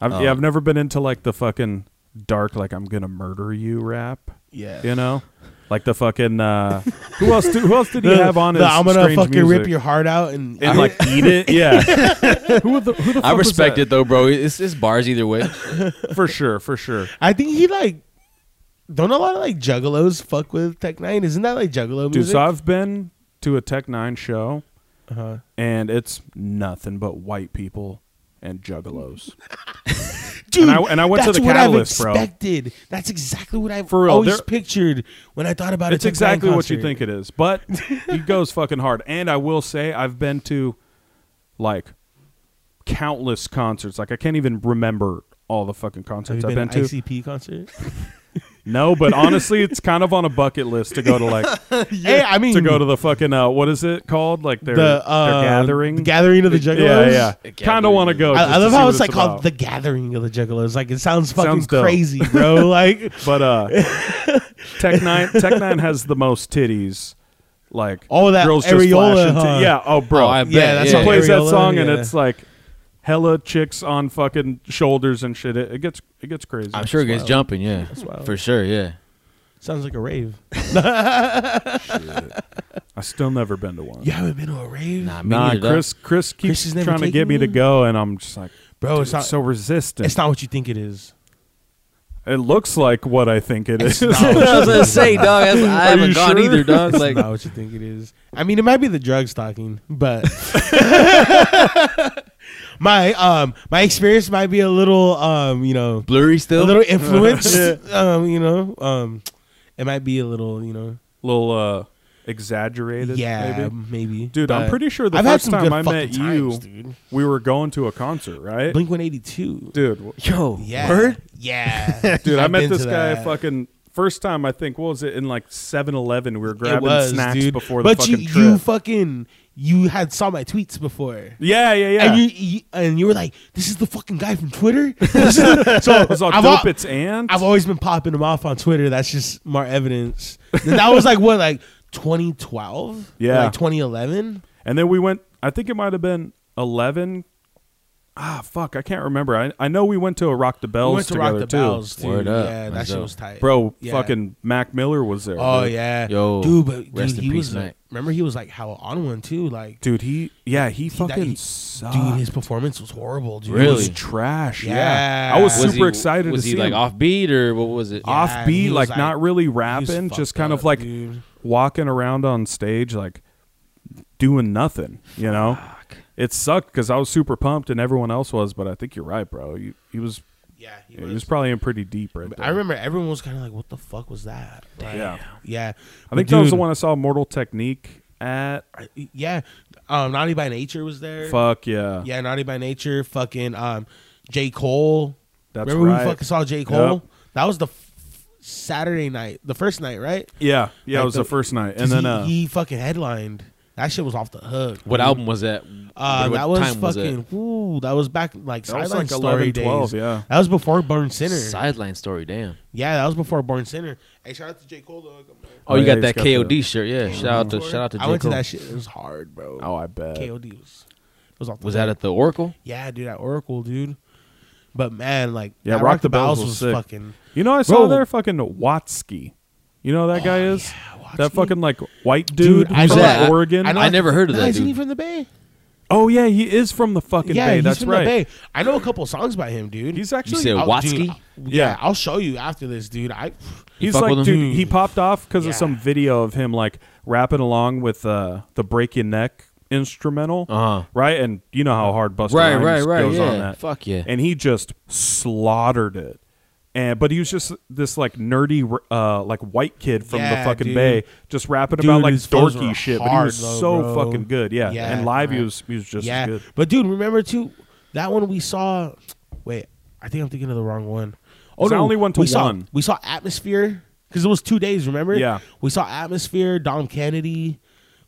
Speaker 3: I've,
Speaker 1: Um,
Speaker 3: yeah, I've never been into like the fucking dark, like I'm gonna murder you rap.
Speaker 2: Yeah.
Speaker 3: You know, like the fucking uh, who else? Did, who else did he
Speaker 2: The-
Speaker 3: have on
Speaker 2: the
Speaker 3: his?
Speaker 2: I'm gonna
Speaker 3: strange
Speaker 2: fucking rip
Speaker 3: music?
Speaker 2: your heart out and,
Speaker 3: and like eat it. Yeah. who the, who the fuck
Speaker 1: I
Speaker 3: was
Speaker 1: respect
Speaker 3: that?
Speaker 1: it though, bro. It's, it's bars either way.
Speaker 3: for sure, for sure.
Speaker 2: I think he like don't a lot of like juggalos fuck with Tech Nine. Isn't that like juggalo
Speaker 3: Dude,
Speaker 2: music?
Speaker 3: so I've been to a Tech Nine show,
Speaker 2: uh-huh.
Speaker 3: and it's nothing but white people and juggalos.
Speaker 2: Dude,
Speaker 3: And I- and I went to
Speaker 2: that's
Speaker 3: the
Speaker 2: what
Speaker 3: Catalyst,
Speaker 2: I've
Speaker 3: bro.
Speaker 2: expected. That's exactly what I've
Speaker 3: For real,
Speaker 2: always
Speaker 3: they're-
Speaker 2: pictured when I thought about
Speaker 3: it's
Speaker 2: it.
Speaker 3: exactly what you think it is, but he goes fucking hard. And I will say, I've been to like countless concerts. Like I can't even remember all the fucking
Speaker 2: Have
Speaker 3: concerts
Speaker 2: you
Speaker 3: I've
Speaker 2: been,
Speaker 3: been,
Speaker 2: to an
Speaker 3: to.
Speaker 2: ICP concert?
Speaker 3: No, but honestly, it's kind of on a bucket list to go to like
Speaker 2: Hey, I mean
Speaker 3: to go to the fucking uh, what is it called? Like their,
Speaker 2: the uh,
Speaker 3: their gathering,
Speaker 2: the gathering of the juggalos.
Speaker 3: Yeah, yeah.
Speaker 1: The
Speaker 3: Kind of want to go.
Speaker 2: I,
Speaker 3: just
Speaker 2: I
Speaker 3: to
Speaker 2: love
Speaker 3: see
Speaker 2: how
Speaker 3: what
Speaker 2: it's like called
Speaker 3: about.
Speaker 2: the gathering of the juggalos. Like it sounds fucking
Speaker 3: Sounds dope.
Speaker 2: crazy, bro. like
Speaker 3: But uh, Tech Nine, Tech Nine has the most titties. Like
Speaker 2: Oh, that
Speaker 3: girls just
Speaker 2: areola,
Speaker 3: flashing tit-
Speaker 2: huh?
Speaker 3: Yeah. Oh, bro.
Speaker 1: Oh, I bet.
Speaker 2: yeah, that's
Speaker 1: yeah,
Speaker 2: what
Speaker 1: yeah.
Speaker 3: plays that
Speaker 2: areola,
Speaker 3: song and
Speaker 2: yeah.
Speaker 3: it's like hella chicks on fucking shoulders and shit. It, it gets it gets crazy.
Speaker 1: I'm sure it gets
Speaker 2: wild.
Speaker 1: jumping, yeah,
Speaker 2: wild.
Speaker 1: for sure, yeah.
Speaker 2: sounds like a rave.
Speaker 3: I still never been to one.
Speaker 2: You haven't been to a rave,
Speaker 1: Nah, me
Speaker 3: Nah,
Speaker 1: neither, dog.
Speaker 3: Chris. Chris keeps
Speaker 2: Chris has never
Speaker 3: trying to
Speaker 2: taken
Speaker 3: get me to
Speaker 2: you?
Speaker 3: go, and I'm just like,
Speaker 2: bro.
Speaker 3: dude,
Speaker 2: it's not.
Speaker 3: so resistant.
Speaker 2: it's not what you think it is.
Speaker 3: It looks like what I think it is.
Speaker 1: I was gonna say, dog. that's- I
Speaker 3: Are you
Speaker 1: haven't gone
Speaker 3: sure?
Speaker 1: either, dog.
Speaker 2: That's
Speaker 1: Like,
Speaker 2: not what you think it is. I mean, it might be the drug stocking, but my um my experience might be a little um you know
Speaker 1: blurry
Speaker 2: a
Speaker 1: still.
Speaker 2: little influenced. Um, you know, um, it might be a little you know
Speaker 3: little uh, exaggerated.
Speaker 2: yeah
Speaker 3: maybe.
Speaker 2: maybe,
Speaker 3: Dude, I'm
Speaker 2: but
Speaker 3: pretty sure the
Speaker 2: I've had
Speaker 3: first
Speaker 2: some
Speaker 3: time
Speaker 2: good
Speaker 3: I met
Speaker 2: fucking times,
Speaker 3: you,
Speaker 2: dude.
Speaker 3: we were going to a concert, right?
Speaker 2: Blink 182.
Speaker 3: Dude, w-
Speaker 1: Yo,
Speaker 2: Yeah.
Speaker 1: word?
Speaker 2: Yeah.
Speaker 3: dude, I
Speaker 2: I've
Speaker 3: met
Speaker 2: been
Speaker 3: this
Speaker 2: to
Speaker 3: guy
Speaker 2: that.
Speaker 3: fucking first time. I think what was it in like 7-Eleven? We were
Speaker 2: It
Speaker 3: grabbing
Speaker 2: was,
Speaker 3: snacks
Speaker 2: dude.
Speaker 3: before the
Speaker 2: but
Speaker 3: fucking
Speaker 2: you,
Speaker 3: trip.
Speaker 2: you fucking you had saw my tweets before.
Speaker 3: yeah, yeah, yeah.
Speaker 2: And you, you and you were like, "This is the fucking guy from Twitter." so
Speaker 3: it was all
Speaker 2: I've
Speaker 3: dope.
Speaker 2: al-
Speaker 3: it's and
Speaker 2: I've always been popping him off on Twitter. That's just more evidence. And that was like what, like 2012?
Speaker 3: Yeah.
Speaker 2: like 2011.
Speaker 3: And then we went. I think it might have been eleven. Ah, fuck, I can't remember. I, I know we went to a Rock the Bells
Speaker 2: we went to
Speaker 3: together
Speaker 2: Rock the
Speaker 3: too.
Speaker 2: Bells, dude.
Speaker 1: Word up.
Speaker 2: Yeah, that
Speaker 1: Let's
Speaker 2: shit
Speaker 1: go.
Speaker 2: was tight,
Speaker 3: Bro,
Speaker 2: Yeah.
Speaker 3: fucking Mac Miller was there.
Speaker 2: Oh
Speaker 3: dude.
Speaker 2: yeah,
Speaker 1: Yo,
Speaker 2: dude. But
Speaker 1: rest
Speaker 2: dude,
Speaker 1: in
Speaker 2: he
Speaker 1: peace,
Speaker 2: was. a-
Speaker 1: Mac.
Speaker 2: remember, he was like how on one too. Like,
Speaker 3: dude. He yeah, he
Speaker 2: that-
Speaker 3: fucking
Speaker 2: he-
Speaker 3: sucked.
Speaker 2: dude, his performance was horrible, dude.
Speaker 3: It
Speaker 1: Really?
Speaker 3: was trash. Yeah.
Speaker 2: Yeah.
Speaker 3: I was
Speaker 2: Was
Speaker 3: super
Speaker 1: he-
Speaker 3: excited
Speaker 1: Was
Speaker 3: to
Speaker 1: he
Speaker 3: see
Speaker 1: like
Speaker 3: him.
Speaker 1: offbeat or what was it?
Speaker 2: Yeah, and he
Speaker 3: offbeat,
Speaker 2: was
Speaker 3: like,
Speaker 2: like-
Speaker 3: not really
Speaker 2: was
Speaker 3: rapping, just
Speaker 2: fucked
Speaker 3: kind
Speaker 2: up,
Speaker 3: of like
Speaker 2: dude.
Speaker 3: walking around on stage, like doing nothing. You know, it sucked because I was super pumped and everyone else was, but I think you're right, bro. You, he was
Speaker 2: Yeah, he
Speaker 3: he was probably in pretty deep right there.
Speaker 2: I remember everyone was kind of like, "What the fuck was that?" Like,
Speaker 3: Yeah.
Speaker 2: yeah.
Speaker 3: I think that was the one I saw Mortal Technique at.
Speaker 2: Yeah, um, Naughty by Nature was there.
Speaker 3: Fuck yeah.
Speaker 2: Yeah, Naughty by Nature. Fucking um, J Cole.
Speaker 3: That's
Speaker 2: Remember
Speaker 3: right.
Speaker 2: we fucking saw J Cole.
Speaker 3: Yep.
Speaker 2: That was the f- Saturday night, the first night, right?
Speaker 3: Yeah, yeah,
Speaker 2: Like
Speaker 3: it was the,
Speaker 2: the-
Speaker 3: first night,
Speaker 2: 'Cause
Speaker 3: and then
Speaker 2: he,
Speaker 3: uh,
Speaker 2: he fucking headlined. That shit was off the hook.
Speaker 1: What album was that?
Speaker 2: Uh,
Speaker 1: What
Speaker 2: that was
Speaker 1: time that?
Speaker 2: fucking. ooh, that was back like
Speaker 3: That was
Speaker 2: Sideline
Speaker 3: like
Speaker 2: Story
Speaker 3: 11, 12,
Speaker 2: days.
Speaker 3: yeah.
Speaker 2: that was before Burn Center.
Speaker 1: Sideline story, damn.
Speaker 2: yeah, that was before Burn Center. Hey, shout out to J Cole though.
Speaker 1: Oh,
Speaker 3: Oh,
Speaker 1: you
Speaker 3: yeah,
Speaker 1: got
Speaker 3: he's
Speaker 1: that
Speaker 3: got
Speaker 1: KOD
Speaker 3: the-
Speaker 1: shirt, yeah. Shout out to shout out to.
Speaker 2: I went
Speaker 1: J. Cole.
Speaker 2: to that shit. It was hard, bro.
Speaker 3: oh, I bet.
Speaker 2: KOD was it was off. The
Speaker 1: Was that at the Oracle?
Speaker 2: Yeah, dude, at Oracle, dude. But man, like
Speaker 3: Yeah,
Speaker 2: that
Speaker 3: Rock the Bells was sick.
Speaker 2: fucking.
Speaker 3: You know, I saw
Speaker 2: Bro.
Speaker 3: there fucking Watsky. You know who that guy is that
Speaker 2: Oh, Watsky?
Speaker 3: fucking like white dude,
Speaker 2: I
Speaker 3: from
Speaker 2: know that.
Speaker 3: Oregon.
Speaker 1: I know- I never heard of
Speaker 2: no,
Speaker 1: that
Speaker 2: Isn't he
Speaker 1: dude.
Speaker 2: from the Bay?
Speaker 3: oh yeah, he is from the fucking
Speaker 2: yeah,
Speaker 3: Bay.
Speaker 2: he's
Speaker 3: that's
Speaker 2: from
Speaker 3: right.
Speaker 2: the Bay. I know a couple songs by him, dude.
Speaker 3: He's
Speaker 1: You
Speaker 3: actually
Speaker 1: said
Speaker 2: I'll- dude,
Speaker 1: Watsky?
Speaker 2: I- yeah,
Speaker 3: Yeah.
Speaker 2: I'll show you after this, dude. I
Speaker 3: he's
Speaker 1: fuck
Speaker 3: like
Speaker 1: with him?
Speaker 3: dude. He popped off because
Speaker 2: Yeah.
Speaker 3: of some video of him like rapping along with uh, the break your neck instrumental,
Speaker 1: Uh-huh.
Speaker 3: right? And you know how hard Busta
Speaker 1: Right,
Speaker 3: Rhymes
Speaker 1: right, right,
Speaker 3: goes on
Speaker 1: yeah.
Speaker 3: that.
Speaker 1: Fuck yeah.
Speaker 3: And he just slaughtered it. And but he was just this like nerdy uh like white kid from
Speaker 2: Yeah,
Speaker 3: the fucking
Speaker 2: dude.
Speaker 3: Bay just rapping
Speaker 2: Dude,
Speaker 3: about like
Speaker 2: his flows
Speaker 3: dorky
Speaker 2: were
Speaker 3: shit, but he was
Speaker 2: hard, though,
Speaker 3: so
Speaker 2: bro.
Speaker 3: fucking good. Yeah.
Speaker 2: Yeah,
Speaker 3: and live he
Speaker 2: right.
Speaker 3: was he was just
Speaker 2: yeah.
Speaker 3: as good.
Speaker 2: But dude, remember too that one we saw. Wait, I think I'm thinking of the wrong one. Oh,
Speaker 3: It's the only one to
Speaker 2: we saw,
Speaker 3: one.
Speaker 2: We saw Atmosphere because it was two days. Remember?
Speaker 3: Yeah.
Speaker 2: we saw Atmosphere, Dom Kennedy.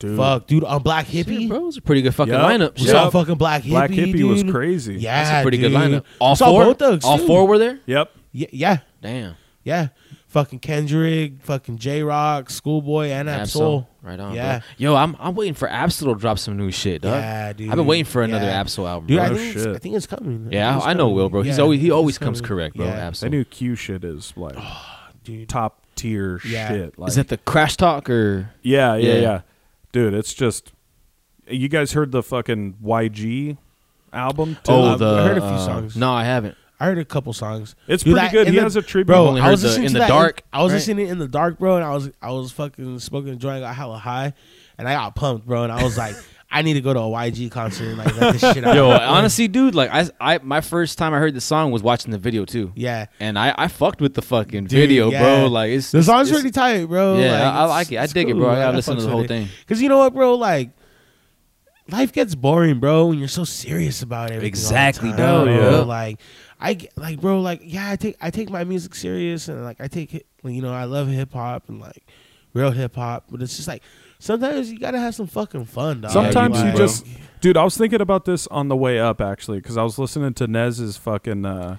Speaker 2: Fuck, dude, a black hippie.
Speaker 1: Shit, bro, it was a pretty good fucking
Speaker 3: Yup.
Speaker 1: lineup.
Speaker 2: We
Speaker 3: Yep.
Speaker 1: Shit.
Speaker 2: saw fucking Black Hippie.
Speaker 3: Black Hippie was
Speaker 2: dude.
Speaker 3: crazy.
Speaker 2: Yeah,
Speaker 1: That's a pretty
Speaker 2: dude.
Speaker 1: good lineup. All
Speaker 2: We saw
Speaker 1: four,
Speaker 2: both thugs,
Speaker 1: all
Speaker 2: too.
Speaker 1: four were there.
Speaker 3: Yep.
Speaker 2: Yeah, yeah,
Speaker 1: Damn,
Speaker 2: yeah. Fucking Kendrick, fucking J Rock, Schoolboy, and Absol.
Speaker 1: Absol, right on.
Speaker 2: Yeah,
Speaker 1: bro. yo, I'm I'm waiting for Absol to drop some new shit, dog.
Speaker 2: Yeah, dude.
Speaker 1: I've been waiting for another
Speaker 2: Yeah.
Speaker 1: Absol album.
Speaker 2: dude.
Speaker 1: bro.
Speaker 2: I
Speaker 3: Oh,
Speaker 2: think it's,
Speaker 3: shit.
Speaker 2: I think it's coming.
Speaker 1: yeah,
Speaker 2: think it's
Speaker 1: I know
Speaker 2: coming.
Speaker 1: Will, bro. He's
Speaker 2: Yeah,
Speaker 1: always
Speaker 2: I
Speaker 1: he
Speaker 2: think
Speaker 1: always
Speaker 2: it's
Speaker 1: comes
Speaker 2: coming.
Speaker 1: correct, bro.
Speaker 2: Yeah,
Speaker 3: That
Speaker 1: Absol.
Speaker 3: new Q shit is like
Speaker 2: dude.
Speaker 3: top tier
Speaker 2: Yeah.
Speaker 3: shit. Like
Speaker 1: Ah, Is that the Crash Talk or?
Speaker 3: yeah, yeah, yeah,
Speaker 1: Yeah.
Speaker 3: Dude, it's just you guys heard the fucking YG album too?
Speaker 2: Oh,
Speaker 1: Oh,
Speaker 2: I've
Speaker 1: the
Speaker 2: heard a few
Speaker 1: uh,
Speaker 2: songs.
Speaker 1: No, I haven't.
Speaker 2: I heard a couple songs.
Speaker 3: It's pretty good.
Speaker 2: in
Speaker 3: He has a tribute.
Speaker 2: Bro,
Speaker 3: I've only
Speaker 2: I was
Speaker 1: heard the
Speaker 2: listening
Speaker 1: In
Speaker 2: to
Speaker 1: the
Speaker 2: that
Speaker 1: Dark,
Speaker 2: I was
Speaker 1: right?
Speaker 2: listening to in the dark, bro, and I was I was fucking smoking a joint. I got hella high, and I got pumped, bro. And I was like, I need to go to a YG concert and like let this shit out.
Speaker 1: Yo, honestly, dude, like I, I, my first time I heard the song was watching the video too.
Speaker 2: yeah.
Speaker 1: and I, I fucked with the fucking
Speaker 2: Dude,
Speaker 1: video,
Speaker 2: yeah.
Speaker 1: bro. Like it's
Speaker 2: The song's
Speaker 1: it's-
Speaker 2: pretty tight, bro.
Speaker 1: Yeah, I- I
Speaker 2: it's-
Speaker 1: like it. I
Speaker 2: it's
Speaker 1: dig it, bro. I gotta
Speaker 2: man.
Speaker 1: listen to
Speaker 2: fucks
Speaker 1: the whole
Speaker 2: with it.
Speaker 1: thing.
Speaker 2: Cause you know what, bro? Like, life gets boring, bro, when you're so serious about everything. all the
Speaker 1: Exactly,
Speaker 2: time,
Speaker 1: bro.
Speaker 3: Yeah.
Speaker 2: Like, I get- like, bro. Like, yeah, I take I take my music serious, and like, I take it. You know, I love hip hop and like real hip hop, but it's just like sometimes you gotta have some fucking fun, dog.
Speaker 3: Sometimes
Speaker 2: Like,
Speaker 3: you just, dude. I was thinking about this on the way up actually, because I was listening to Nez's fucking uh,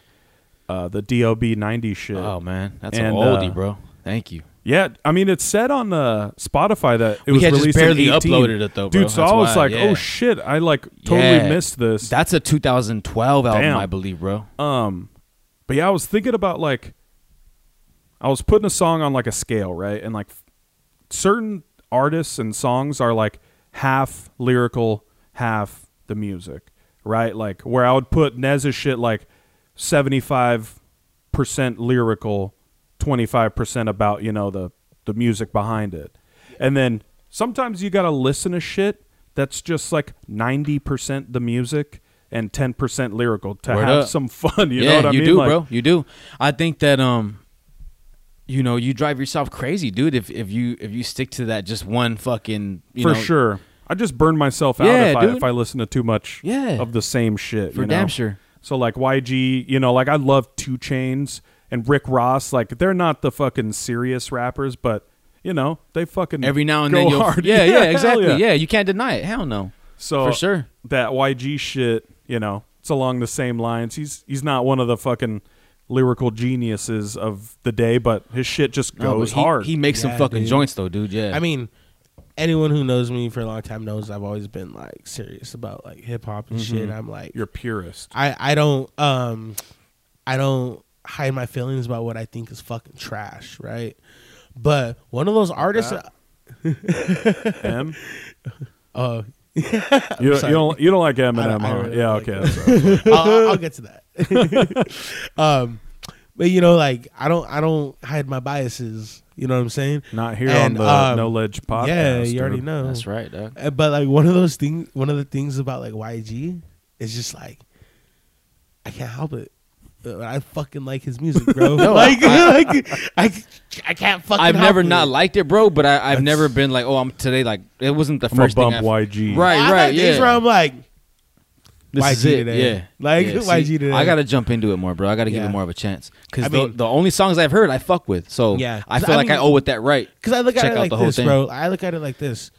Speaker 3: uh, the Dob ninety shit.
Speaker 1: Oh man, that's an
Speaker 3: And,
Speaker 1: oldie,
Speaker 3: uh,
Speaker 1: bro. Thank you.
Speaker 3: Yeah, I mean, it said on uh, Spotify that it was
Speaker 1: had just
Speaker 3: released in
Speaker 1: barely
Speaker 3: 18.
Speaker 1: uploaded it, though, bro.
Speaker 3: dude. So
Speaker 1: That's
Speaker 3: I was
Speaker 1: why,
Speaker 3: like,
Speaker 1: yeah.
Speaker 3: oh shit, I like totally
Speaker 1: Yeah.
Speaker 3: missed this.
Speaker 1: That's a 2012 album,
Speaker 3: Damn.
Speaker 1: I believe, bro.
Speaker 3: Um, but yeah, I was thinking about like, I was putting a song on like a scale, right? And like, f- certain artists and songs are like half lyrical, half the music, right? Like, where I would put Nez's shit like 75 percent lyrical, twenty five percent about you know the the music behind it, and then sometimes you gotta listen to shit that's just like ninety percent the music and ten percent lyrical to
Speaker 1: Word
Speaker 3: have
Speaker 1: up.
Speaker 3: some fun. You know
Speaker 1: yeah,
Speaker 3: what I
Speaker 1: you
Speaker 3: mean,
Speaker 1: do,
Speaker 3: Like,
Speaker 1: bro. You do. I think that um, you know, you drive yourself crazy, dude. If if you if you stick to that just one fucking you
Speaker 3: for
Speaker 1: know,
Speaker 3: sure. I just burn myself out
Speaker 1: Yeah,
Speaker 3: if, I,
Speaker 1: dude.
Speaker 3: if I listen to too much
Speaker 1: Yeah.
Speaker 3: of the same shit.
Speaker 1: For
Speaker 3: you know?
Speaker 1: damn sure.
Speaker 3: So like YG, you know, like I love Two Chains and Rick Ross. Like they're not the fucking serious rappers, but you know they fucking
Speaker 1: Every now and
Speaker 3: go
Speaker 1: then, you'll,
Speaker 3: hard.
Speaker 1: yeah, yeah,
Speaker 3: hell
Speaker 1: exactly,
Speaker 3: yeah.
Speaker 1: yeah. You can't deny it. Hell no.
Speaker 3: So
Speaker 1: For sure.
Speaker 3: that YG shit, you know, it's along the same lines. He's he's not one of the fucking lyrical geniuses of the day, but his shit just
Speaker 1: No, but
Speaker 3: goes
Speaker 1: he,
Speaker 3: hard.
Speaker 1: He makes
Speaker 2: Yeah,
Speaker 1: some fucking
Speaker 2: dude.
Speaker 1: joints though, dude. Yeah.
Speaker 2: I mean, anyone who knows me for a long time knows I've always been like serious about like hip hop
Speaker 1: Mm-hmm.
Speaker 2: and shit. I'm like,
Speaker 3: You're purist.
Speaker 2: I I don't um, I don't hide my feelings about what I think is fucking trash, right? But one of those artists,
Speaker 3: M.
Speaker 2: uh,
Speaker 3: You, you
Speaker 2: sorry.
Speaker 3: don't you don't like Eminem?
Speaker 2: I don't- I
Speaker 3: huh?
Speaker 2: really
Speaker 3: yeah,
Speaker 2: like
Speaker 3: okay.
Speaker 2: Eminem.
Speaker 3: that's right.
Speaker 2: I'll, I'll get to that. um, but you know, like I don't, I don't hide my biases. You know what I'm saying?
Speaker 3: Not here
Speaker 2: And,
Speaker 3: on the
Speaker 2: um,
Speaker 3: No Ledge podcast.
Speaker 2: yeah, you
Speaker 3: dude.
Speaker 2: already know.
Speaker 1: that's right, dog.
Speaker 2: Uh, But like one of those things, one of the things about like YG is just like I can't help it. Uh, I fucking like his music, bro. like, I, like I, I can't fucking.
Speaker 1: I've
Speaker 2: help
Speaker 1: never
Speaker 2: it.
Speaker 1: not liked it, bro. But I, I've never been like, oh, I'm today. Like it wasn't the
Speaker 3: I'm gonna
Speaker 1: first
Speaker 3: bump
Speaker 1: thing. I-
Speaker 3: YG.
Speaker 1: Right,
Speaker 2: I've had
Speaker 1: right,
Speaker 2: days
Speaker 1: yeah.
Speaker 2: Where I'm like,
Speaker 1: This
Speaker 2: YG
Speaker 1: is it,
Speaker 2: today.
Speaker 1: yeah.
Speaker 2: Like,
Speaker 1: Yeah,
Speaker 2: YG today.
Speaker 1: I gotta jump into it more, bro. I gotta give
Speaker 2: Yeah.
Speaker 1: it more of a chance because
Speaker 2: I
Speaker 1: the,
Speaker 2: mean-
Speaker 1: the only songs I've heard, I fuck with. So
Speaker 2: Yeah.
Speaker 1: I feel
Speaker 2: I
Speaker 1: like I
Speaker 2: mean-
Speaker 1: owe it that right.
Speaker 2: Because I look at
Speaker 1: Check
Speaker 2: it
Speaker 1: out
Speaker 2: like
Speaker 1: the whole
Speaker 2: this,
Speaker 1: thing.
Speaker 2: bro. I look at it like this.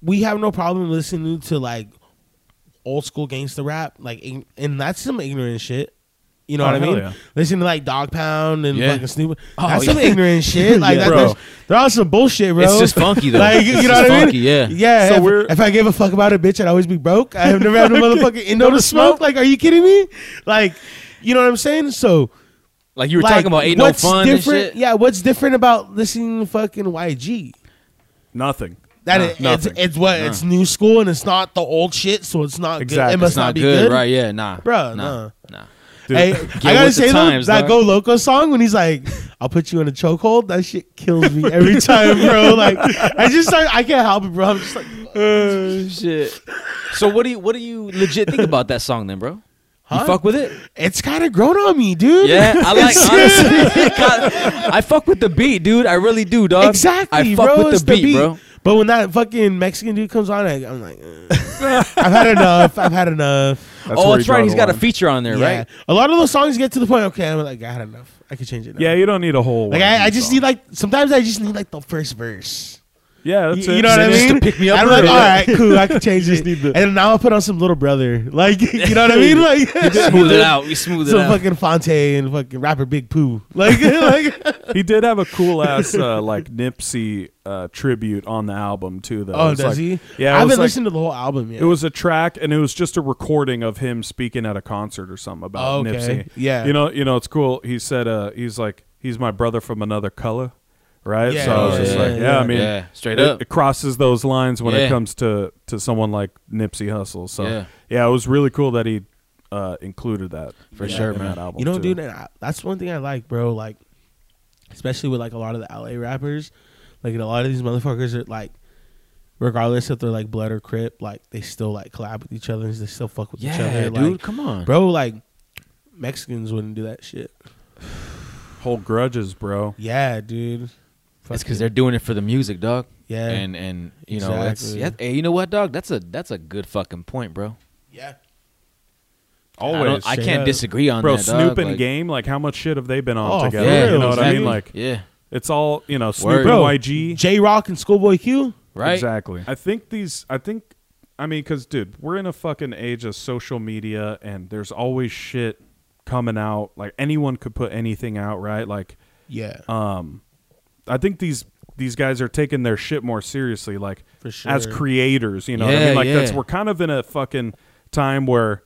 Speaker 2: We have no problem listening to like old school gangster rap, like, ign- and that's some ignorant shit. You know
Speaker 3: Oh,
Speaker 2: what I
Speaker 3: hell
Speaker 2: mean?
Speaker 3: yeah.
Speaker 2: Listen to like Dog Pound and
Speaker 1: Yeah.
Speaker 2: fucking Snoop.
Speaker 1: Oh,
Speaker 2: that's
Speaker 1: yeah.
Speaker 2: some ignorant shit. Like that,
Speaker 3: Bro.
Speaker 2: that's, they're all some bullshit, bro.
Speaker 1: It's just funky though.
Speaker 2: Like you
Speaker 1: It's
Speaker 2: know
Speaker 1: just
Speaker 2: what I mean?
Speaker 1: funky, yeah.
Speaker 2: Yeah.
Speaker 3: So
Speaker 2: if,
Speaker 3: we're-
Speaker 2: if I gave a fuck about a bitch, I'd always be broke. I have never had a motherfucking endo to smoke. Like, are you kidding me? Like, you know what I'm saying? So
Speaker 1: Like you were
Speaker 2: like,
Speaker 1: talking about, ain't no
Speaker 2: what's
Speaker 1: fun and
Speaker 2: different,
Speaker 1: shit.
Speaker 2: Yeah, what's different about listening to fucking YG?
Speaker 3: Nothing.
Speaker 2: That
Speaker 1: Nah,
Speaker 2: it- it's,
Speaker 1: nothing.
Speaker 2: it's what it's new school and it's not the old shit, so it's not good.
Speaker 3: Exactly.
Speaker 2: It must
Speaker 1: It's not
Speaker 2: be
Speaker 1: good, right? Yeah, nah,
Speaker 2: Bruh,
Speaker 1: nah, nah.
Speaker 3: Dude,
Speaker 2: Hey, I gotta
Speaker 1: with the
Speaker 2: say
Speaker 1: times,
Speaker 2: though, that
Speaker 1: dog.
Speaker 2: Go Loco song when he's like, "I'll put you in a chokehold," that shit kills me every time, bro. Like, I just start, I can't help it, bro. I'm just like,
Speaker 1: shit. So what do you what do you legit think about that song then, bro?
Speaker 2: Huh?
Speaker 1: You fuck with it?
Speaker 2: it's kind of grown on me, dude.
Speaker 1: Yeah, I like honestly. God, I fuck with the beat, dude. I really do, dog.
Speaker 2: exactly,
Speaker 1: I fuck
Speaker 2: bro.
Speaker 1: with
Speaker 2: it's
Speaker 1: the beat, bro.
Speaker 2: But when that fucking Mexican dude comes on, I, I'm like, uh, I've had enough. I've had enough.
Speaker 3: That's
Speaker 1: oh,
Speaker 3: where
Speaker 1: that's
Speaker 3: you draw
Speaker 1: right.
Speaker 3: the
Speaker 1: He's got a
Speaker 3: line.
Speaker 1: feature on there,
Speaker 2: Yeah.
Speaker 1: right?
Speaker 2: A lot of those songs get to the point, okay, I'm like, I had enough. I could change it. Now.
Speaker 3: Yeah, you don't need a whole.
Speaker 2: Like
Speaker 3: YG
Speaker 2: I, I just
Speaker 3: song.
Speaker 2: need like sometimes I just need like the first verse.
Speaker 3: Yeah,
Speaker 2: You,
Speaker 3: that's it.
Speaker 2: you know what I mean?
Speaker 1: to pick me up
Speaker 2: I'm
Speaker 1: a
Speaker 2: like,
Speaker 1: little
Speaker 2: all
Speaker 1: bit.
Speaker 2: right, cool. I can change it.
Speaker 3: need the-
Speaker 2: and now I'll put on some little brother. Like you know what I mean? Like
Speaker 1: Smooth it out. We smooth it
Speaker 2: Some
Speaker 1: out.
Speaker 2: fucking Fonte and fucking rapper Big Pooh. Like, like
Speaker 3: He did have a cool ass uh, like Nipsey uh, tribute on the album too. Though. It
Speaker 2: oh,
Speaker 3: was
Speaker 2: does
Speaker 3: like-
Speaker 2: he? I
Speaker 3: Yeah, it was
Speaker 2: haven't
Speaker 3: like-
Speaker 2: listened to the whole album yet.
Speaker 3: It was a track, and it was just a recording of him speaking at a concert or something
Speaker 2: Oh,
Speaker 3: about
Speaker 2: okay.
Speaker 3: Nipsey.
Speaker 2: Yeah.
Speaker 3: you know, you know, it's cool. He said, uh, he's like, he's my brother from another color, right?
Speaker 2: Yeah,
Speaker 3: so I was
Speaker 2: yeah,
Speaker 3: just
Speaker 2: yeah,
Speaker 3: like, yeah,
Speaker 2: yeah.
Speaker 3: I mean,
Speaker 1: Yeah, straight
Speaker 3: it,
Speaker 1: up.
Speaker 3: it crosses those lines when it
Speaker 1: Yeah.
Speaker 3: comes to to someone like Nipsey Hussle. So
Speaker 1: Yeah.
Speaker 3: yeah, it was really cool that he uh, included that
Speaker 1: For
Speaker 3: in-
Speaker 1: sure,
Speaker 3: in
Speaker 1: man.
Speaker 3: That album,
Speaker 2: you know,
Speaker 3: too.
Speaker 2: dude. And I, that's one thing I like, bro. Like, especially with like a lot of the LA rappers. Like, a lot of these motherfuckers are like, regardless if they're like blood or crip, like they still like collab with each other. and They still fuck with each
Speaker 1: Yeah,
Speaker 2: other.
Speaker 1: dude.
Speaker 2: like,
Speaker 1: come on,
Speaker 2: bro. Like Mexicans wouldn't do that shit.
Speaker 3: hold grudges, bro.
Speaker 2: Yeah, dude.
Speaker 1: That's because they're doing it for the music, dog.
Speaker 2: Yeah.
Speaker 1: and and you know that's yeah,
Speaker 2: Exactly.
Speaker 1: hey, you know what, dog? That's a that's a good fucking point, bro.
Speaker 2: yeah.
Speaker 1: I,
Speaker 3: Always,
Speaker 1: don't, I
Speaker 2: straight
Speaker 1: can't
Speaker 2: up.
Speaker 1: disagree on
Speaker 3: bro.
Speaker 1: that,
Speaker 3: Snoop
Speaker 1: dog.
Speaker 3: and
Speaker 1: like,
Speaker 3: Game, like how much shit have they been on
Speaker 2: Oh,
Speaker 3: together?
Speaker 2: for
Speaker 3: you
Speaker 2: real,
Speaker 3: know what I mean?
Speaker 2: exactly.
Speaker 3: Like
Speaker 1: yeah,
Speaker 3: it's all you know, Snoop
Speaker 1: Word.
Speaker 3: and
Speaker 1: Bro,
Speaker 3: YG,
Speaker 2: J Rock and Schoolboy Q.
Speaker 1: right.
Speaker 3: Exactly. I think these. I think. I mean, because dude, we're in a fucking age of social media, and there's always shit coming out. Like anyone could put anything out, right? Like,
Speaker 2: Yeah.
Speaker 3: um, I think these these guys are taking their shit more seriously. Like,
Speaker 2: For
Speaker 3: as
Speaker 2: sure.
Speaker 3: creators, you know, what I
Speaker 1: Yeah,
Speaker 3: mean, like that's
Speaker 1: yeah.
Speaker 3: we're kind of in a fucking time where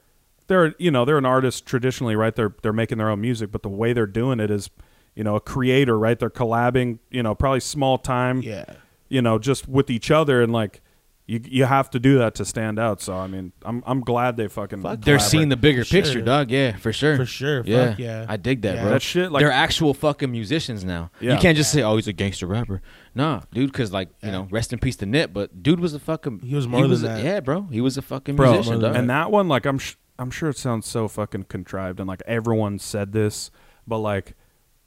Speaker 3: they're you know they're an artist traditionally, right? They're they're making their own music, but the way they're doing it is, you know, a creator, right? They're collabing, you know, probably small time
Speaker 2: yeah.
Speaker 3: you know, just with each other and like, You you have to do that to stand out. So I mean, I'm I'm glad they fucking
Speaker 2: Fuck
Speaker 1: They're
Speaker 2: Collaborate.
Speaker 1: seeing the bigger
Speaker 2: For sure.
Speaker 1: picture, dog. Yeah, for sure.
Speaker 2: For sure, fuck
Speaker 1: Yeah.
Speaker 2: yeah.
Speaker 1: I dig that,
Speaker 2: Yeah.
Speaker 1: bro.
Speaker 3: That shit, like-
Speaker 1: they're actual fucking musicians now.
Speaker 3: Yeah.
Speaker 1: You can't just say, "Oh, he's a gangster rapper." Nah, dude. Because like you know, rest in peace to Nip, but dude was a fucking.
Speaker 2: He was more than
Speaker 1: a-
Speaker 2: that.
Speaker 1: Yeah, bro. He was a fucking
Speaker 3: bro.
Speaker 1: musician, dog.
Speaker 3: and that one, like, I'm sh- I'm sure it sounds so fucking contrived, and like everyone said this, but like,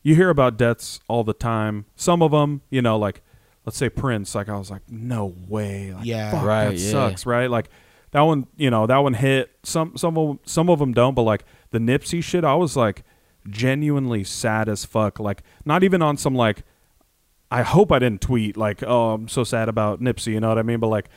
Speaker 3: you hear about deaths all the time. Some of them, you know, like, let's say Prince. Like, I was like, no way. Like,
Speaker 2: Yeah.
Speaker 3: fuck,
Speaker 1: Right,
Speaker 3: That
Speaker 1: yeah.
Speaker 3: sucks. Right. Like that one. You know, that one hit. Some some of some of them don't. But like the Nipsey shit, I was like genuinely sad as fuck. Like not even on some like. I hope I didn't tweet like, oh, I'm so sad about Nipsey. You know what I mean? But like,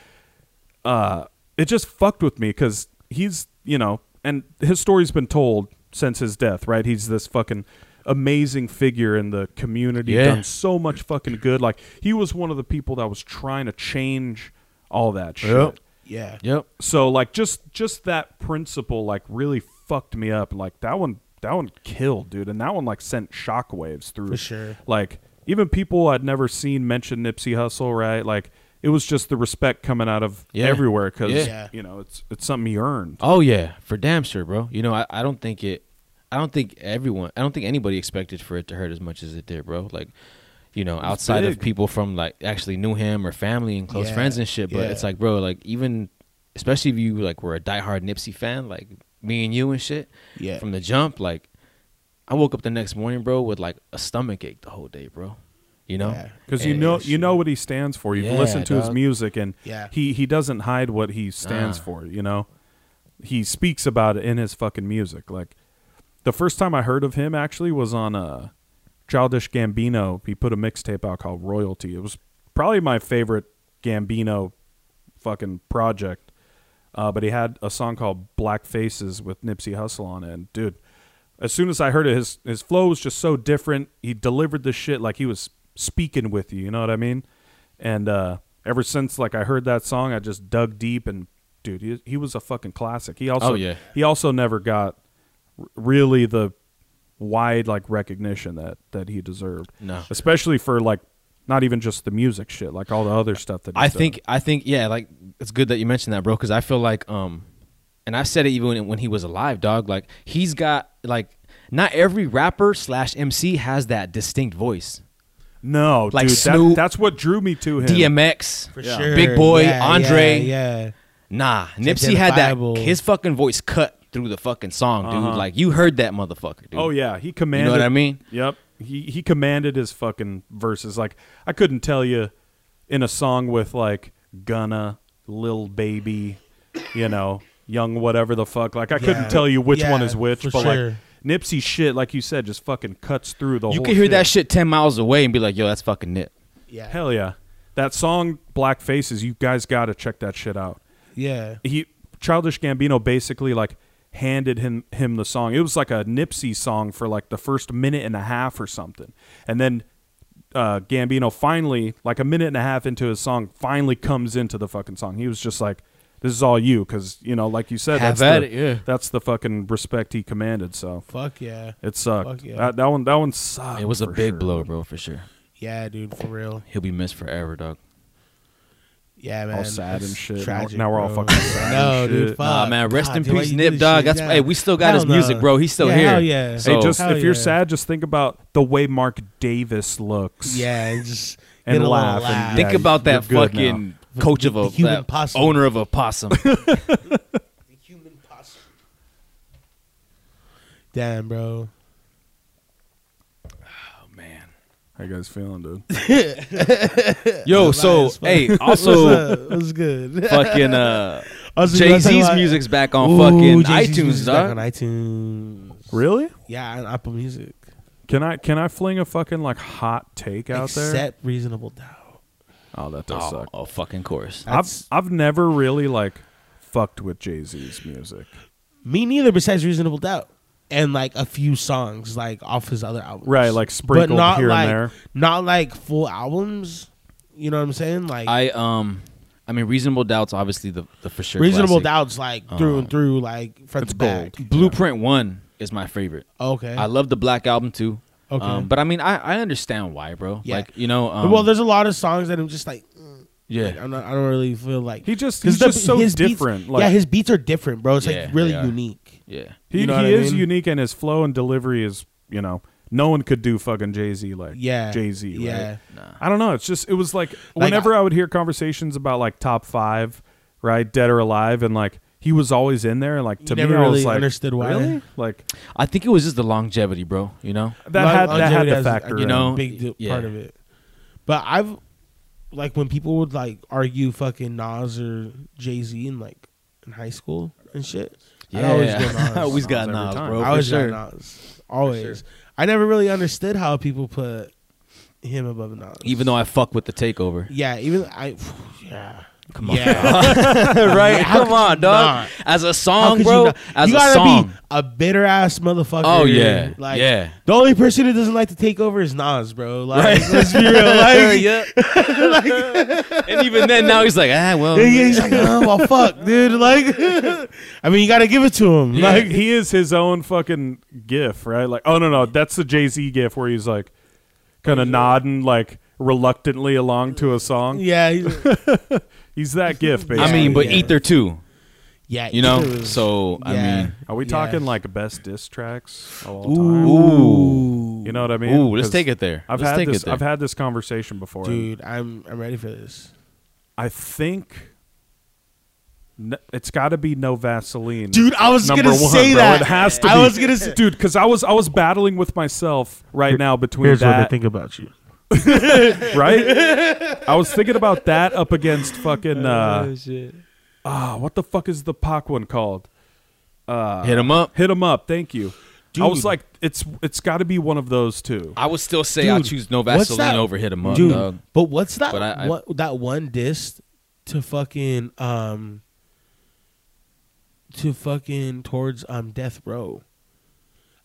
Speaker 3: uh, it just fucked with me because he's you know, and his story's been told since his death, right? He's this fucking amazing figure in the community,
Speaker 1: Yeah.
Speaker 3: done so much fucking good. Like he was one of the people that was trying to change all that shit.
Speaker 1: Yep.
Speaker 2: yeah.
Speaker 1: yep.
Speaker 3: So like just just that principle like really fucked me up. Like that one that one killed, dude, and that one like sent shockwaves through.
Speaker 2: For sure.
Speaker 3: Like even people I'd never seen mention Nipsey Hussle, right? Like it was just the respect coming out of
Speaker 1: Yeah.
Speaker 3: everywhere because
Speaker 2: Yeah.
Speaker 3: you know it's it's something he earned.
Speaker 1: Oh yeah, for damn sure, bro. You know, I, I don't think it. I don't think everyone. I don't think anybody expected for it to hurt as much as it did, bro. Like, you know, outside
Speaker 3: big.
Speaker 1: of people from like actually knew him or family and close
Speaker 2: Yeah,
Speaker 1: friends and shit. But
Speaker 2: yeah.
Speaker 1: it's like, bro, like even especially if you like were a diehard Nipsey fan, like me and you and shit.
Speaker 2: Yeah.
Speaker 1: From the jump, like, I woke up the next morning, bro, with like a stomach ache the whole day, bro. You know.
Speaker 2: Yeah.
Speaker 3: Because you
Speaker 1: And-
Speaker 3: know you know what he stands for. You've
Speaker 1: Yeah,
Speaker 3: listened to his
Speaker 1: dog.
Speaker 3: music, and
Speaker 2: Yeah.
Speaker 3: he he doesn't hide what he stands
Speaker 1: Nah.
Speaker 3: for. You know, he speaks about it in his fucking music. Like the first time I heard of him actually was on uh, Childish Gambino. He put a mixtape out called Royalty. It was probably my favorite Gambino fucking project. Uh, but he had a song called Black Faces with Nipsey Hussle on it. And dude, as soon as I heard it, his his flow was just so different. He delivered the shit like he was speaking with you. You know what I mean? And uh, ever since like I heard that song, I just dug deep and dude, he, he was a fucking classic. He also
Speaker 1: Oh, yeah.
Speaker 3: he also never got r- really the wide like recognition that that he deserved.
Speaker 1: No.
Speaker 3: especially for like not even just the music shit, like all the other stuff that he's
Speaker 1: I
Speaker 3: done.
Speaker 1: think I think yeah, like it's good that you mentioned that, bro, because I feel like um, and I said it even when, when he was alive, dog. Like he's got like not every rapper slash MC has that distinct voice.
Speaker 3: No,
Speaker 1: Like
Speaker 3: dude, that-
Speaker 1: Snoop,
Speaker 3: that's what drew me to him.
Speaker 1: DMX,
Speaker 2: For sure.
Speaker 1: Big Boy,
Speaker 2: Yeah,
Speaker 1: Andre,
Speaker 2: Yeah. yeah.
Speaker 1: nah, Nipsey had that.
Speaker 2: identifiable.
Speaker 1: His fucking voice cut through the fucking song, dude. Like you heard that motherfucker, dude.
Speaker 3: Oh yeah, he commanded.
Speaker 1: I mean?
Speaker 3: Yep, he he commanded his fucking verses. Like I couldn't tell you in a song with like Gunna, Lil Baby, you know, Young whatever the fuck. Like I
Speaker 2: Yeah.
Speaker 3: couldn't tell you which one
Speaker 2: Yeah,
Speaker 3: is which.
Speaker 2: for
Speaker 3: But like
Speaker 2: sure.
Speaker 3: Nipsey shit, like you said, just fucking cuts through the
Speaker 1: You
Speaker 3: whole.
Speaker 1: could hear
Speaker 3: shit.
Speaker 1: that shit ten miles away and be like, "Yo, that's fucking Nip."
Speaker 2: Yeah.
Speaker 3: Hell yeah, that song Black Faces. You guys got to check that shit out.
Speaker 2: Yeah.
Speaker 3: he childish gambino basically like handed him him the song it was like a nipsey song for like the first minute and a half or something and then uh gambino finally like a minute and a half into his song finally comes into the fucking song he was just like this is all you because you know like you said
Speaker 1: Have
Speaker 3: that's
Speaker 1: at
Speaker 3: the,
Speaker 1: it, yeah.
Speaker 3: that's the fucking respect he commanded so
Speaker 2: Fuck yeah.
Speaker 3: it sucked
Speaker 2: Fuck yeah.
Speaker 3: that, that one that one sucked
Speaker 2: Ah,
Speaker 1: It was a
Speaker 3: for
Speaker 1: big
Speaker 3: sure.
Speaker 1: blow, bro, for sure.
Speaker 2: Yeah, dude, for real.
Speaker 1: He'll be missed forever, dog.
Speaker 2: Yeah, man.
Speaker 3: all sad
Speaker 2: that's
Speaker 3: and shit. Now-
Speaker 2: Tragic,
Speaker 3: now we're all
Speaker 2: bro.
Speaker 3: fucking sad
Speaker 2: No,
Speaker 3: and
Speaker 2: dude.
Speaker 3: shit.
Speaker 2: Fuck.
Speaker 1: Nah, man, rest in
Speaker 2: dude, why
Speaker 1: peace,
Speaker 2: you do
Speaker 1: Nip,
Speaker 2: this
Speaker 1: dog.
Speaker 2: shit?
Speaker 1: That's- hey, we still got
Speaker 2: Hell
Speaker 1: his music, bro. He's still
Speaker 2: yeah,
Speaker 1: here.
Speaker 2: Hell yeah.
Speaker 3: Hey,
Speaker 1: So-
Speaker 3: just
Speaker 2: Hell
Speaker 3: if you're
Speaker 2: yeah.
Speaker 3: sad, just think about the way Mark Davis looks.
Speaker 2: Yeah, and just
Speaker 3: And
Speaker 2: get a little
Speaker 3: laugh and-
Speaker 2: laugh.
Speaker 3: Yeah,
Speaker 1: Think about
Speaker 3: you're
Speaker 1: that
Speaker 3: good now.
Speaker 1: fucking coach
Speaker 2: The-
Speaker 1: of
Speaker 2: the
Speaker 1: a
Speaker 2: human
Speaker 1: that
Speaker 2: possum.
Speaker 1: owner of a possum.
Speaker 2: The human possum. Damn, bro.
Speaker 1: Man,
Speaker 3: How you guys feeling, dude?
Speaker 1: yo, Oh, so
Speaker 2: Lions, fuck.
Speaker 1: hey, also
Speaker 2: What's up? What's good?
Speaker 1: fucking uh,
Speaker 2: Also, we
Speaker 1: Jay
Speaker 2: gotta talk
Speaker 1: Z's
Speaker 2: about-
Speaker 1: music's back on
Speaker 2: Ooh,
Speaker 1: fucking
Speaker 2: Jay-Z's
Speaker 1: iTunes,
Speaker 2: music's back
Speaker 1: dog.
Speaker 2: On iTunes.
Speaker 3: Really?
Speaker 2: Yeah, on Apple Music.
Speaker 3: Can I can I fling a fucking like hot take out there?
Speaker 2: Except Reasonable Doubt.
Speaker 3: Oh, that does
Speaker 1: Oh,
Speaker 3: suck.
Speaker 1: oh, fucking course.
Speaker 3: I've
Speaker 2: That's-
Speaker 3: I've never really like fucked with Jay Z's music.
Speaker 2: Me neither. Besides Reasonable Doubt, and like a few songs like off his other albums.
Speaker 3: Right, like
Speaker 2: but
Speaker 3: sprinkled
Speaker 2: not
Speaker 3: here
Speaker 2: like
Speaker 3: and there.
Speaker 2: not like full albums. You know what I'm saying? Like
Speaker 1: I um, I mean, reasonable doubts, obviously the the for sure.
Speaker 2: Reasonable
Speaker 1: classic. Uh,
Speaker 2: Doubt's like through and through, like front
Speaker 3: It's
Speaker 2: to back.
Speaker 3: gold.
Speaker 1: Blueprint one is my favorite.
Speaker 2: Okay.
Speaker 1: I love the Black album too.
Speaker 2: Okay.
Speaker 1: Um, but I mean, I I understand why, bro.
Speaker 2: Yeah.
Speaker 1: Like you know, um,
Speaker 2: well, there's a lot of songs that I'm just like, mm,
Speaker 5: Yeah.
Speaker 2: Like, I'm not, I don't really feel like
Speaker 3: He just-
Speaker 2: 'cause
Speaker 3: he's just so different,
Speaker 2: Beats,
Speaker 3: like-
Speaker 2: yeah, his beats are different, bro. It's
Speaker 1: Yeah,
Speaker 2: like really
Speaker 1: they are.
Speaker 2: unique.
Speaker 1: Yeah.
Speaker 3: He,
Speaker 2: You know what
Speaker 3: he
Speaker 2: I
Speaker 3: is
Speaker 2: mean?
Speaker 3: unique, and his flow and delivery is, you know, no one could do fucking Jay Z like
Speaker 2: Yeah,
Speaker 3: Jay Z.
Speaker 2: yeah.
Speaker 3: right? I don't know. It's just it was like,
Speaker 2: Like,
Speaker 3: whenever I, would hear conversations about like top five, right, dead or alive, and like he was always in there, and like to
Speaker 2: never
Speaker 3: me, I was
Speaker 2: really
Speaker 3: like,
Speaker 2: understood why.
Speaker 3: really? like
Speaker 1: I think it was just the longevity, bro. You know.
Speaker 3: that
Speaker 2: Lo-
Speaker 3: had that had
Speaker 2: longevity
Speaker 3: the
Speaker 2: has, uh,
Speaker 3: factor,
Speaker 2: you
Speaker 3: in.
Speaker 2: know,
Speaker 1: uh, know?
Speaker 2: big deal,
Speaker 1: Yeah.
Speaker 2: part of it. But I've like when people would like argue fucking Nas or Jay Z in like in high school and shit. I'd always go
Speaker 1: Oh,
Speaker 2: Nas.
Speaker 5: I always got
Speaker 3: Nas every
Speaker 5: Nas,
Speaker 3: time.
Speaker 5: bro.
Speaker 2: I
Speaker 5: for
Speaker 2: always
Speaker 5: sure.
Speaker 2: got Nas. Always. I never really understood how people put him above Nas.
Speaker 1: Even though I fuck with the takeover.
Speaker 2: yeah, even I yeah.
Speaker 1: Come on.
Speaker 2: Yeah.
Speaker 1: right?
Speaker 2: How
Speaker 1: Come
Speaker 2: could
Speaker 1: on,
Speaker 2: you
Speaker 1: dog.
Speaker 2: not?
Speaker 1: As a
Speaker 2: How
Speaker 1: song,
Speaker 2: could
Speaker 1: bro.
Speaker 2: you not-
Speaker 1: As
Speaker 2: you
Speaker 1: a
Speaker 2: gotta
Speaker 1: song.
Speaker 2: be a bitter ass motherfucker.
Speaker 1: Oh, yeah.
Speaker 2: like
Speaker 1: Yeah.
Speaker 2: the only person who doesn't like to take over is Nas, bro. Like let's be real, like,
Speaker 1: yeah. and even then, now he's like, ah, well.
Speaker 2: Yeah, yeah, he's like, oh well, fuck, dude. Like, I mean, you gotta give it to him. Like,
Speaker 3: Like he is his own fucking gif, right? Like, oh no, no, that's the Jay Z gif where he's like, kind of nodding like reluctantly along to a song.
Speaker 2: yeah, he's-
Speaker 3: He's that gif, basically.
Speaker 1: I mean, but
Speaker 2: Yeah.
Speaker 1: Ether too.
Speaker 2: yeah.
Speaker 1: You know.
Speaker 2: dude.
Speaker 1: So I
Speaker 2: Yeah.
Speaker 1: mean,
Speaker 3: are we
Speaker 2: Yeah.
Speaker 3: talking like best diss tracks of all time?
Speaker 1: ooh,
Speaker 3: You know what I mean?
Speaker 1: ooh, let's
Speaker 3: 'Cause
Speaker 1: take it there.
Speaker 3: I've
Speaker 1: let's
Speaker 3: had
Speaker 1: take
Speaker 3: this.
Speaker 1: it there.
Speaker 3: I've had this conversation before. and
Speaker 2: dude, I'm I'm ready for this.
Speaker 3: I think n- it's got to be no Vaseline,
Speaker 2: Dude, I was
Speaker 3: Number
Speaker 2: gonna
Speaker 3: one,
Speaker 2: say
Speaker 3: bro.
Speaker 2: that.
Speaker 3: It has to
Speaker 2: I
Speaker 3: be.
Speaker 2: was gonna say,
Speaker 3: dude, because I was I was battling with myself right now between that
Speaker 2: about you.
Speaker 3: right? I was thinking about that up against fucking uh ah, what the fuck is the Pac one called? Uh,
Speaker 1: Hit him up.
Speaker 3: hit him up. Thank you. I was
Speaker 2: Dude.
Speaker 3: like, it's it's got to be one of those two.
Speaker 1: I would still say I
Speaker 2: Dude,
Speaker 1: choose No
Speaker 2: what's
Speaker 1: Vaseline
Speaker 2: that-
Speaker 1: over Hit him up,
Speaker 2: dude.
Speaker 1: dog.
Speaker 2: But what's that?
Speaker 1: But I- I-
Speaker 2: what that one diss to fucking um to fucking towards um Death Row.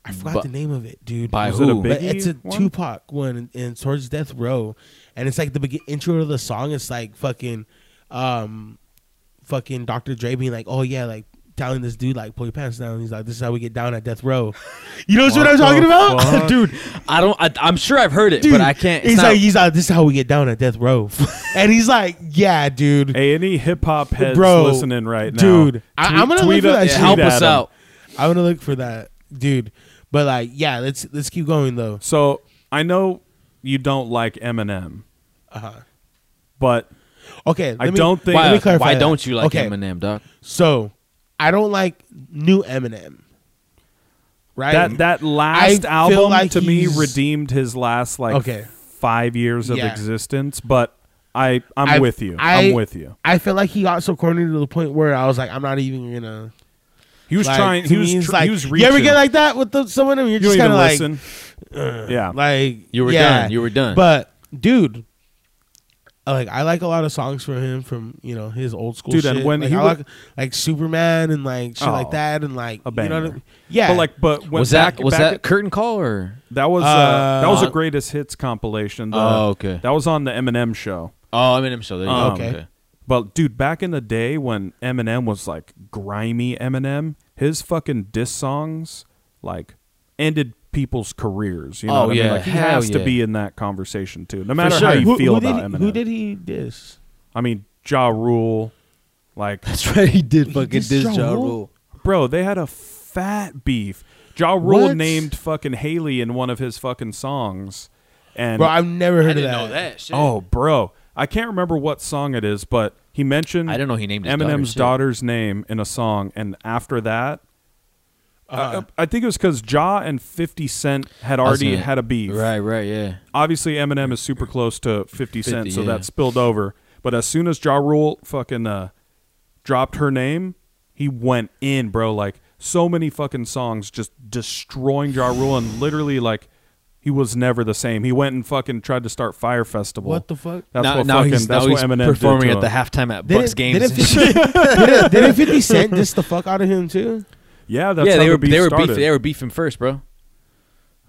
Speaker 2: I forgot
Speaker 1: Bu-
Speaker 2: the name of it, dude.
Speaker 1: By
Speaker 3: Was it a
Speaker 1: who?
Speaker 3: big-
Speaker 2: But it's a
Speaker 3: Biggie one?
Speaker 2: Tupac one and, and towards Death Row, and it's like the begin- intro to the song. It's like fucking, um, fucking Dr. Dre being like, "Oh yeah," like telling this dude like, "Pull your pants down." he's like, "This is how we get down at Death Row." You know what,
Speaker 3: What
Speaker 2: I'm
Speaker 3: the
Speaker 2: talking about,
Speaker 3: fuck?
Speaker 2: dude?
Speaker 1: I don't. I, I'm sure I've heard it,
Speaker 2: Dude,
Speaker 1: but I can't. It's
Speaker 2: He's
Speaker 1: not,
Speaker 2: like, he's like, "This is how we get down at Death Row," and he's like, "Yeah, dude."
Speaker 3: Hey, any E hip hop heads
Speaker 2: Bro,
Speaker 3: listening right now,
Speaker 2: dude, I- I'm gonna look
Speaker 3: tweet
Speaker 2: for
Speaker 3: up-
Speaker 2: that
Speaker 1: yeah,
Speaker 2: shit.
Speaker 1: help
Speaker 3: tweet
Speaker 1: us
Speaker 3: at 'em.
Speaker 1: out.
Speaker 2: I'm gonna look for that, dude. But like, yeah, let's let's keep going though.
Speaker 3: So I know you don't like Eminem,
Speaker 2: Uh-huh.
Speaker 3: but
Speaker 2: Okay, let
Speaker 3: I
Speaker 2: me-
Speaker 3: don't think-
Speaker 2: let
Speaker 1: Why,
Speaker 2: me clarify
Speaker 1: why
Speaker 2: that.
Speaker 1: don't you like
Speaker 2: Okay.
Speaker 1: Eminem, dog?
Speaker 2: So, I don't like new Eminem. Right?
Speaker 3: that that last
Speaker 2: feel
Speaker 3: album
Speaker 2: like
Speaker 3: to me
Speaker 2: he's-
Speaker 3: redeemed his last like
Speaker 2: Okay.
Speaker 3: five years of
Speaker 2: Yeah.
Speaker 3: existence. But I I'm
Speaker 2: I-
Speaker 3: with you.
Speaker 2: I-
Speaker 3: I'm with you.
Speaker 2: I feel like he got so corny to the point where I was like, I'm not even gonna.
Speaker 3: He was
Speaker 2: like,
Speaker 3: trying.
Speaker 2: to
Speaker 3: He
Speaker 2: me,
Speaker 3: was,
Speaker 2: it's
Speaker 3: tr-
Speaker 2: like,
Speaker 3: he was
Speaker 2: You
Speaker 3: reaching.
Speaker 2: ever get like that with the, someone and you're
Speaker 3: you
Speaker 2: just
Speaker 3: don't
Speaker 2: kind
Speaker 3: even
Speaker 2: of like, uh,
Speaker 3: listen. yeah,
Speaker 2: like
Speaker 1: You were
Speaker 2: yeah.
Speaker 1: done. You were done.
Speaker 2: But dude, like I like a lot of songs from him from you know his old school.
Speaker 3: Dude,
Speaker 2: shit.
Speaker 3: and when
Speaker 2: like,
Speaker 3: he
Speaker 2: I
Speaker 3: wa-
Speaker 2: like, like Superman and like shit
Speaker 3: Oh,
Speaker 2: like that and like
Speaker 3: a
Speaker 2: you know what I
Speaker 3: banger.
Speaker 2: mean? yeah.
Speaker 3: But like, but when
Speaker 1: was that
Speaker 3: back-
Speaker 1: was
Speaker 3: back-
Speaker 1: that curtain call or?
Speaker 3: that was uh,
Speaker 2: Uh,
Speaker 3: that was a
Speaker 1: on-
Speaker 3: greatest hits compilation. the-
Speaker 1: Oh, okay.
Speaker 3: That was on the Eminem show.
Speaker 1: Oh, Eminem show. There you
Speaker 3: Um,
Speaker 1: go.
Speaker 2: Okay.
Speaker 1: Okay.
Speaker 3: But dude, back in the day when Eminem was like grimy Eminem, his fucking diss songs like ended people's careers. You know
Speaker 1: Oh,
Speaker 3: what I
Speaker 1: yeah.
Speaker 3: mean? Like he
Speaker 1: Hell
Speaker 3: has to
Speaker 1: yeah.
Speaker 3: be in that conversation too, no matter
Speaker 2: Sure.
Speaker 3: how you
Speaker 2: who,
Speaker 3: feel
Speaker 2: who
Speaker 3: about
Speaker 2: did he,
Speaker 3: Eminem.
Speaker 2: Who did he diss?
Speaker 3: I mean, Ja Rule, like
Speaker 5: That's right. He did fucking
Speaker 2: dissed
Speaker 5: diss
Speaker 2: Ja
Speaker 5: Ja
Speaker 2: Rule?
Speaker 5: Rule.
Speaker 3: bro, they had a fat beef. Ja Rule
Speaker 2: What?
Speaker 3: named fucking Haley in one of his fucking songs, and
Speaker 2: Bro, I've never heard
Speaker 1: I didn't
Speaker 2: of
Speaker 1: know that. Shit.
Speaker 3: Oh, bro. I can't remember what song it is, but he mentioned
Speaker 1: I didn't know he named his
Speaker 3: Eminem's
Speaker 1: daughter, shit.
Speaker 3: daughter's name in a song, and after that,
Speaker 1: Uh-huh.
Speaker 3: uh, I think it was because Ja and Fifty Cent had already
Speaker 1: gonna-
Speaker 3: had a beef.
Speaker 1: Right. Right. Yeah.
Speaker 3: Obviously, Eminem is super close to Fifty Cent,
Speaker 1: 50,
Speaker 3: so
Speaker 1: yeah.
Speaker 3: that spilled over. But as soon as Ja Rule fucking uh, dropped her name, he went in, bro. Like so many fucking songs, just destroying Ja Rule, and literally like. He was never the same. He went and fucking tried to start Fire Festival.
Speaker 2: What the fuck?
Speaker 3: That's
Speaker 1: now,
Speaker 3: what
Speaker 1: now
Speaker 3: fucking,
Speaker 1: he's,
Speaker 3: that's
Speaker 1: now
Speaker 3: what
Speaker 1: he's
Speaker 3: Eminem
Speaker 1: performing
Speaker 3: did
Speaker 1: at
Speaker 3: to
Speaker 1: the
Speaker 3: him.
Speaker 1: halftime at
Speaker 2: Did
Speaker 1: Bucks
Speaker 2: it-
Speaker 1: games.
Speaker 2: Did
Speaker 1: and
Speaker 2: it,
Speaker 1: shit.
Speaker 2: 50, did it- did it 50 Cent diss the fuck out of him too?
Speaker 3: Yeah, that's
Speaker 1: Yeah,
Speaker 3: how
Speaker 1: they
Speaker 3: the
Speaker 1: were
Speaker 3: beef
Speaker 1: they were
Speaker 3: started.
Speaker 1: beef, they were beefing first, bro.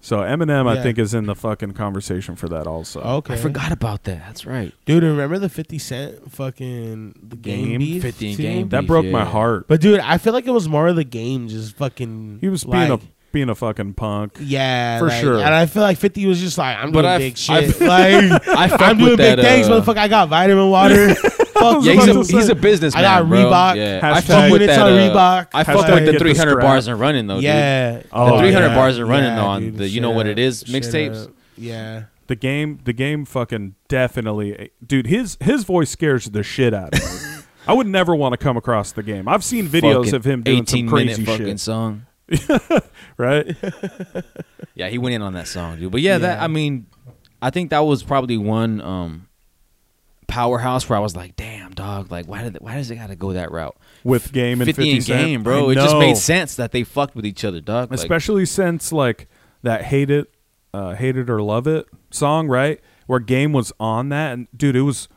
Speaker 3: So Eminem, I
Speaker 2: Yeah.
Speaker 3: think, is in the fucking conversation for that also.
Speaker 2: Okay.
Speaker 1: I forgot about that. That's right.
Speaker 2: Dude, remember the 50 Cent fucking the game,
Speaker 3: Game?
Speaker 2: beef
Speaker 1: 50 and
Speaker 2: too?
Speaker 1: game
Speaker 3: that
Speaker 1: beef,
Speaker 3: broke my
Speaker 1: yeah.
Speaker 3: heart.
Speaker 2: But dude, I feel like it was more of the game just fucking
Speaker 3: He was
Speaker 2: like,
Speaker 3: being a being a fucking punk.
Speaker 2: Yeah,
Speaker 3: For
Speaker 2: like-
Speaker 3: sure.
Speaker 2: And I feel like Fifty was just like, I'm
Speaker 1: But
Speaker 2: doing
Speaker 1: I-
Speaker 2: big
Speaker 1: I-
Speaker 2: shit. like
Speaker 1: I fuck
Speaker 2: I'm doing
Speaker 1: with
Speaker 2: big
Speaker 1: that,
Speaker 2: things,
Speaker 1: uh,
Speaker 2: motherfucker. I got vitamin water. Fuck
Speaker 1: Yeah, he's
Speaker 2: you.
Speaker 3: That's what I'm
Speaker 1: a, he's a
Speaker 3: saying.
Speaker 1: businessman.
Speaker 2: I got
Speaker 1: bro.
Speaker 2: Reebok.
Speaker 1: Yeah.
Speaker 3: Hashtag
Speaker 1: I fuck with
Speaker 2: units
Speaker 1: that.
Speaker 2: on
Speaker 1: uh,
Speaker 2: Reebok.
Speaker 1: I fuck
Speaker 3: Hashtag
Speaker 1: with
Speaker 3: get
Speaker 1: the
Speaker 3: the
Speaker 1: 300
Speaker 3: strap.
Speaker 1: bars and running though, dude.
Speaker 2: yeah.
Speaker 3: Oh,
Speaker 2: yeah.
Speaker 3: 300
Speaker 1: bars are running on the- you
Speaker 2: shit
Speaker 1: know what it is,
Speaker 2: shit
Speaker 1: mixtapes.
Speaker 2: up. Yeah.
Speaker 3: The game, the game, fucking definitely, dude. His his voice scares the shit out of me. I would never want to come across the game. I've seen videos
Speaker 1: Fucking
Speaker 3: of him doing
Speaker 1: 18
Speaker 3: some crazy
Speaker 1: minute fucking
Speaker 3: shit,
Speaker 1: song.
Speaker 3: right?
Speaker 1: Yeah, he went in on that song, dude. But yeah, that
Speaker 2: Yeah.
Speaker 1: I mean, I think that was probably one um, powerhouse where I was like, "Damn, dog! Like, why did why does it got to go that route?"
Speaker 3: With game and 50,
Speaker 1: Fifty and
Speaker 3: Cent.
Speaker 1: game, bro.
Speaker 3: I
Speaker 1: It just
Speaker 3: know.
Speaker 1: made sense that they fucked with each other, dog. Like,
Speaker 3: especially since like that hate it uh hate it or love it song right where game was on that and dude it was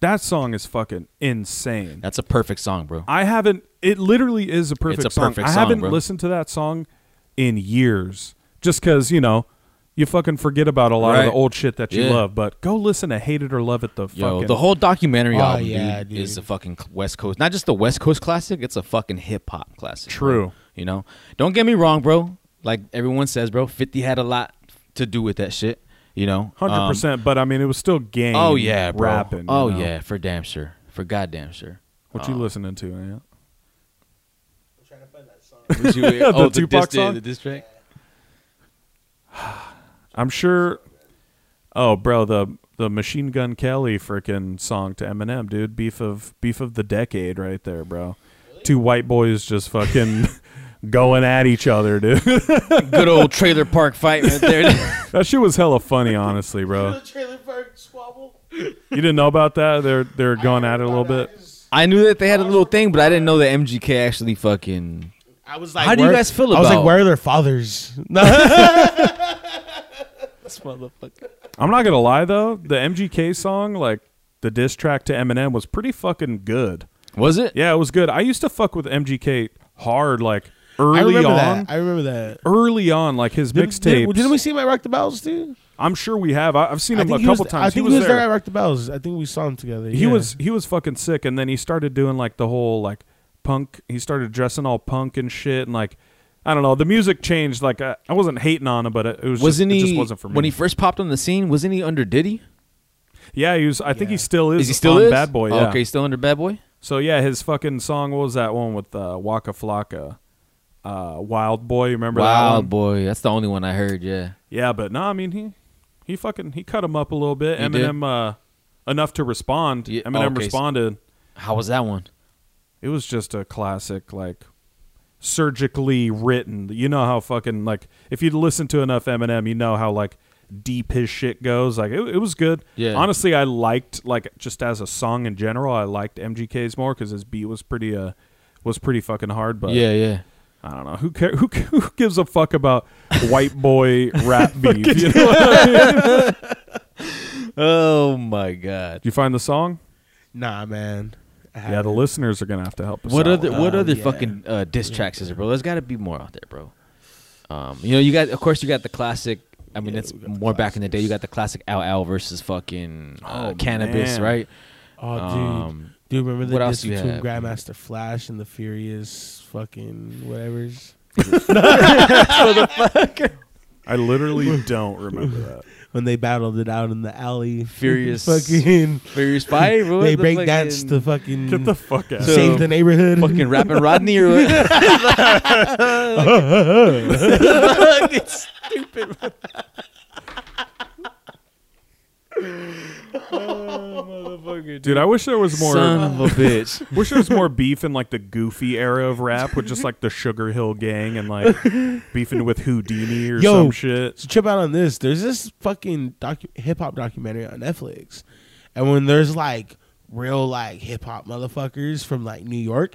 Speaker 3: that song is fucking insane
Speaker 1: that's a perfect song, bro.
Speaker 3: i haven't it literally is a perfect
Speaker 1: a
Speaker 3: song
Speaker 1: perfect
Speaker 3: i
Speaker 1: song,
Speaker 3: haven't
Speaker 1: bro.
Speaker 3: listened to that song in years just because you know you fucking forget about a lot of
Speaker 1: Right.
Speaker 3: the old shit that you
Speaker 1: Yeah.
Speaker 3: love but go listen to hate it or love it the
Speaker 1: Yo,
Speaker 3: fucking
Speaker 1: the whole documentary
Speaker 2: Oh,
Speaker 1: album
Speaker 2: yeah,
Speaker 1: dude,
Speaker 2: dude.
Speaker 1: is a fucking cl- West Coast, not just the West Coast classic. It's a fucking hip hop classic. bro.
Speaker 3: True.
Speaker 1: You know, don't get me wrong, bro. Like everyone says, bro, Fifty had a lot to do with that shit. You know, Um,
Speaker 3: 100% but i mean it was still game
Speaker 1: Oh yeah, bro.
Speaker 3: rapping you
Speaker 1: oh
Speaker 3: know?
Speaker 1: yeah, Uh, for damn sure, for goddamn sure.
Speaker 3: what you listening to man
Speaker 1: Would you wear- oh, the
Speaker 3: Tupac
Speaker 1: diss-
Speaker 3: song?
Speaker 1: The diss track?
Speaker 3: I'm sure. Oh, bro, the the Machine Gun Kelly freaking song to Eminem, dude, beef of beef of the decade, right there, bro. Two white boys just fucking going at each other, dude.
Speaker 1: Good old trailer park fight right there.
Speaker 3: that shit was hella funny, honestly, bro.
Speaker 2: Trailer park squabble.
Speaker 3: You didn't know about that? They're they're going at it a little bit.
Speaker 1: I knew that they had a little thing, but I didn't know that MGK actually fucking.
Speaker 2: I was like,
Speaker 1: How do you
Speaker 2: where-
Speaker 1: guys feel
Speaker 2: I was like,
Speaker 1: about-
Speaker 2: where are their fathers? No. this motherfucker.
Speaker 3: I'm not gonna lie though, the MGK song, like the diss track to Eminem, was pretty fucking good.
Speaker 1: Was it?
Speaker 3: Yeah, it was good. I used to fuck with MGK hard, like
Speaker 2: I
Speaker 3: early
Speaker 2: remember
Speaker 3: on.
Speaker 2: that. I remember that.
Speaker 3: Early on, like his
Speaker 2: Did-
Speaker 3: mixtape.
Speaker 2: Did, didn't we see him at Rock the Bells, dude?
Speaker 3: I'm sure we have. I, I've seen
Speaker 2: I
Speaker 3: him a
Speaker 2: think he
Speaker 3: couple
Speaker 2: was-
Speaker 3: times.
Speaker 2: I think
Speaker 3: he was, there.
Speaker 2: at Rock the Bells. I think we saw him together.
Speaker 3: He
Speaker 2: yeah.
Speaker 3: was he was fucking sick, and then he started doing like the whole like punk. He started dressing all punk and shit, and like I don't know. The music changed. Like I, I wasn't hating on him, but it, it was
Speaker 1: Wasn't
Speaker 3: just,
Speaker 1: he
Speaker 3: It just wasn't for me.
Speaker 1: when he first popped on the scene? Wasn't he under Diddy?
Speaker 3: yeah, he was. I think
Speaker 2: Yeah.
Speaker 3: he still is.
Speaker 1: Is he still
Speaker 3: on
Speaker 1: is?
Speaker 3: Bad Boy?
Speaker 1: Oh,
Speaker 3: Yeah.
Speaker 1: okay, he's still under Bad Boy.
Speaker 3: So yeah, his fucking song. What was that one with uh, Waka Flocka? Uh, Wild Boy. you Remember that
Speaker 1: Wow,
Speaker 3: one?
Speaker 1: boy, that's the only one I heard. Yeah,
Speaker 3: Yeah, but no, I mean he he fucking he cut him up a little bit.
Speaker 1: He did?
Speaker 3: Eminem uh, enough to respond.
Speaker 1: Yeah,
Speaker 3: Eminem
Speaker 1: okay, so-
Speaker 3: responded.
Speaker 1: how was that one?
Speaker 3: it was just a classic like surgically written you know how fucking like if you'd listen to enough eminem you know how like deep his shit goes like it, it was good
Speaker 1: Yeah.
Speaker 3: honestly i liked like just as a song in general i liked mgk's more because his beat was pretty uh was pretty fucking hard but
Speaker 1: yeah, yeah.
Speaker 3: i don't know who care who, who gives a fuck about white boy rap beef you know what I mean?
Speaker 1: Oh my God.
Speaker 3: you find the song
Speaker 2: Nah, man. I
Speaker 3: yeah
Speaker 2: haven't.
Speaker 3: the listeners are gonna have to help us
Speaker 1: What
Speaker 3: out
Speaker 1: other
Speaker 3: with
Speaker 1: What
Speaker 2: Um,
Speaker 1: other
Speaker 2: yeah.
Speaker 1: fucking uh, diss tracks is there, bro? There's got to be more out there, bro. Um, you know, you got of course you got the classic. I mean,
Speaker 2: Yeah,
Speaker 1: it's
Speaker 2: we got the
Speaker 1: more back in the day. You
Speaker 2: classics.
Speaker 1: got the classic Al Al versus fucking uh,
Speaker 3: Oh,
Speaker 1: cannabis,
Speaker 3: man.
Speaker 1: right?
Speaker 2: Oh, dude.
Speaker 1: Um,
Speaker 2: dude, remember the
Speaker 1: what
Speaker 2: diss
Speaker 1: else you
Speaker 2: between
Speaker 1: have?
Speaker 2: Grandmaster Flash and the Furious fucking whatever's?
Speaker 3: i literally don't remember that
Speaker 2: When they battled it out in the alley.
Speaker 1: Furious-
Speaker 2: fucking.
Speaker 1: Furious Five. what
Speaker 2: They
Speaker 1: the
Speaker 2: break
Speaker 1: fucking-
Speaker 2: dance to fucking.
Speaker 3: get the fuck out
Speaker 1: So-
Speaker 2: save the neighborhood.
Speaker 1: fucking rapping Rodney or what? Fucking stupid.
Speaker 3: Dude, I wish there was more.
Speaker 1: Son of a bitch.
Speaker 3: wish there was more beef in like the goofy era of rap with just like the Sugar Hill Gang and like beefing with Houdini or
Speaker 2: Yo.
Speaker 3: some shit.
Speaker 2: So trip out on this. There's this fucking docu- hip hop documentary on Netflix, and when there's like real like hip hop motherfuckers from like New York,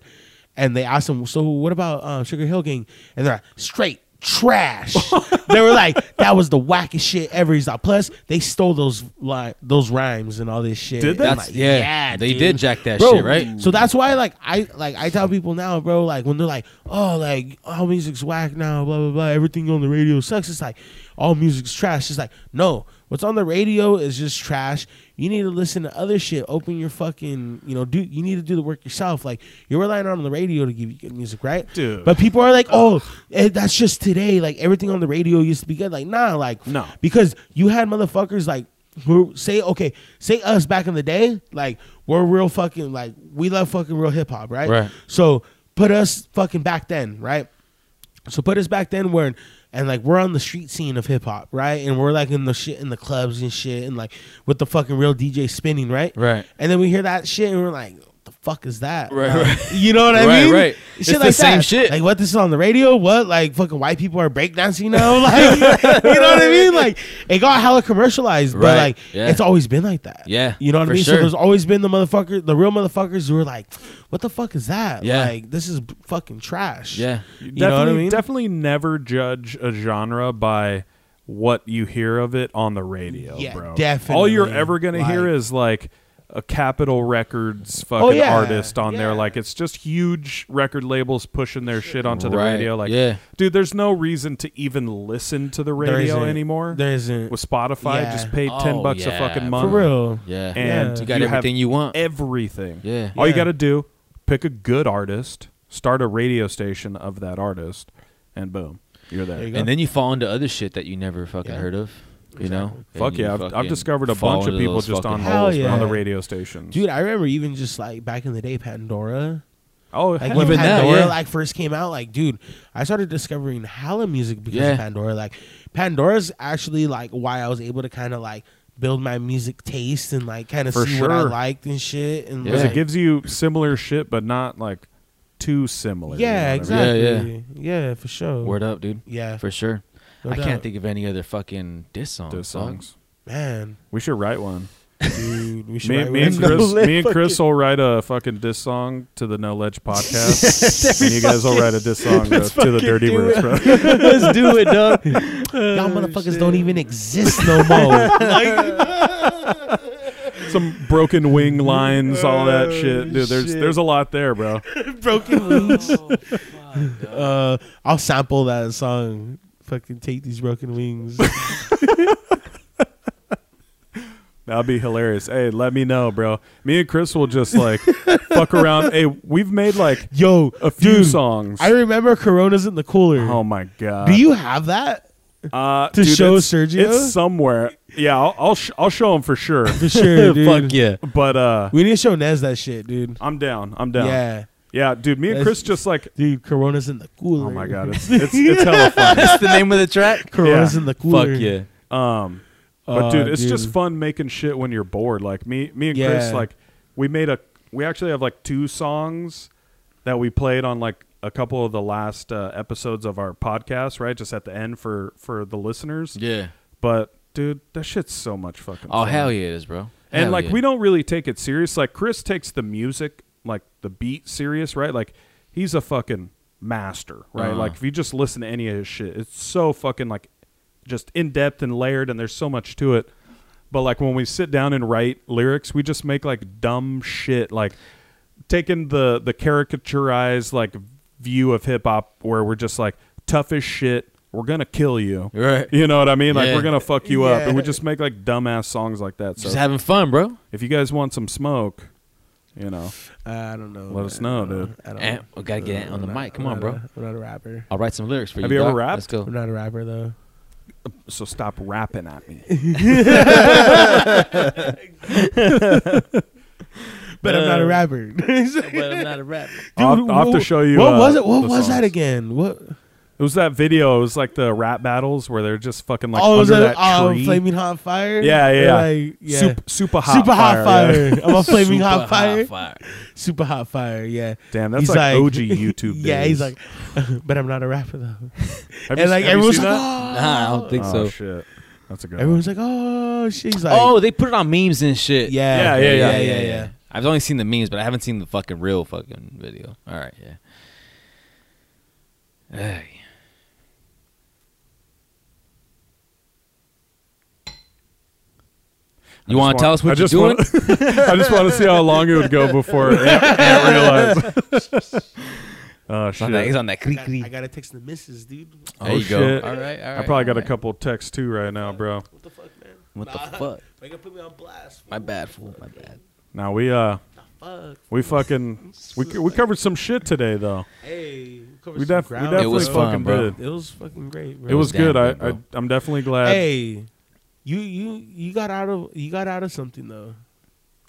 Speaker 2: and they ask them, "So what about uh, Sugar Hill Gang?" and they're like, "Straight trash." they were like, "That was the wackest shit ever." He's like, "Plus, they stole those like those rhymes and all this shit."
Speaker 3: Did they?
Speaker 2: And I'm
Speaker 1: That's
Speaker 2: like,
Speaker 1: yeah. they
Speaker 2: dude."
Speaker 1: did jack that
Speaker 2: Bro,
Speaker 1: shit, right?
Speaker 2: So that's why, like, I like I tell people now, bro, like when they're like, "Oh, like all music's whack now, blah blah blah, everything on the radio sucks." It's like all music's trash. It's like no, What's on the radio is just trash. You need to listen to other shit. Open your fucking, you know, do you need to do the work yourself? Like you're relying on the radio to give you good music, right?
Speaker 3: Dude.
Speaker 2: But people are like, oh, eh, that's just today. Like everything on the radio used to be good. Like nah, like
Speaker 3: No.
Speaker 2: because you had motherfuckers like who say okay, say us back in the day, like we're real fucking like we love fucking real hip hop, right?
Speaker 3: Right.
Speaker 2: So put us fucking back then, right? So put us back then where and like we're on the street scene of hip hop, right? And we're like in the shit in the clubs and shit and like with the fucking real DJ spinning, right?
Speaker 3: Right.
Speaker 2: And then we hear that shit and we're like, what the fuck is that?
Speaker 1: Right,
Speaker 2: Like,
Speaker 1: right.
Speaker 2: You know what I
Speaker 1: Right,
Speaker 2: mean?
Speaker 1: right.
Speaker 2: Shit
Speaker 1: It's the
Speaker 2: like
Speaker 1: same
Speaker 2: that.
Speaker 1: shit.
Speaker 2: Like what this is on the radio? What? Like fucking white people are breakdancing now? Like you know what I mean? Like it got hella commercialized, but
Speaker 1: Right.
Speaker 2: like
Speaker 1: Yeah.
Speaker 2: it's always been like that.
Speaker 1: Yeah,
Speaker 2: You know what I
Speaker 1: for
Speaker 2: mean? So
Speaker 1: sure.
Speaker 2: there's always been the motherfucker the real motherfuckers who are like, What the fuck is that?
Speaker 1: Yeah.
Speaker 2: Like this is fucking trash.
Speaker 1: Yeah.
Speaker 3: You
Speaker 2: You know what I
Speaker 3: definitely,
Speaker 2: mean?
Speaker 3: definitely never judge a genre by what you hear of it on the radio,
Speaker 2: Yeah,
Speaker 3: bro.
Speaker 2: definitely.
Speaker 3: All you're ever gonna hear
Speaker 2: Like- Oh,
Speaker 3: is like a Capitol Records fucking
Speaker 2: yeah.
Speaker 3: artist on there.
Speaker 2: Yeah.
Speaker 3: Like it's just huge record labels pushing their shit onto the
Speaker 1: Right,
Speaker 3: radio. Like,
Speaker 1: yeah.
Speaker 3: dude, there's no reason to even listen to the
Speaker 2: There
Speaker 3: radio
Speaker 2: isn't-
Speaker 3: anymore.
Speaker 2: There isn't
Speaker 3: With Spotify,
Speaker 2: Yeah.
Speaker 3: just pay ten
Speaker 1: Oh,
Speaker 3: bucks a
Speaker 1: yeah,
Speaker 3: fucking
Speaker 1: for
Speaker 3: month.
Speaker 2: for real.
Speaker 1: Yeah.
Speaker 3: And
Speaker 2: Yeah.
Speaker 1: You got
Speaker 3: you have
Speaker 1: everything you want.
Speaker 3: everything.
Speaker 1: Yeah.
Speaker 3: All you
Speaker 2: Yeah.
Speaker 3: got to do, pick a good artist, start a radio station of that artist, and boom, you're there.
Speaker 2: There you go.
Speaker 1: And then you fall into other shit that you never fucking
Speaker 2: Yeah.
Speaker 1: heard of. You know?
Speaker 3: Fuck
Speaker 1: And you
Speaker 3: yeah, I've, I've
Speaker 1: fucking
Speaker 3: discovered a
Speaker 1: fall
Speaker 3: bunch of
Speaker 1: into
Speaker 3: people
Speaker 1: those
Speaker 3: just on
Speaker 1: fucking
Speaker 2: Hell
Speaker 3: holes
Speaker 2: yeah.
Speaker 3: on the radio stations.
Speaker 2: Dude, I remember even just like back in the day, Pandora.
Speaker 3: oh,
Speaker 2: Like
Speaker 3: hell
Speaker 2: when
Speaker 1: Even that,
Speaker 2: Pandora
Speaker 1: yeah.
Speaker 2: like first came out, like dude, I started discovering hella music because
Speaker 1: Yeah.
Speaker 2: of Pandora. Like Pandora's actually like why I was able to kind of like build my music taste and like kind of
Speaker 3: For
Speaker 2: see what I
Speaker 3: sure.
Speaker 2: liked and shit. And
Speaker 1: Yeah.
Speaker 3: because
Speaker 2: like,
Speaker 3: it gives you similar shit, but not like too similar.
Speaker 2: yeah,
Speaker 3: you know what I mean?
Speaker 2: exactly.
Speaker 1: Yeah,
Speaker 2: Yeah, for sure.
Speaker 1: Word up, dude.
Speaker 2: Yeah,
Speaker 1: For sure.
Speaker 2: No
Speaker 1: I
Speaker 2: doubt.
Speaker 1: can't think of any other fucking diss songs.
Speaker 3: Those
Speaker 1: dog.
Speaker 3: songs.
Speaker 2: man,
Speaker 3: We should write one.
Speaker 2: dude, we should.
Speaker 3: Me,
Speaker 2: write
Speaker 3: me and
Speaker 2: one.
Speaker 3: Chris, me and Chris will write a fucking diss song to the No Ledge podcast, and you guys will write a diss song bro, to the Dirty Birds, bro.
Speaker 5: Let's do it, dog.
Speaker 2: y'all motherfuckers don't even exist no more.
Speaker 3: some broken wing lines, all
Speaker 2: Oh,
Speaker 3: that shit. Dude, there's there's a lot there, bro.
Speaker 1: Oh
Speaker 2: broken wings. uh, I'll sample that song. Fucking take these broken wings.
Speaker 3: That'd be hilarious. Hey, let me know, bro. Me and Chris will just like fuck around. Hey, we've made like
Speaker 2: Yo,
Speaker 3: a few
Speaker 2: dude,
Speaker 3: songs.
Speaker 2: I remember Corona's in the cooler.
Speaker 3: oh my god.
Speaker 2: Do you have that?
Speaker 3: uh,
Speaker 2: to show
Speaker 3: it's,
Speaker 2: Sergio?
Speaker 3: It's somewhere. Yeah, I'll I'll, sh- I'll show him for sure.
Speaker 2: For sure, dude.
Speaker 5: Fuck yeah.
Speaker 3: But uh,
Speaker 2: We need to show Nez that shit, dude.
Speaker 3: I'm down. I'm down.
Speaker 2: Yeah,
Speaker 3: yeah, dude. Me and
Speaker 2: That's-
Speaker 3: Chris just like.
Speaker 2: dude. Corona's in the cooler.
Speaker 3: Oh my god, it's it's, it's hella fun.
Speaker 1: That's the name of the track?
Speaker 2: Corona's
Speaker 3: Yeah.
Speaker 2: in the cooler.
Speaker 1: Fuck yeah.
Speaker 3: Um, but
Speaker 1: Oh,
Speaker 2: Uh,
Speaker 3: dude, it's just
Speaker 2: dude.
Speaker 3: fun making shit when you're bored. Like me, me and
Speaker 2: Yeah.
Speaker 3: Chris, like we made a, we actually have like two songs that we played on like a couple of the last uh, episodes of our podcast, right? Just at the end for for the listeners.
Speaker 1: Yeah.
Speaker 3: But dude, that shit's so much fucking.
Speaker 1: Oh,
Speaker 3: fun.
Speaker 1: hell yeah, it is, bro.
Speaker 3: And
Speaker 1: Hell
Speaker 3: like
Speaker 1: yeah.
Speaker 3: we don't really take it serious. Like Chris takes the music, like the beat serious, right? Like he's a fucking master, right?
Speaker 1: Uh-huh.
Speaker 3: Like if you just listen to any of his shit, it's so fucking like just in depth and layered and there's so much to it. But like when we sit down and write lyrics, we just make like dumb shit like taking the the caricaturized like view of hip hop where we're just like tough as shit, we're going to kill you.
Speaker 1: Right.
Speaker 3: You know what I mean? Like
Speaker 1: Yeah.
Speaker 3: we're going to fuck you up and we
Speaker 2: Yeah.
Speaker 3: just make like dumbass songs like that. So
Speaker 1: Just having fun, bro.
Speaker 3: if you guys want some smoke, you know,
Speaker 2: I don't know.
Speaker 3: Let us
Speaker 2: man. I
Speaker 3: know,
Speaker 2: don't
Speaker 3: dude.
Speaker 2: I don't
Speaker 1: And we gotta get Ant on the
Speaker 2: I'm not-
Speaker 1: mic. Come
Speaker 2: I'm
Speaker 1: on,
Speaker 2: not
Speaker 1: bro.
Speaker 2: a- I'm not a rapper.
Speaker 1: I'll write some lyrics for you.
Speaker 3: Have you ever
Speaker 1: dog.
Speaker 3: rapped?
Speaker 1: Let's go.
Speaker 2: I'm not a rapper though.
Speaker 3: so stop rapping at me.
Speaker 2: But I'm
Speaker 3: Uh,
Speaker 2: not a rapper.
Speaker 1: but I'm not a rapper.
Speaker 3: I'll,
Speaker 2: Dude,
Speaker 3: I'll have to
Speaker 2: wh-
Speaker 3: show you.
Speaker 2: What
Speaker 3: uh,
Speaker 2: was it? What
Speaker 3: the
Speaker 2: was that
Speaker 3: songs.
Speaker 2: again? What?
Speaker 3: It was that video. It was like the rap battles where they're just fucking like
Speaker 2: oh,
Speaker 3: under
Speaker 2: was it
Speaker 3: that
Speaker 2: oh,
Speaker 3: tree.
Speaker 2: flaming hot fire?
Speaker 3: Yeah, yeah,
Speaker 2: They're
Speaker 3: yeah.
Speaker 2: Like, yeah.
Speaker 3: Sup- super hot,
Speaker 2: super hot
Speaker 3: fire. yeah.
Speaker 2: fire. I'm a flaming
Speaker 1: Super
Speaker 2: hot fire.
Speaker 1: fire.
Speaker 2: Super hot fire. Yeah.
Speaker 3: Damn, that's
Speaker 2: He's
Speaker 3: like,
Speaker 2: like-
Speaker 3: OG YouTube.
Speaker 2: yeah, he's
Speaker 3: days.
Speaker 2: like, but I'm not a rapper though.
Speaker 3: Have you,
Speaker 2: and like
Speaker 3: have you
Speaker 2: everyone's
Speaker 3: seen
Speaker 2: like,
Speaker 3: that?
Speaker 1: Nah, I don't
Speaker 2: "Oh."
Speaker 1: think
Speaker 3: oh
Speaker 1: so.
Speaker 3: shit, that's a good. one.
Speaker 2: Everyone's like, oh shit. He's like,
Speaker 1: oh, they put it on memes and shit.
Speaker 2: yeah,
Speaker 3: Yeah, yeah,
Speaker 2: yeah, yeah, yeah.
Speaker 1: I've only seen the memes, but I haven't seen the fucking real fucking video. All right, yeah. Hey. You want
Speaker 3: just want-
Speaker 1: to tell us
Speaker 3: I
Speaker 1: what you're
Speaker 3: just
Speaker 1: doing?
Speaker 3: want- I just want to see how long it would go before Ant, Ant realized. oh
Speaker 1: He's on that, he's
Speaker 3: shit!
Speaker 1: on that creek.
Speaker 2: I gotta text the missus, dude.
Speaker 1: There you
Speaker 3: Oh, shit.
Speaker 1: go. All right, all right.
Speaker 3: I probably got
Speaker 1: all
Speaker 3: a couple texts too right now, bro.
Speaker 2: What the fuck, man?
Speaker 1: What the fuck?
Speaker 2: They gonna put me on blast.
Speaker 1: My bad, fool. My bad.
Speaker 3: Now we uh
Speaker 2: Fuck.
Speaker 3: we fucking we c- we covered some shit today though.
Speaker 2: Hey, we, covered
Speaker 3: We,
Speaker 2: some
Speaker 3: def- we
Speaker 2: ground,
Speaker 3: definitely
Speaker 1: It was
Speaker 2: bro.
Speaker 1: fun,
Speaker 3: fucking
Speaker 1: bro.
Speaker 3: did.
Speaker 2: It was fucking great, bro.
Speaker 3: It was
Speaker 1: was
Speaker 3: good.
Speaker 1: damn
Speaker 3: I,
Speaker 1: good,
Speaker 3: I
Speaker 1: bro.
Speaker 3: I'm definitely glad.
Speaker 2: Hey, you you you got out of you got out of something though.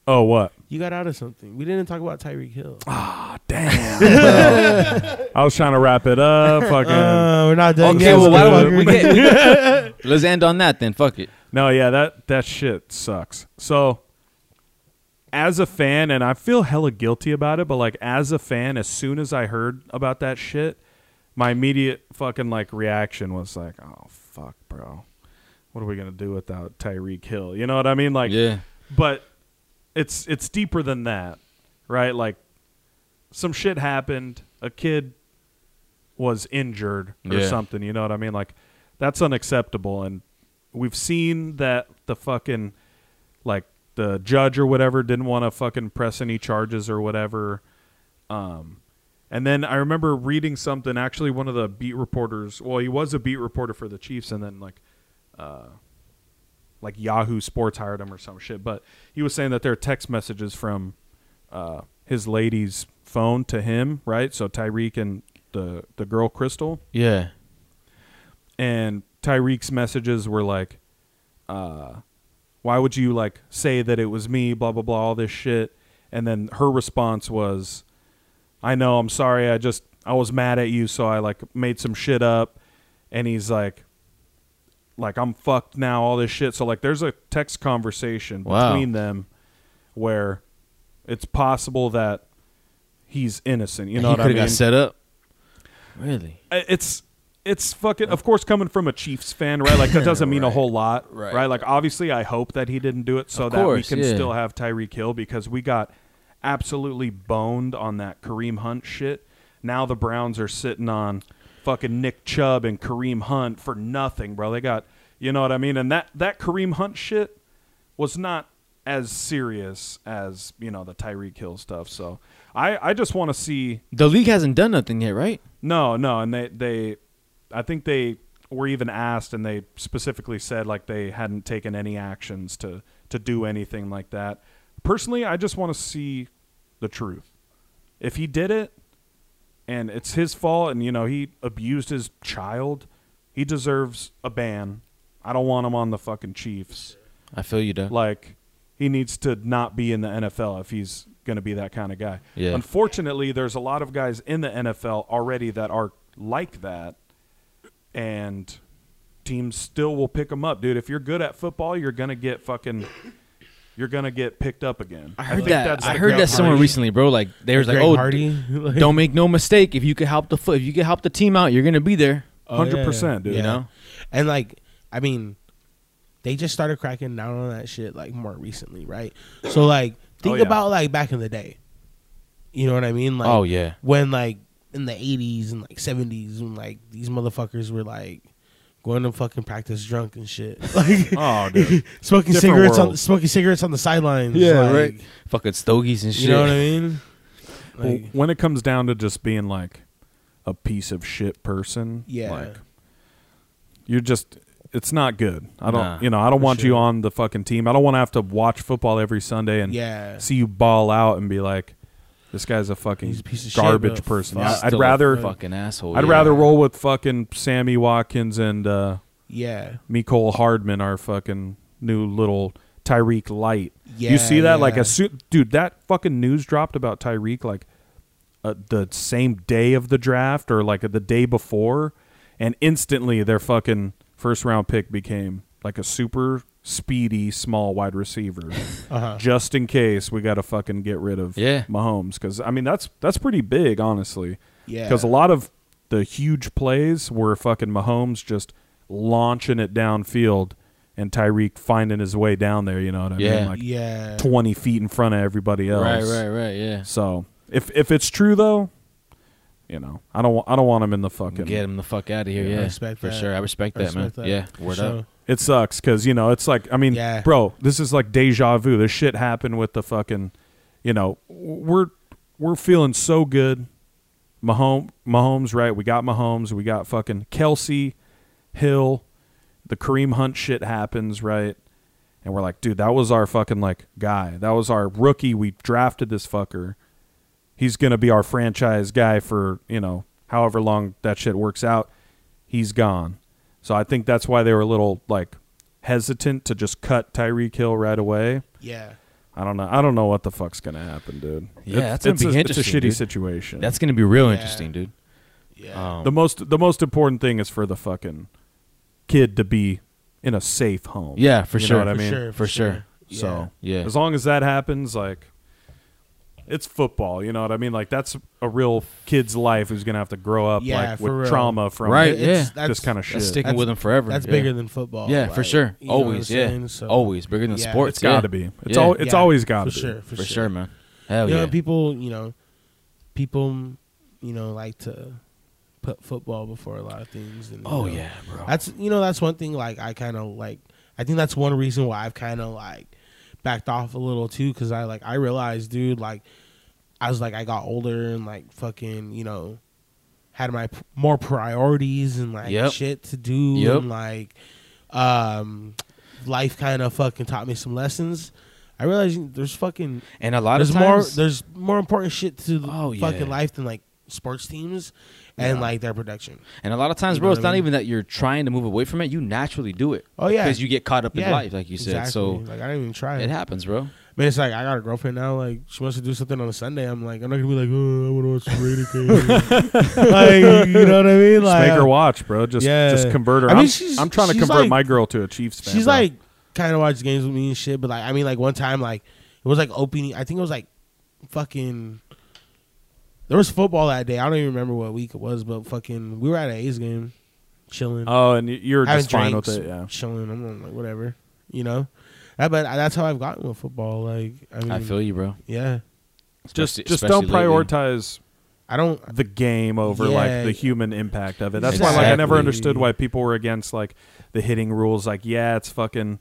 Speaker 3: Oh what?
Speaker 2: You got out of something. We didn't talk about Tyreek Hill.
Speaker 3: Ah.
Speaker 1: Oh,
Speaker 3: I was trying to wrap it up. Fucking
Speaker 2: Uh, we're not done
Speaker 1: Okay,
Speaker 2: yet.
Speaker 1: well, why don't
Speaker 2: Fucker.
Speaker 1: we, we get, we get- let's end on that then. Fuck it.
Speaker 3: no, yeah, that that shit sucks. So as a fan, and I feel hella guilty about it, but like as a fan, as soon as I heard about that shit, my immediate fucking like reaction was like, "Oh fuck, bro, what are we gonna do without Tyreek Hill?" You know what I mean? Like,
Speaker 1: Yeah.
Speaker 3: but it's it's deeper than that, right? Like some shit happened. A kid was injured or
Speaker 1: Yeah.
Speaker 3: something. You know what I mean? Like that's unacceptable, and we've seen that the fucking like the judge or whatever didn't want to fucking press any charges or whatever. Um, and then I remember reading something. Actually, one of the beat reporters. Well, he was a beat reporter for the Chiefs, and then like, uh, like Yahoo Sports hired him or some shit. But he was saying that there are text messages from uh, his lady's phone to him, right? So Tyreek and the the girl Crystal
Speaker 1: Yeah.
Speaker 3: and Tyreek's messages were like, uh, "Why would you like say that it was me?" Blah blah blah, all this shit. And then her response was, "I know, I'm sorry. I just I was mad at you, so I like made some shit up." And he's like, "Like I'm fucked now, all this shit." So like, there's a text conversation
Speaker 1: Wow.
Speaker 3: between them where it's possible that he's innocent. You know
Speaker 1: he
Speaker 3: what I mean?
Speaker 1: got set up. Really?
Speaker 3: I- it's it's fucking of course coming from a Chiefs fan, right? Like that doesn't mean a whole lot, right?
Speaker 1: Right.
Speaker 3: Like obviously I hope that he didn't do it so
Speaker 1: Of
Speaker 3: that we
Speaker 1: course,
Speaker 3: can
Speaker 1: yeah.
Speaker 3: still have Tyreek Hill because we got absolutely boned on that Kareem Hunt shit. Now the Browns are sitting on fucking Nick Chubb and Kareem Hunt for nothing, bro. They got you know what I mean? And that that Kareem Hunt shit was not as serious as, you know, the Tyreek Hill stuff. So I I just want to see
Speaker 1: The league hasn't done nothing yet, right?
Speaker 3: no, no, and they they, I think they were even asked, and they specifically said like they hadn't taken any actions to to do anything like that. Personally, I just want to see the truth. If he did it, and it's his fault, and you know he abused his child, he deserves a ban. I don't want him on the fucking Chiefs.
Speaker 1: I feel you, though.
Speaker 3: Like he needs to not be in the NFL if he's going to be that kind of guy.
Speaker 1: Yeah.
Speaker 3: Unfortunately, there's a lot of guys in the NFL already that are like that, and teams still will pick them up, dude. If you're good at football, you're going to get fucking. You're gonna get picked up again.
Speaker 1: I heard
Speaker 3: think
Speaker 1: that.
Speaker 3: that's
Speaker 1: I
Speaker 3: the
Speaker 1: heard
Speaker 3: Greg
Speaker 1: that somewhere
Speaker 3: Hardy-
Speaker 1: recently, bro. Like there's like,
Speaker 2: Greg
Speaker 1: oh,
Speaker 2: Hardy.
Speaker 1: don't make no mistake. If you could help the foot, if you could help the team out, you're gonna be there.
Speaker 2: Oh, yeah,
Speaker 3: 100%, dude.
Speaker 1: You know?
Speaker 2: And like, I mean, they just started cracking down on that shit like more recently, right? So like, think
Speaker 3: yeah.
Speaker 2: about like back in the day. You know what I mean? Like,
Speaker 1: oh yeah.
Speaker 2: when like in the eighties and like seventies, when like these motherfuckers were like going to fucking practice drunk and shit, like
Speaker 3: Oh, dude.
Speaker 2: smoking
Speaker 3: different
Speaker 2: cigarettes on
Speaker 3: world.
Speaker 2: smoking cigarettes on the sidelines. like,
Speaker 1: Fucking stogies and shit.
Speaker 2: You know what I mean?
Speaker 3: Well,
Speaker 2: Like,
Speaker 3: when it comes down to just being like a piece of shit person,
Speaker 2: Yeah.
Speaker 3: like you're just it's not good. I don't
Speaker 1: Nah,
Speaker 3: you know, I don't
Speaker 2: for
Speaker 3: want you
Speaker 2: sure.
Speaker 3: on the fucking team. I don't want to have to watch football every Sunday and
Speaker 2: yeah.
Speaker 3: see you ball out and be like this guy's a fucking
Speaker 2: He's a piece of shit,
Speaker 3: garbage
Speaker 2: but
Speaker 3: person.
Speaker 2: fuck.
Speaker 3: I- I'd
Speaker 1: Still a
Speaker 3: rather
Speaker 1: fucking asshole.
Speaker 3: I'd
Speaker 1: yeah.
Speaker 3: rather roll with fucking Sammy Watkins and uh
Speaker 2: Yeah.
Speaker 3: Nicole Hardman, our fucking new little Tyreek Light.
Speaker 2: Yeah,
Speaker 3: you see that? Like
Speaker 2: yeah.
Speaker 3: a suit, dude. That fucking news dropped about Tyreek like uh, the same day of the draft or like the day before, and instantly their fucking first round pick became like a super speedy small wide receiver,
Speaker 2: Uh-huh.
Speaker 3: just in case we got to fucking get rid of
Speaker 1: Yeah.
Speaker 3: Mahomes because I mean that's that's pretty big honestly.
Speaker 2: Yeah.
Speaker 3: Because a lot of the huge plays were fucking Mahomes just launching it downfield and Tyreek finding his way down there. You know what I mean?
Speaker 1: Yeah.
Speaker 3: Like
Speaker 2: yeah.
Speaker 3: twenty feet in front of everybody else.
Speaker 1: Right, right, right. Yeah.
Speaker 3: So if if it's true though, you know I don't wa- I don't want him in the fucking.
Speaker 1: Get him the fuck out of here.
Speaker 2: Yeah, I
Speaker 1: Yeah.
Speaker 2: respect
Speaker 1: for
Speaker 2: that.
Speaker 1: sure. I respect
Speaker 2: I
Speaker 1: that, man.
Speaker 2: respect that.
Speaker 1: Yeah.
Speaker 2: For
Speaker 1: Word
Speaker 2: sure.
Speaker 1: up.
Speaker 3: It sucks because you know it's like I mean,
Speaker 2: Yeah.
Speaker 3: bro, this is like deja vu. This shit happened with the fucking, you know, we're we're feeling so good. Mahomes, Mahomes, right? We got Mahomes. We got fucking Kelsey, Hill. The Kareem Hunt shit happens, right? and we're like, dude, that was our fucking like guy. That was our rookie. We drafted this fucker. He's gonna be our franchise guy for you know however long that shit works out. He's gone. So I think that's why they were a little like hesitant to just cut Tyreek Hill right away.
Speaker 2: Yeah.
Speaker 3: I don't know. I don't know what the fuck's gonna happen, dude.
Speaker 5: Yeah, that's gonna
Speaker 3: it's
Speaker 5: be
Speaker 3: a, It's a
Speaker 5: interesting,
Speaker 3: shitty
Speaker 5: dude.
Speaker 3: situation.
Speaker 5: That's gonna be real
Speaker 2: Yeah.
Speaker 5: interesting, dude.
Speaker 2: Yeah.
Speaker 5: Um,
Speaker 3: the most. The most important thing is for the fucking kid to be in a safe home.
Speaker 5: Yeah, for
Speaker 3: You
Speaker 5: sure.
Speaker 3: Know what I
Speaker 5: For
Speaker 3: mean,
Speaker 5: for sure.
Speaker 3: So
Speaker 5: Yeah.
Speaker 3: as long as that happens, like it's football. You know what I mean? Like that's a real kid's life who's gonna have to grow up
Speaker 2: Yeah,
Speaker 3: like
Speaker 2: for
Speaker 3: with
Speaker 2: real.
Speaker 3: trauma from
Speaker 5: Right,
Speaker 3: this
Speaker 5: yeah.
Speaker 2: It's- that's-
Speaker 3: kind of shit.
Speaker 5: that's sticking
Speaker 2: That's-
Speaker 5: with them forever.
Speaker 2: That's
Speaker 5: yeah.
Speaker 2: bigger than football.
Speaker 5: Yeah, for
Speaker 2: like,
Speaker 5: sure.
Speaker 2: you know what I'm
Speaker 5: Always, yeah.
Speaker 2: saying? So,
Speaker 5: Always bigger than
Speaker 2: yeah.
Speaker 5: sports.
Speaker 3: it's got to
Speaker 5: yeah.
Speaker 3: be. It's
Speaker 5: Yeah.
Speaker 3: al- It's
Speaker 2: Yeah,
Speaker 3: always got to
Speaker 2: for
Speaker 3: be.
Speaker 2: sure, for,
Speaker 5: for sure, man. Hell
Speaker 2: you
Speaker 5: yeah.
Speaker 2: know, people, you know, people, you know, like to put football before a lot of things. And, you
Speaker 5: oh
Speaker 2: know,
Speaker 5: yeah, bro.
Speaker 2: That's you know that's one thing like I kind of like I think that's one reason why I've kind of like backed off a little too cuz I like I realized dude like I was like I got older and like fucking you know had my p- more priorities and like
Speaker 5: Yep.
Speaker 2: shit to do
Speaker 5: Yep.
Speaker 2: and like um life kind of fucking taught me some lessons. I realized there's fucking
Speaker 5: And a lot
Speaker 2: there's
Speaker 5: of
Speaker 2: more
Speaker 5: times,
Speaker 2: there's more important shit to
Speaker 5: Oh,
Speaker 2: fucking
Speaker 5: yeah.
Speaker 2: life than like sports teams and
Speaker 5: Yeah.
Speaker 2: like their production.
Speaker 5: and a lot of times,
Speaker 2: you
Speaker 5: bro,
Speaker 2: know
Speaker 5: it's
Speaker 2: what I
Speaker 5: not
Speaker 2: mean?
Speaker 5: even that you're trying to move away from it. You naturally do it.
Speaker 2: Oh, yeah.
Speaker 5: because you get caught up in
Speaker 2: Yeah,
Speaker 5: life, like you said. So
Speaker 2: exactly. like I didn't even try
Speaker 5: it happens, bro.
Speaker 2: Man, it's like I got a girlfriend now. Like she wants to do something on a Sunday. I'm like, I'm not gonna be like, oh, I want to watch Raider game. like, you know what I mean?
Speaker 3: Just
Speaker 2: Like,
Speaker 3: make her watch, bro. Just
Speaker 2: Yeah.
Speaker 3: just convert her.
Speaker 2: I mean,
Speaker 3: I'm,
Speaker 2: she's-
Speaker 3: I'm trying to
Speaker 2: she's
Speaker 3: convert
Speaker 2: like-
Speaker 3: my girl to a Chiefs fan.
Speaker 2: she's
Speaker 3: bro.
Speaker 2: like, kind of watches games with me and shit. But like, I mean, like one time, like it was like opening. I think it was like, fucking. There was football that day. I don't even remember what week it was, but fucking, we were at an A's game, chilling.
Speaker 3: oh, and y- you're
Speaker 2: having
Speaker 3: just fine
Speaker 2: drinks,
Speaker 3: with it. Yeah.
Speaker 2: chilling. I'm like, whatever, you know. Uh, But that's how I've gotten with football. Like, I mean,
Speaker 5: I feel you, bro.
Speaker 2: yeah.
Speaker 3: Just
Speaker 5: Especially-
Speaker 3: just don't
Speaker 5: especially lately.
Speaker 3: prioritize
Speaker 2: I don't.
Speaker 3: the game over
Speaker 2: Yeah.
Speaker 3: like the human impact of it. That's why like I never
Speaker 5: Exactly.
Speaker 3: understood why people were against like the hitting rules. Like yeah, it's fucking,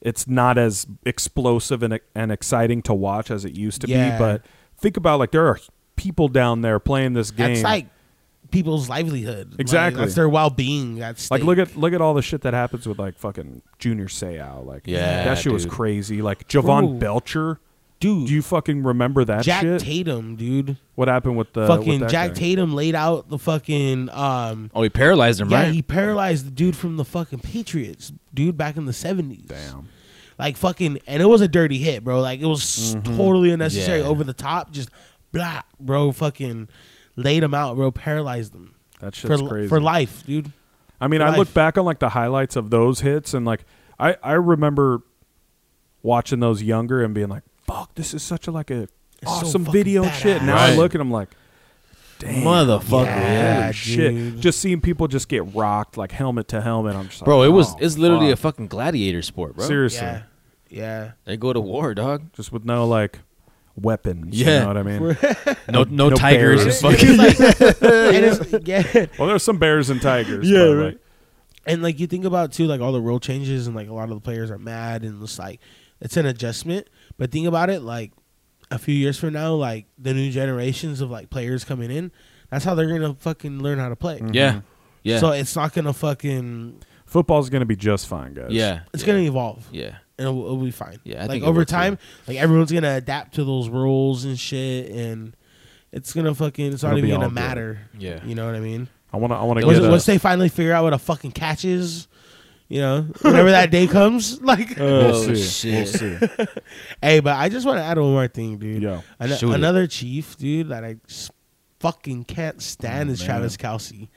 Speaker 3: it's not as explosive and and exciting to watch as it used to
Speaker 2: Yeah.
Speaker 3: be. But think about like there are people down there playing this game.
Speaker 2: That's like people's livelihood. Like,
Speaker 3: Exactly.
Speaker 2: that's their well being. That's
Speaker 3: Like, look at look at all the shit that happens with like fucking Junior Seau. Like
Speaker 5: Yeah,
Speaker 3: that shit was
Speaker 5: dude.
Speaker 3: crazy. Like Javon
Speaker 2: Ooh.
Speaker 3: Belcher.
Speaker 2: dude,
Speaker 3: Do you fucking remember that
Speaker 2: Jack
Speaker 3: shit?
Speaker 2: Tatum, dude.
Speaker 3: what happened with the with
Speaker 2: fucking
Speaker 3: that
Speaker 2: Jack
Speaker 3: guy?
Speaker 2: Tatum laid out the fucking um
Speaker 5: Oh, he paralyzed him,
Speaker 2: yeah,
Speaker 5: right?
Speaker 2: he paralyzed the dude from the fucking Patriots, dude, back in the seventies.
Speaker 3: Damn.
Speaker 2: Like fucking and it was a dirty hit, bro. Like it was s-
Speaker 3: Mm-hmm.
Speaker 2: totally unnecessary,
Speaker 5: Yeah.
Speaker 2: over the top, just blah, bro, fucking laid him out, bro, paralyzed him.
Speaker 3: That
Speaker 2: For,
Speaker 3: shit's crazy.
Speaker 2: for life, dude.
Speaker 3: I mean, I
Speaker 2: life.
Speaker 3: look back on like the highlights of those hits, and like I I remember watching those younger and being like, "Fuck, this is such a like a
Speaker 2: so
Speaker 3: awesome
Speaker 2: fucking
Speaker 3: video and shit." Now I
Speaker 5: Right.
Speaker 3: look and I'm like,
Speaker 5: Motherfucker,
Speaker 2: Yeah.
Speaker 3: "Holy
Speaker 2: dude.
Speaker 3: shit!" Just seeing people just get rocked like helmet to helmet. I'm just like,
Speaker 5: bro. It was
Speaker 3: "Oh,
Speaker 5: it's literally a
Speaker 3: fuck."
Speaker 5: fucking gladiator sport, bro.
Speaker 3: seriously
Speaker 2: Yeah. Yeah.
Speaker 5: They go to war, dog.
Speaker 2: Mm-hmm.
Speaker 3: just with no like weapons. you
Speaker 5: Yeah.
Speaker 3: know what I mean.
Speaker 5: No, no,
Speaker 3: no
Speaker 5: tigers and
Speaker 3: bears.
Speaker 5: fucking.
Speaker 2: And it's, yeah.
Speaker 3: well, there's some bears and tigers.
Speaker 2: Yeah,
Speaker 3: but,
Speaker 2: right.
Speaker 3: like,
Speaker 2: and like you think about too, like all the role changes and like a lot of the players are mad and it's like it's an adjustment. But think about it, like a few years from now, like the new generations of like players coming in, that's how they're gonna fucking learn how to play.
Speaker 1: Mm-hmm.
Speaker 5: yeah, yeah,
Speaker 2: So it's not gonna fucking
Speaker 3: football's gonna be just fine, guys.
Speaker 5: yeah.
Speaker 2: it's
Speaker 5: yeah.
Speaker 2: gonna evolve
Speaker 5: yeah.
Speaker 2: and it'll, it'll be fine.
Speaker 5: Yeah, I
Speaker 2: like
Speaker 5: think it
Speaker 2: over
Speaker 5: will, too.
Speaker 2: time, like everyone's gonna adapt to those rules and shit, and it's gonna fucking it's not
Speaker 3: It'll be
Speaker 2: even gonna
Speaker 3: all good.
Speaker 2: matter.
Speaker 5: Yeah.
Speaker 2: you know what I mean.
Speaker 3: I wanna I wanna
Speaker 2: Once,
Speaker 3: get a-
Speaker 2: once they finally figure out what a fucking catch is, you know, whenever that day comes, like
Speaker 3: Uh, We'll
Speaker 5: Oh,
Speaker 3: see. We'll
Speaker 5: shit.
Speaker 3: see.
Speaker 2: Hey, but I just want to add one more thing, dude.
Speaker 3: Yo.
Speaker 2: An-
Speaker 5: Shoot it.
Speaker 2: another chief, dude, that I just fucking can't stand is
Speaker 3: Oh, man.
Speaker 2: Travis Kelsey.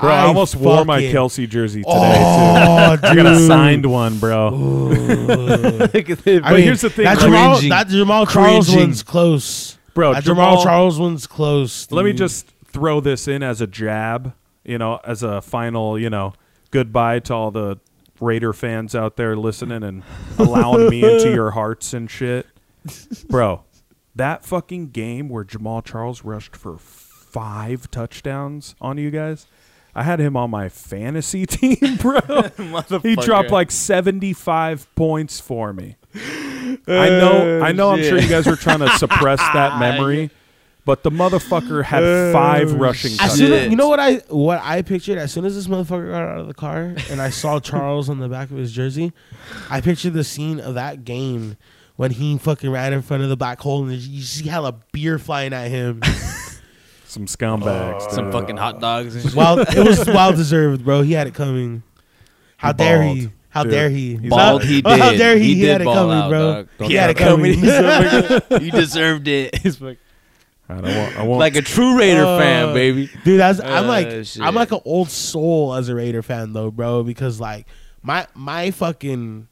Speaker 3: Bro, I, almost wore my
Speaker 2: fucking-
Speaker 3: Kelsey jersey today.
Speaker 2: Oh,
Speaker 3: too. I got a
Speaker 2: dude.
Speaker 3: signed one, bro.
Speaker 2: I
Speaker 3: but
Speaker 2: mean,
Speaker 3: here's the thing,
Speaker 2: That
Speaker 3: like-
Speaker 2: Jamal,
Speaker 5: Cringing.
Speaker 2: that Jamal Charles
Speaker 5: Cringing.
Speaker 2: one's close.
Speaker 3: Bro,
Speaker 2: that Jamal,
Speaker 3: Jamal-
Speaker 2: Charles one's close.
Speaker 3: Let me
Speaker 2: dude.
Speaker 3: just throw this in as a jab, you know, as a final, you know, goodbye to all the Raider fans out there listening and allowing me into your hearts and shit. Bro, that fucking game where Jamal Charles rushed for five touchdowns on you guys. I had him on my fantasy team, bro. he dropped like 75 points for
Speaker 1: Oh,
Speaker 3: me. I know I know I'm sure you guys were trying to suppress that memory, But the motherfucker had five rushing
Speaker 2: As soon as,
Speaker 1: Oh, Shit.
Speaker 2: you know what I what I pictured as soon as this motherfucker got out of the car and I saw Charles on the back of his jersey, I pictured the scene of that game when he fucking ran in front of the black hole and you see hella beer flying at him.
Speaker 3: Some scumbags.
Speaker 1: Oh. Some
Speaker 3: dude.
Speaker 1: fucking hot dogs. And shit.
Speaker 2: well, it was well deserved, bro. He had it coming. How dare he?
Speaker 3: balled,
Speaker 2: How
Speaker 3: dude.
Speaker 2: dare he?
Speaker 3: He's
Speaker 1: Bald, he
Speaker 2: Well,
Speaker 1: did.
Speaker 2: How dare he?
Speaker 1: He,
Speaker 2: He,
Speaker 1: did
Speaker 2: had it
Speaker 1: ball
Speaker 2: coming,
Speaker 1: out,
Speaker 2: bro.
Speaker 1: dog. Don't
Speaker 2: He had it
Speaker 1: tell me
Speaker 2: coming.
Speaker 1: you deserved it. It's like,
Speaker 3: I don't want. I want
Speaker 1: like a true Raider
Speaker 2: Uh,
Speaker 1: fan, baby.
Speaker 2: Dude, that's I'm
Speaker 1: Uh,
Speaker 2: like
Speaker 1: shit.
Speaker 2: I'm like an old soul as a Raider fan though, bro, because like my my fucking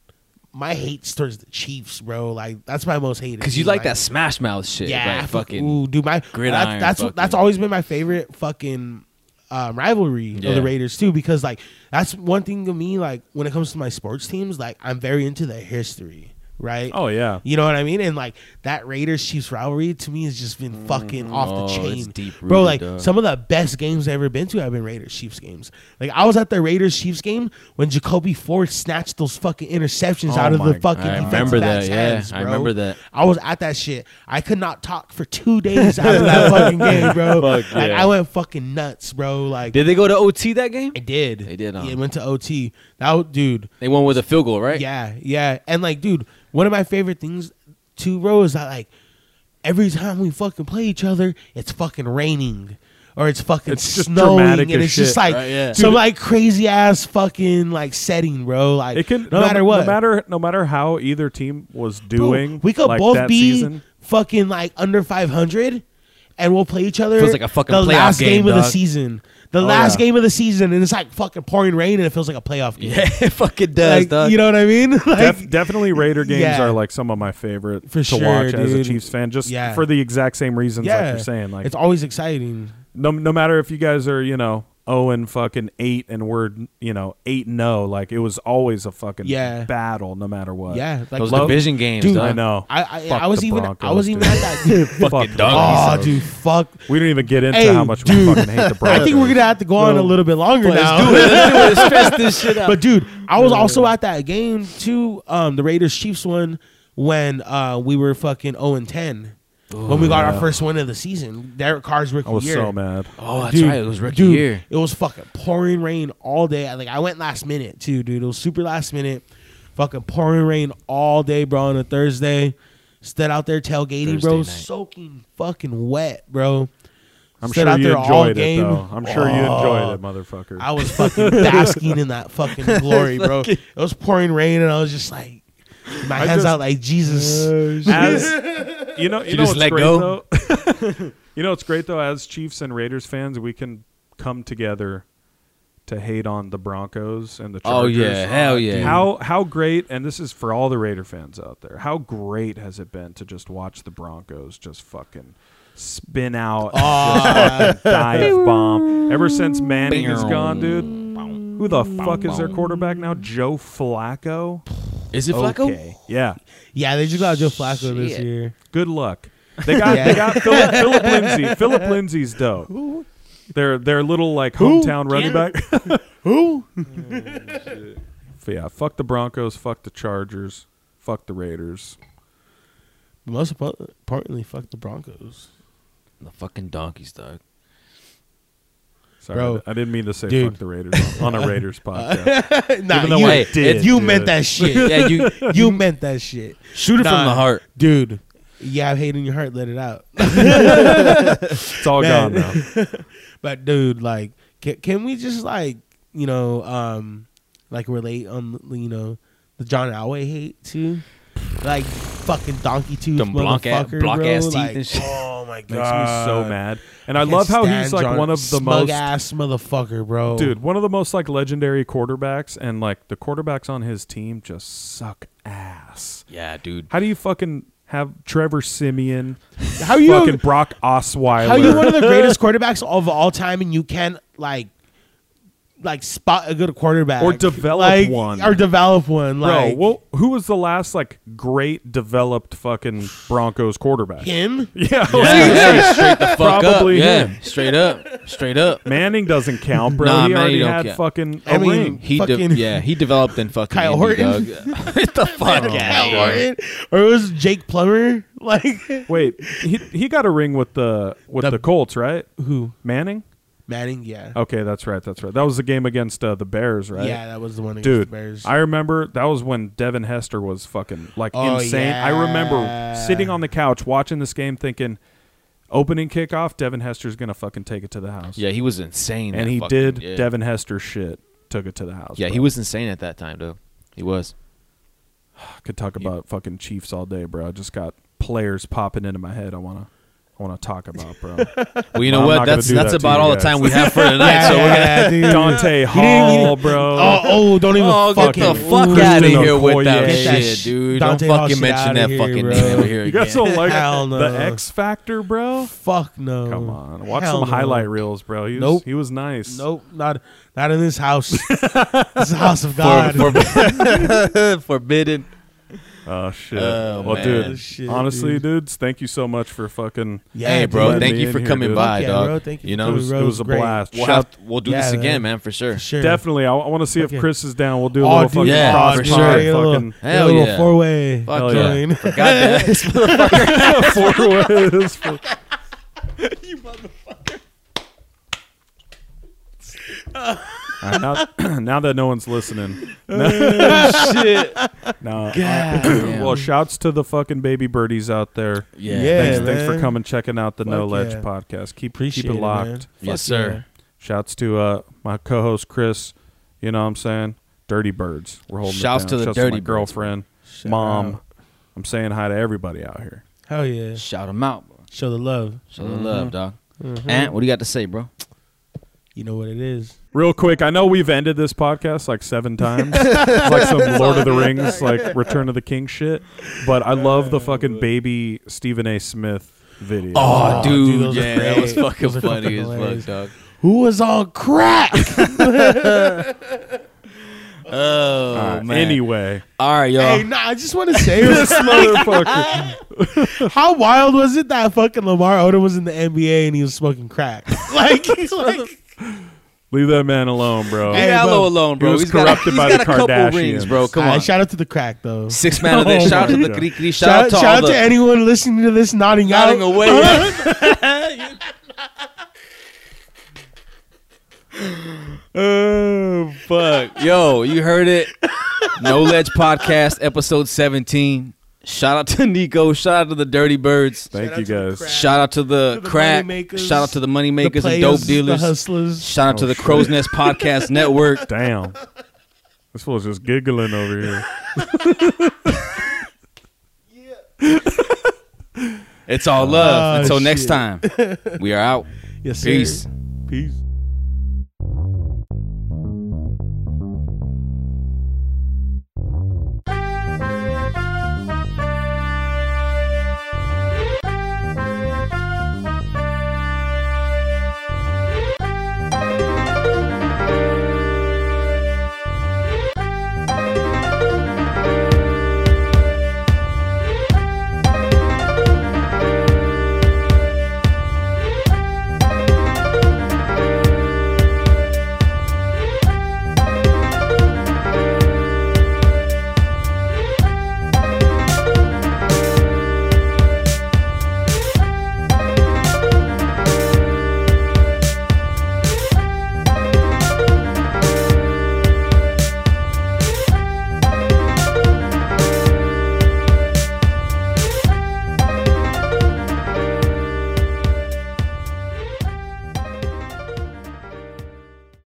Speaker 2: my hate's towards the Chiefs, bro. Like that's my most hated.
Speaker 1: Because you
Speaker 2: team,
Speaker 1: like that Smash Mouth shit.
Speaker 2: Yeah,
Speaker 1: Yeah,
Speaker 2: I
Speaker 1: fucking.
Speaker 2: Ooh, dude, my
Speaker 1: gridiron
Speaker 2: That, that's
Speaker 1: fucking-
Speaker 2: that's always been my favorite fucking um, rivalry of
Speaker 1: Yeah.
Speaker 2: the Raiders too, because like that's one thing to me. Like when it comes to my sports teams, like I'm very into the history, right?
Speaker 3: oh yeah.
Speaker 2: You know what I mean? And like that Raiders Chiefs rivalry to me has just been fucking off the
Speaker 1: Oh,
Speaker 2: chain.
Speaker 1: it's deep
Speaker 2: Bro,
Speaker 1: rooted,
Speaker 2: like
Speaker 1: dog.
Speaker 2: some of the best games I've ever been to have been Raiders Chiefs games. Like I was at the Raiders Chiefs game when Jacoby Ford snatched those fucking interceptions
Speaker 3: Oh
Speaker 2: out of
Speaker 3: my-
Speaker 2: the fucking
Speaker 1: I
Speaker 2: defensive
Speaker 1: remember
Speaker 2: back's
Speaker 1: that, yeah.
Speaker 2: hands,
Speaker 1: I
Speaker 2: bro.
Speaker 1: remember that.
Speaker 2: I was at that shit. I could not talk for two days after that fucking game, bro.
Speaker 1: Fuck
Speaker 2: like
Speaker 1: yeah.
Speaker 2: I went fucking nuts, bro. Like
Speaker 1: Did they go to OT that game?
Speaker 2: I did.
Speaker 1: They did, huh?
Speaker 2: Yeah, it went to OT. That was- dude.
Speaker 1: They won with a field goal, right?
Speaker 2: Yeah, yeah. And like, dude, one of my favorite things too, bro, is that like every time we fucking play each other, it's fucking raining. Or it's fucking
Speaker 3: It's just
Speaker 2: snowing, and
Speaker 3: dramatic as
Speaker 2: it's just
Speaker 3: shit,
Speaker 2: like
Speaker 1: right? Yeah.
Speaker 2: some like crazy ass fucking like setting, bro. Like
Speaker 3: It can
Speaker 2: no, matter what,
Speaker 3: no matter no matter how either team was
Speaker 2: Bro,
Speaker 3: doing.
Speaker 2: we could
Speaker 3: like,
Speaker 2: both
Speaker 3: that
Speaker 2: be
Speaker 3: season.
Speaker 2: fucking like under five hundred, and we'll play each other.
Speaker 1: Feels like a fucking
Speaker 2: the
Speaker 1: playoff
Speaker 2: last game,
Speaker 1: game,
Speaker 2: of the
Speaker 1: dog. Oh,
Speaker 2: season, the last
Speaker 3: yeah.
Speaker 2: game of the season, and it's like fucking pouring rain, and it feels like a playoff game.
Speaker 1: Yeah, it fucking does,
Speaker 2: Like,
Speaker 1: dog.
Speaker 2: you know what I mean? Like,
Speaker 3: Def, definitely Raider games
Speaker 2: Yeah.
Speaker 3: are like some of my favorite
Speaker 2: For
Speaker 3: to
Speaker 2: sure,
Speaker 3: watch as a
Speaker 2: dude.
Speaker 3: Chiefs fan, just
Speaker 2: Yeah.
Speaker 3: for the exact same reasons
Speaker 2: yeah,
Speaker 3: like you're saying. Like
Speaker 2: it's always exciting.
Speaker 3: no no matter if you guys are you know oh and fucking eight and we're you know eight and no like it was always a fucking
Speaker 2: Yeah.
Speaker 3: battle no matter what
Speaker 2: Yeah, like
Speaker 1: Those
Speaker 2: love-
Speaker 1: division games,
Speaker 2: Dude,
Speaker 1: dog.
Speaker 3: I know
Speaker 2: I I,
Speaker 3: uh, Fuck
Speaker 2: I was
Speaker 3: the
Speaker 2: even
Speaker 3: Broncos,
Speaker 2: I was even
Speaker 3: dude.
Speaker 2: at that. Dude,
Speaker 3: Fuck
Speaker 1: Fucking
Speaker 3: the
Speaker 1: dog.
Speaker 2: oh,
Speaker 3: Broncos.
Speaker 2: dude, fuck.
Speaker 3: we didn't even get into
Speaker 2: Hey,
Speaker 3: how much
Speaker 2: dude.
Speaker 3: we fucking hate the Broncos.
Speaker 2: I think we're gonna have to go on a
Speaker 3: Bro.
Speaker 2: little bit longer now.
Speaker 1: Let's fist this shit out.
Speaker 2: But dude, I was also at that game too, um, the Raiders Chiefs one when uh, we were fucking 0 and 10. when we got our first win of the season. Derek Carr's rookie
Speaker 3: I was
Speaker 2: year.
Speaker 3: so mad.
Speaker 1: oh, that's
Speaker 2: Dude,
Speaker 1: right. It was rookie
Speaker 2: dude,
Speaker 1: year.
Speaker 2: It was fucking pouring rain all day. I- Like I went last minute too, dude. It was super last minute. Fucking pouring rain all day, bro, on a Thursday. Stood out there tailgating, bro,
Speaker 1: Thursday night.
Speaker 2: soaking fucking wet, bro.
Speaker 3: I'm
Speaker 2: Stood
Speaker 3: sure
Speaker 2: out
Speaker 3: you
Speaker 2: there all
Speaker 3: enjoyed it
Speaker 2: game. Oh.
Speaker 3: though. I'm sure you enjoyed it, motherfucker.
Speaker 2: I was fucking basking in that fucking glory, bro. It was pouring rain, and I was just like, my
Speaker 3: I
Speaker 2: hands
Speaker 3: just-
Speaker 2: out like Jesus.
Speaker 3: as you know, you, know
Speaker 1: just
Speaker 3: what's
Speaker 1: let
Speaker 3: great
Speaker 1: go?
Speaker 3: though. you know what's great though, as Chiefs and Raiders fans, we can come together to hate on the Broncos and the
Speaker 1: Oh,
Speaker 3: Chargers.
Speaker 1: yeah. Hell yeah.
Speaker 3: How how great, and this is for all the Raider fans out there. How great has it been to just watch the Broncos just fucking spin out,
Speaker 1: Ah.
Speaker 3: just fucking dive bomb. Ever since Manning is gone, dude. Who the fuck is their quarterback now? Joe Flacco.
Speaker 1: Is it Flacco?
Speaker 3: Okay. Yeah.
Speaker 2: Yeah, they just got Joe Flacco this
Speaker 1: Shit.
Speaker 2: year.
Speaker 3: Good luck. They got they got Philip, Philip Lindsay. Philip Lindsay's dope. Their their little like hometown running back. Who? yeah, fuck the Broncos, fuck the Chargers, fuck the Raiders.
Speaker 2: But most impo- importantly, fuck the Broncos.
Speaker 1: The fucking donkeys, dog.
Speaker 3: Sorry,
Speaker 2: Bro.
Speaker 3: I didn't mean to say
Speaker 2: Dude.
Speaker 3: fuck the Raiders on a Raiders podcast.
Speaker 2: nah,
Speaker 3: Even though
Speaker 2: you,
Speaker 3: I
Speaker 1: did,
Speaker 2: you
Speaker 3: dude.
Speaker 2: meant that shit.
Speaker 1: yeah, you
Speaker 2: You meant that shit.
Speaker 1: shoot it
Speaker 2: Nah.
Speaker 1: from the heart.
Speaker 2: Dude, you have hate in your heart, let it out.
Speaker 3: It's all
Speaker 2: Man.
Speaker 3: gone now.
Speaker 2: But dude, like, can, can we just like, you know, um, like relate on you know the John Elway hate too, like fucking donkey tooth
Speaker 1: Them blank ass-
Speaker 2: motherfucker,
Speaker 1: block
Speaker 2: bro.
Speaker 1: ass teeth
Speaker 2: like,
Speaker 1: and shit.
Speaker 2: Oh my
Speaker 3: Makes me so
Speaker 2: God.
Speaker 3: mad. And I love how he's like one of the most
Speaker 2: ass motherfucker, bro.
Speaker 3: dude, one of the most like legendary quarterbacks and like the quarterbacks on his team just suck ass.
Speaker 1: Yeah, dude.
Speaker 3: How do you fucking have Trevor Simeon,
Speaker 2: how you
Speaker 3: fucking Brock Osweiler?
Speaker 2: how you one of the greatest quarterbacks of all time, and you can't like like spot a good quarterback
Speaker 3: Or develop
Speaker 2: Like,
Speaker 3: one.
Speaker 2: or develop one. Like
Speaker 3: Bro, well, who was the last like great developed fucking Broncos quarterback?
Speaker 2: him.
Speaker 3: Yeah,
Speaker 1: Yeah, straight the fuck
Speaker 3: Probably
Speaker 1: up. Yeah,
Speaker 3: him.
Speaker 1: straight up, straight up.
Speaker 3: Manning doesn't count, bro.
Speaker 1: Nah,
Speaker 3: he
Speaker 1: Manning
Speaker 3: already
Speaker 1: don't
Speaker 3: had
Speaker 1: count.
Speaker 3: fucking a
Speaker 2: I mean,
Speaker 3: ring.
Speaker 1: He de-
Speaker 2: Fucking-
Speaker 1: yeah, he developed in fucking
Speaker 2: Kyle
Speaker 1: Indy,
Speaker 2: Horton.
Speaker 1: dog. Get the fuck
Speaker 2: Kyle
Speaker 1: out of here.
Speaker 2: Orton, or it was Jake Plummer. Like
Speaker 3: Wait, he he got a ring with the with the,
Speaker 2: The-
Speaker 3: Colts, right?
Speaker 2: who?
Speaker 3: Manning.
Speaker 2: Manning. Yeah.
Speaker 3: Okay, that's right. That's right. That was the game against uh, the Bears, right?
Speaker 2: Yeah, that was the one against
Speaker 3: Dude,
Speaker 2: the Bears.
Speaker 3: I remember that was when Devin Hester was fucking like
Speaker 2: Oh,
Speaker 3: insane. I
Speaker 2: yeah.
Speaker 3: remember sitting on the couch watching this game, thinking, opening kickoff, Devin Hester's gonna fucking take it to the house.
Speaker 1: Yeah, he was insane.
Speaker 3: and
Speaker 1: that
Speaker 3: he
Speaker 1: fucking-
Speaker 3: did
Speaker 1: yeah.
Speaker 3: Devin Hester shit. Took it to the house.
Speaker 1: Yeah, he
Speaker 3: bro.
Speaker 1: was insane at that time, though. He was.
Speaker 3: Could talk about fucking Chiefs all day, bro. I just got players popping into my head. I wanna, I wanna talk about, bro.
Speaker 1: Well, you
Speaker 3: Well,
Speaker 1: know
Speaker 3: I'm not
Speaker 1: what?
Speaker 3: gonna
Speaker 1: That's
Speaker 3: do
Speaker 1: that's
Speaker 3: that to
Speaker 1: about
Speaker 3: you
Speaker 1: all the
Speaker 3: guys.
Speaker 1: time we have for tonight. so we're gonna.
Speaker 2: dude.
Speaker 3: Dante Hall, bro.
Speaker 2: Oh, oh, don't even
Speaker 1: Oh, get
Speaker 2: fucking
Speaker 1: the fuck
Speaker 3: Christian
Speaker 1: out of here
Speaker 3: Okoye.
Speaker 1: with that
Speaker 3: Get that
Speaker 1: shit,
Speaker 2: sh-
Speaker 1: dude!
Speaker 2: Dante
Speaker 1: Don't
Speaker 2: Hall
Speaker 1: fucking
Speaker 2: shit
Speaker 1: mention
Speaker 2: outta
Speaker 1: that
Speaker 2: here,
Speaker 1: fucking
Speaker 2: bro.
Speaker 1: name over here
Speaker 3: you
Speaker 1: again.
Speaker 3: guys don't like
Speaker 2: Hell no.
Speaker 3: the X Factor, bro?
Speaker 2: Fuck no.
Speaker 3: Come on, watch
Speaker 2: Hell
Speaker 3: some
Speaker 2: no.
Speaker 3: highlight reels, bro. He was,
Speaker 2: Nope.
Speaker 3: he was nice.
Speaker 2: Nope, not not in this house. this is the house of God.
Speaker 1: For, for, forbidden.
Speaker 3: Oh shit.
Speaker 1: Oh,
Speaker 3: well,
Speaker 1: man.
Speaker 3: dude.
Speaker 2: Shit,
Speaker 3: honestly,
Speaker 2: dude.
Speaker 3: dudes, thank you so much for fucking.
Speaker 2: yeah,
Speaker 1: hey, bro,
Speaker 3: dude.
Speaker 1: thank
Speaker 3: Let
Speaker 1: you
Speaker 3: me
Speaker 1: for
Speaker 3: in here,
Speaker 1: coming
Speaker 3: dude.
Speaker 1: by,
Speaker 2: Fuck yeah,
Speaker 1: dog.
Speaker 2: bro, thank you
Speaker 1: you
Speaker 2: for
Speaker 1: know,
Speaker 3: It was, it
Speaker 2: Rose
Speaker 3: was a
Speaker 2: great.
Speaker 3: blast.
Speaker 1: we'll,
Speaker 3: Shout-
Speaker 1: have, we'll do this
Speaker 2: Yeah,
Speaker 1: again,
Speaker 2: man.
Speaker 1: man, for sure.
Speaker 2: Sure.
Speaker 3: Definitely, I, want to see if
Speaker 2: Fucking-
Speaker 3: Chris is down. We'll do a
Speaker 2: Oh,
Speaker 3: little
Speaker 2: dude,
Speaker 3: fucking
Speaker 1: yeah,
Speaker 3: cross
Speaker 1: for
Speaker 3: pod,
Speaker 1: sure.
Speaker 2: Yeah,
Speaker 3: fucking
Speaker 2: a
Speaker 1: Hell
Speaker 2: little
Speaker 1: yeah.
Speaker 2: four way.
Speaker 1: Fuck
Speaker 3: Hell
Speaker 1: yeah.
Speaker 3: yeah.
Speaker 2: Join.
Speaker 1: Forgot that.
Speaker 3: four ways. for- Uh, now, now that no one's listening,
Speaker 2: Oh,
Speaker 1: shit.
Speaker 3: no.
Speaker 1: damn.
Speaker 3: well, shouts to the fucking baby birdies out there.
Speaker 1: Yeah.
Speaker 2: Yeah.
Speaker 3: thanks, thanks for
Speaker 2: man.
Speaker 3: coming, checking out the No
Speaker 2: Fuck
Speaker 3: Ledge
Speaker 2: yeah.
Speaker 3: podcast. Keep
Speaker 2: Appreciate
Speaker 3: keep it
Speaker 2: it,
Speaker 3: locked.
Speaker 2: man.
Speaker 1: Yes,
Speaker 2: Fuck
Speaker 1: sir.
Speaker 2: yeah.
Speaker 3: Shouts to uh, my co-host Chris. You know what I'm saying? Dirty Birds. We're holding.
Speaker 1: Shouts
Speaker 3: it down.
Speaker 1: to the
Speaker 3: Shouts my
Speaker 1: Dirty Birds,
Speaker 3: girlfriend,
Speaker 2: Shout
Speaker 3: mom.
Speaker 2: out.
Speaker 3: I'm saying hi to everybody out here.
Speaker 2: Hell yeah.
Speaker 1: Shout him out, bro.
Speaker 2: Show the love.
Speaker 1: Show the
Speaker 2: Mm-hmm.
Speaker 1: love, dog. Ant, what do you got to say, bro?
Speaker 2: You know what it is.
Speaker 3: Real quick, I know we've ended this podcast like seven times. it's like some Lord of the Rings, like Return of the King shit. But I love the fucking baby Stephen A. Smith video.
Speaker 1: Oh,
Speaker 2: dude,
Speaker 1: dude,
Speaker 2: those are
Speaker 1: yeah, that
Speaker 2: great.
Speaker 1: was fucking
Speaker 2: Those are
Speaker 1: funny
Speaker 2: fucking
Speaker 1: as
Speaker 2: hilarious.
Speaker 1: fuck, dog.
Speaker 2: Who was on crack?
Speaker 1: Oh
Speaker 3: Uh,
Speaker 1: man.
Speaker 3: anyway,
Speaker 1: all right, y'all.
Speaker 2: hey, nah, I just want to say
Speaker 3: this motherfucker.
Speaker 2: how wild was it that fucking Lamar Odom was in the NBA and he was smoking crack? like, he's like
Speaker 3: Leave that man alone, bro.
Speaker 1: Leave
Speaker 2: Hey,
Speaker 1: Allo
Speaker 2: bro.
Speaker 1: alone, bro.
Speaker 3: He was
Speaker 1: He's got a-
Speaker 3: corrupted
Speaker 1: he's
Speaker 3: by
Speaker 1: got
Speaker 3: the
Speaker 1: a couple
Speaker 3: Kardashians.
Speaker 1: rings, bro. Come
Speaker 2: Alright,
Speaker 1: on.
Speaker 2: shout out to the crack though.
Speaker 1: Six man of this.
Speaker 3: Oh
Speaker 1: shout out to
Speaker 3: my
Speaker 1: the
Speaker 3: God.
Speaker 1: Greek Greek. Shout,
Speaker 2: Shout,
Speaker 1: out to all
Speaker 2: shout out
Speaker 1: the
Speaker 2: to anyone listening to this nodding,
Speaker 1: nodding
Speaker 2: out.
Speaker 1: away. oh fuck, yo, you heard it. No Ledge Podcast, episode seventeen. Shout out to Nico. Shout out to the Dirty Birds.
Speaker 3: Thank
Speaker 2: Shout
Speaker 3: you
Speaker 2: out to the
Speaker 3: guys.
Speaker 2: crap.
Speaker 1: Shout out to the,
Speaker 2: To the
Speaker 1: crack.
Speaker 2: moneymakers,
Speaker 1: Shout out to the money
Speaker 2: The
Speaker 1: makers and
Speaker 2: players,
Speaker 1: dope
Speaker 2: the
Speaker 1: dealers.
Speaker 2: hustlers.
Speaker 1: Shout out to
Speaker 3: Oh,
Speaker 1: the
Speaker 3: shit.
Speaker 1: Crow's Nest Podcast Network.
Speaker 3: Damn. This fool's just giggling over here.
Speaker 1: It's all love.
Speaker 2: Oh,
Speaker 1: Until next
Speaker 2: shit. Ah,
Speaker 1: time, we are out.
Speaker 2: Yes, sir.
Speaker 1: Peace.
Speaker 2: Peace.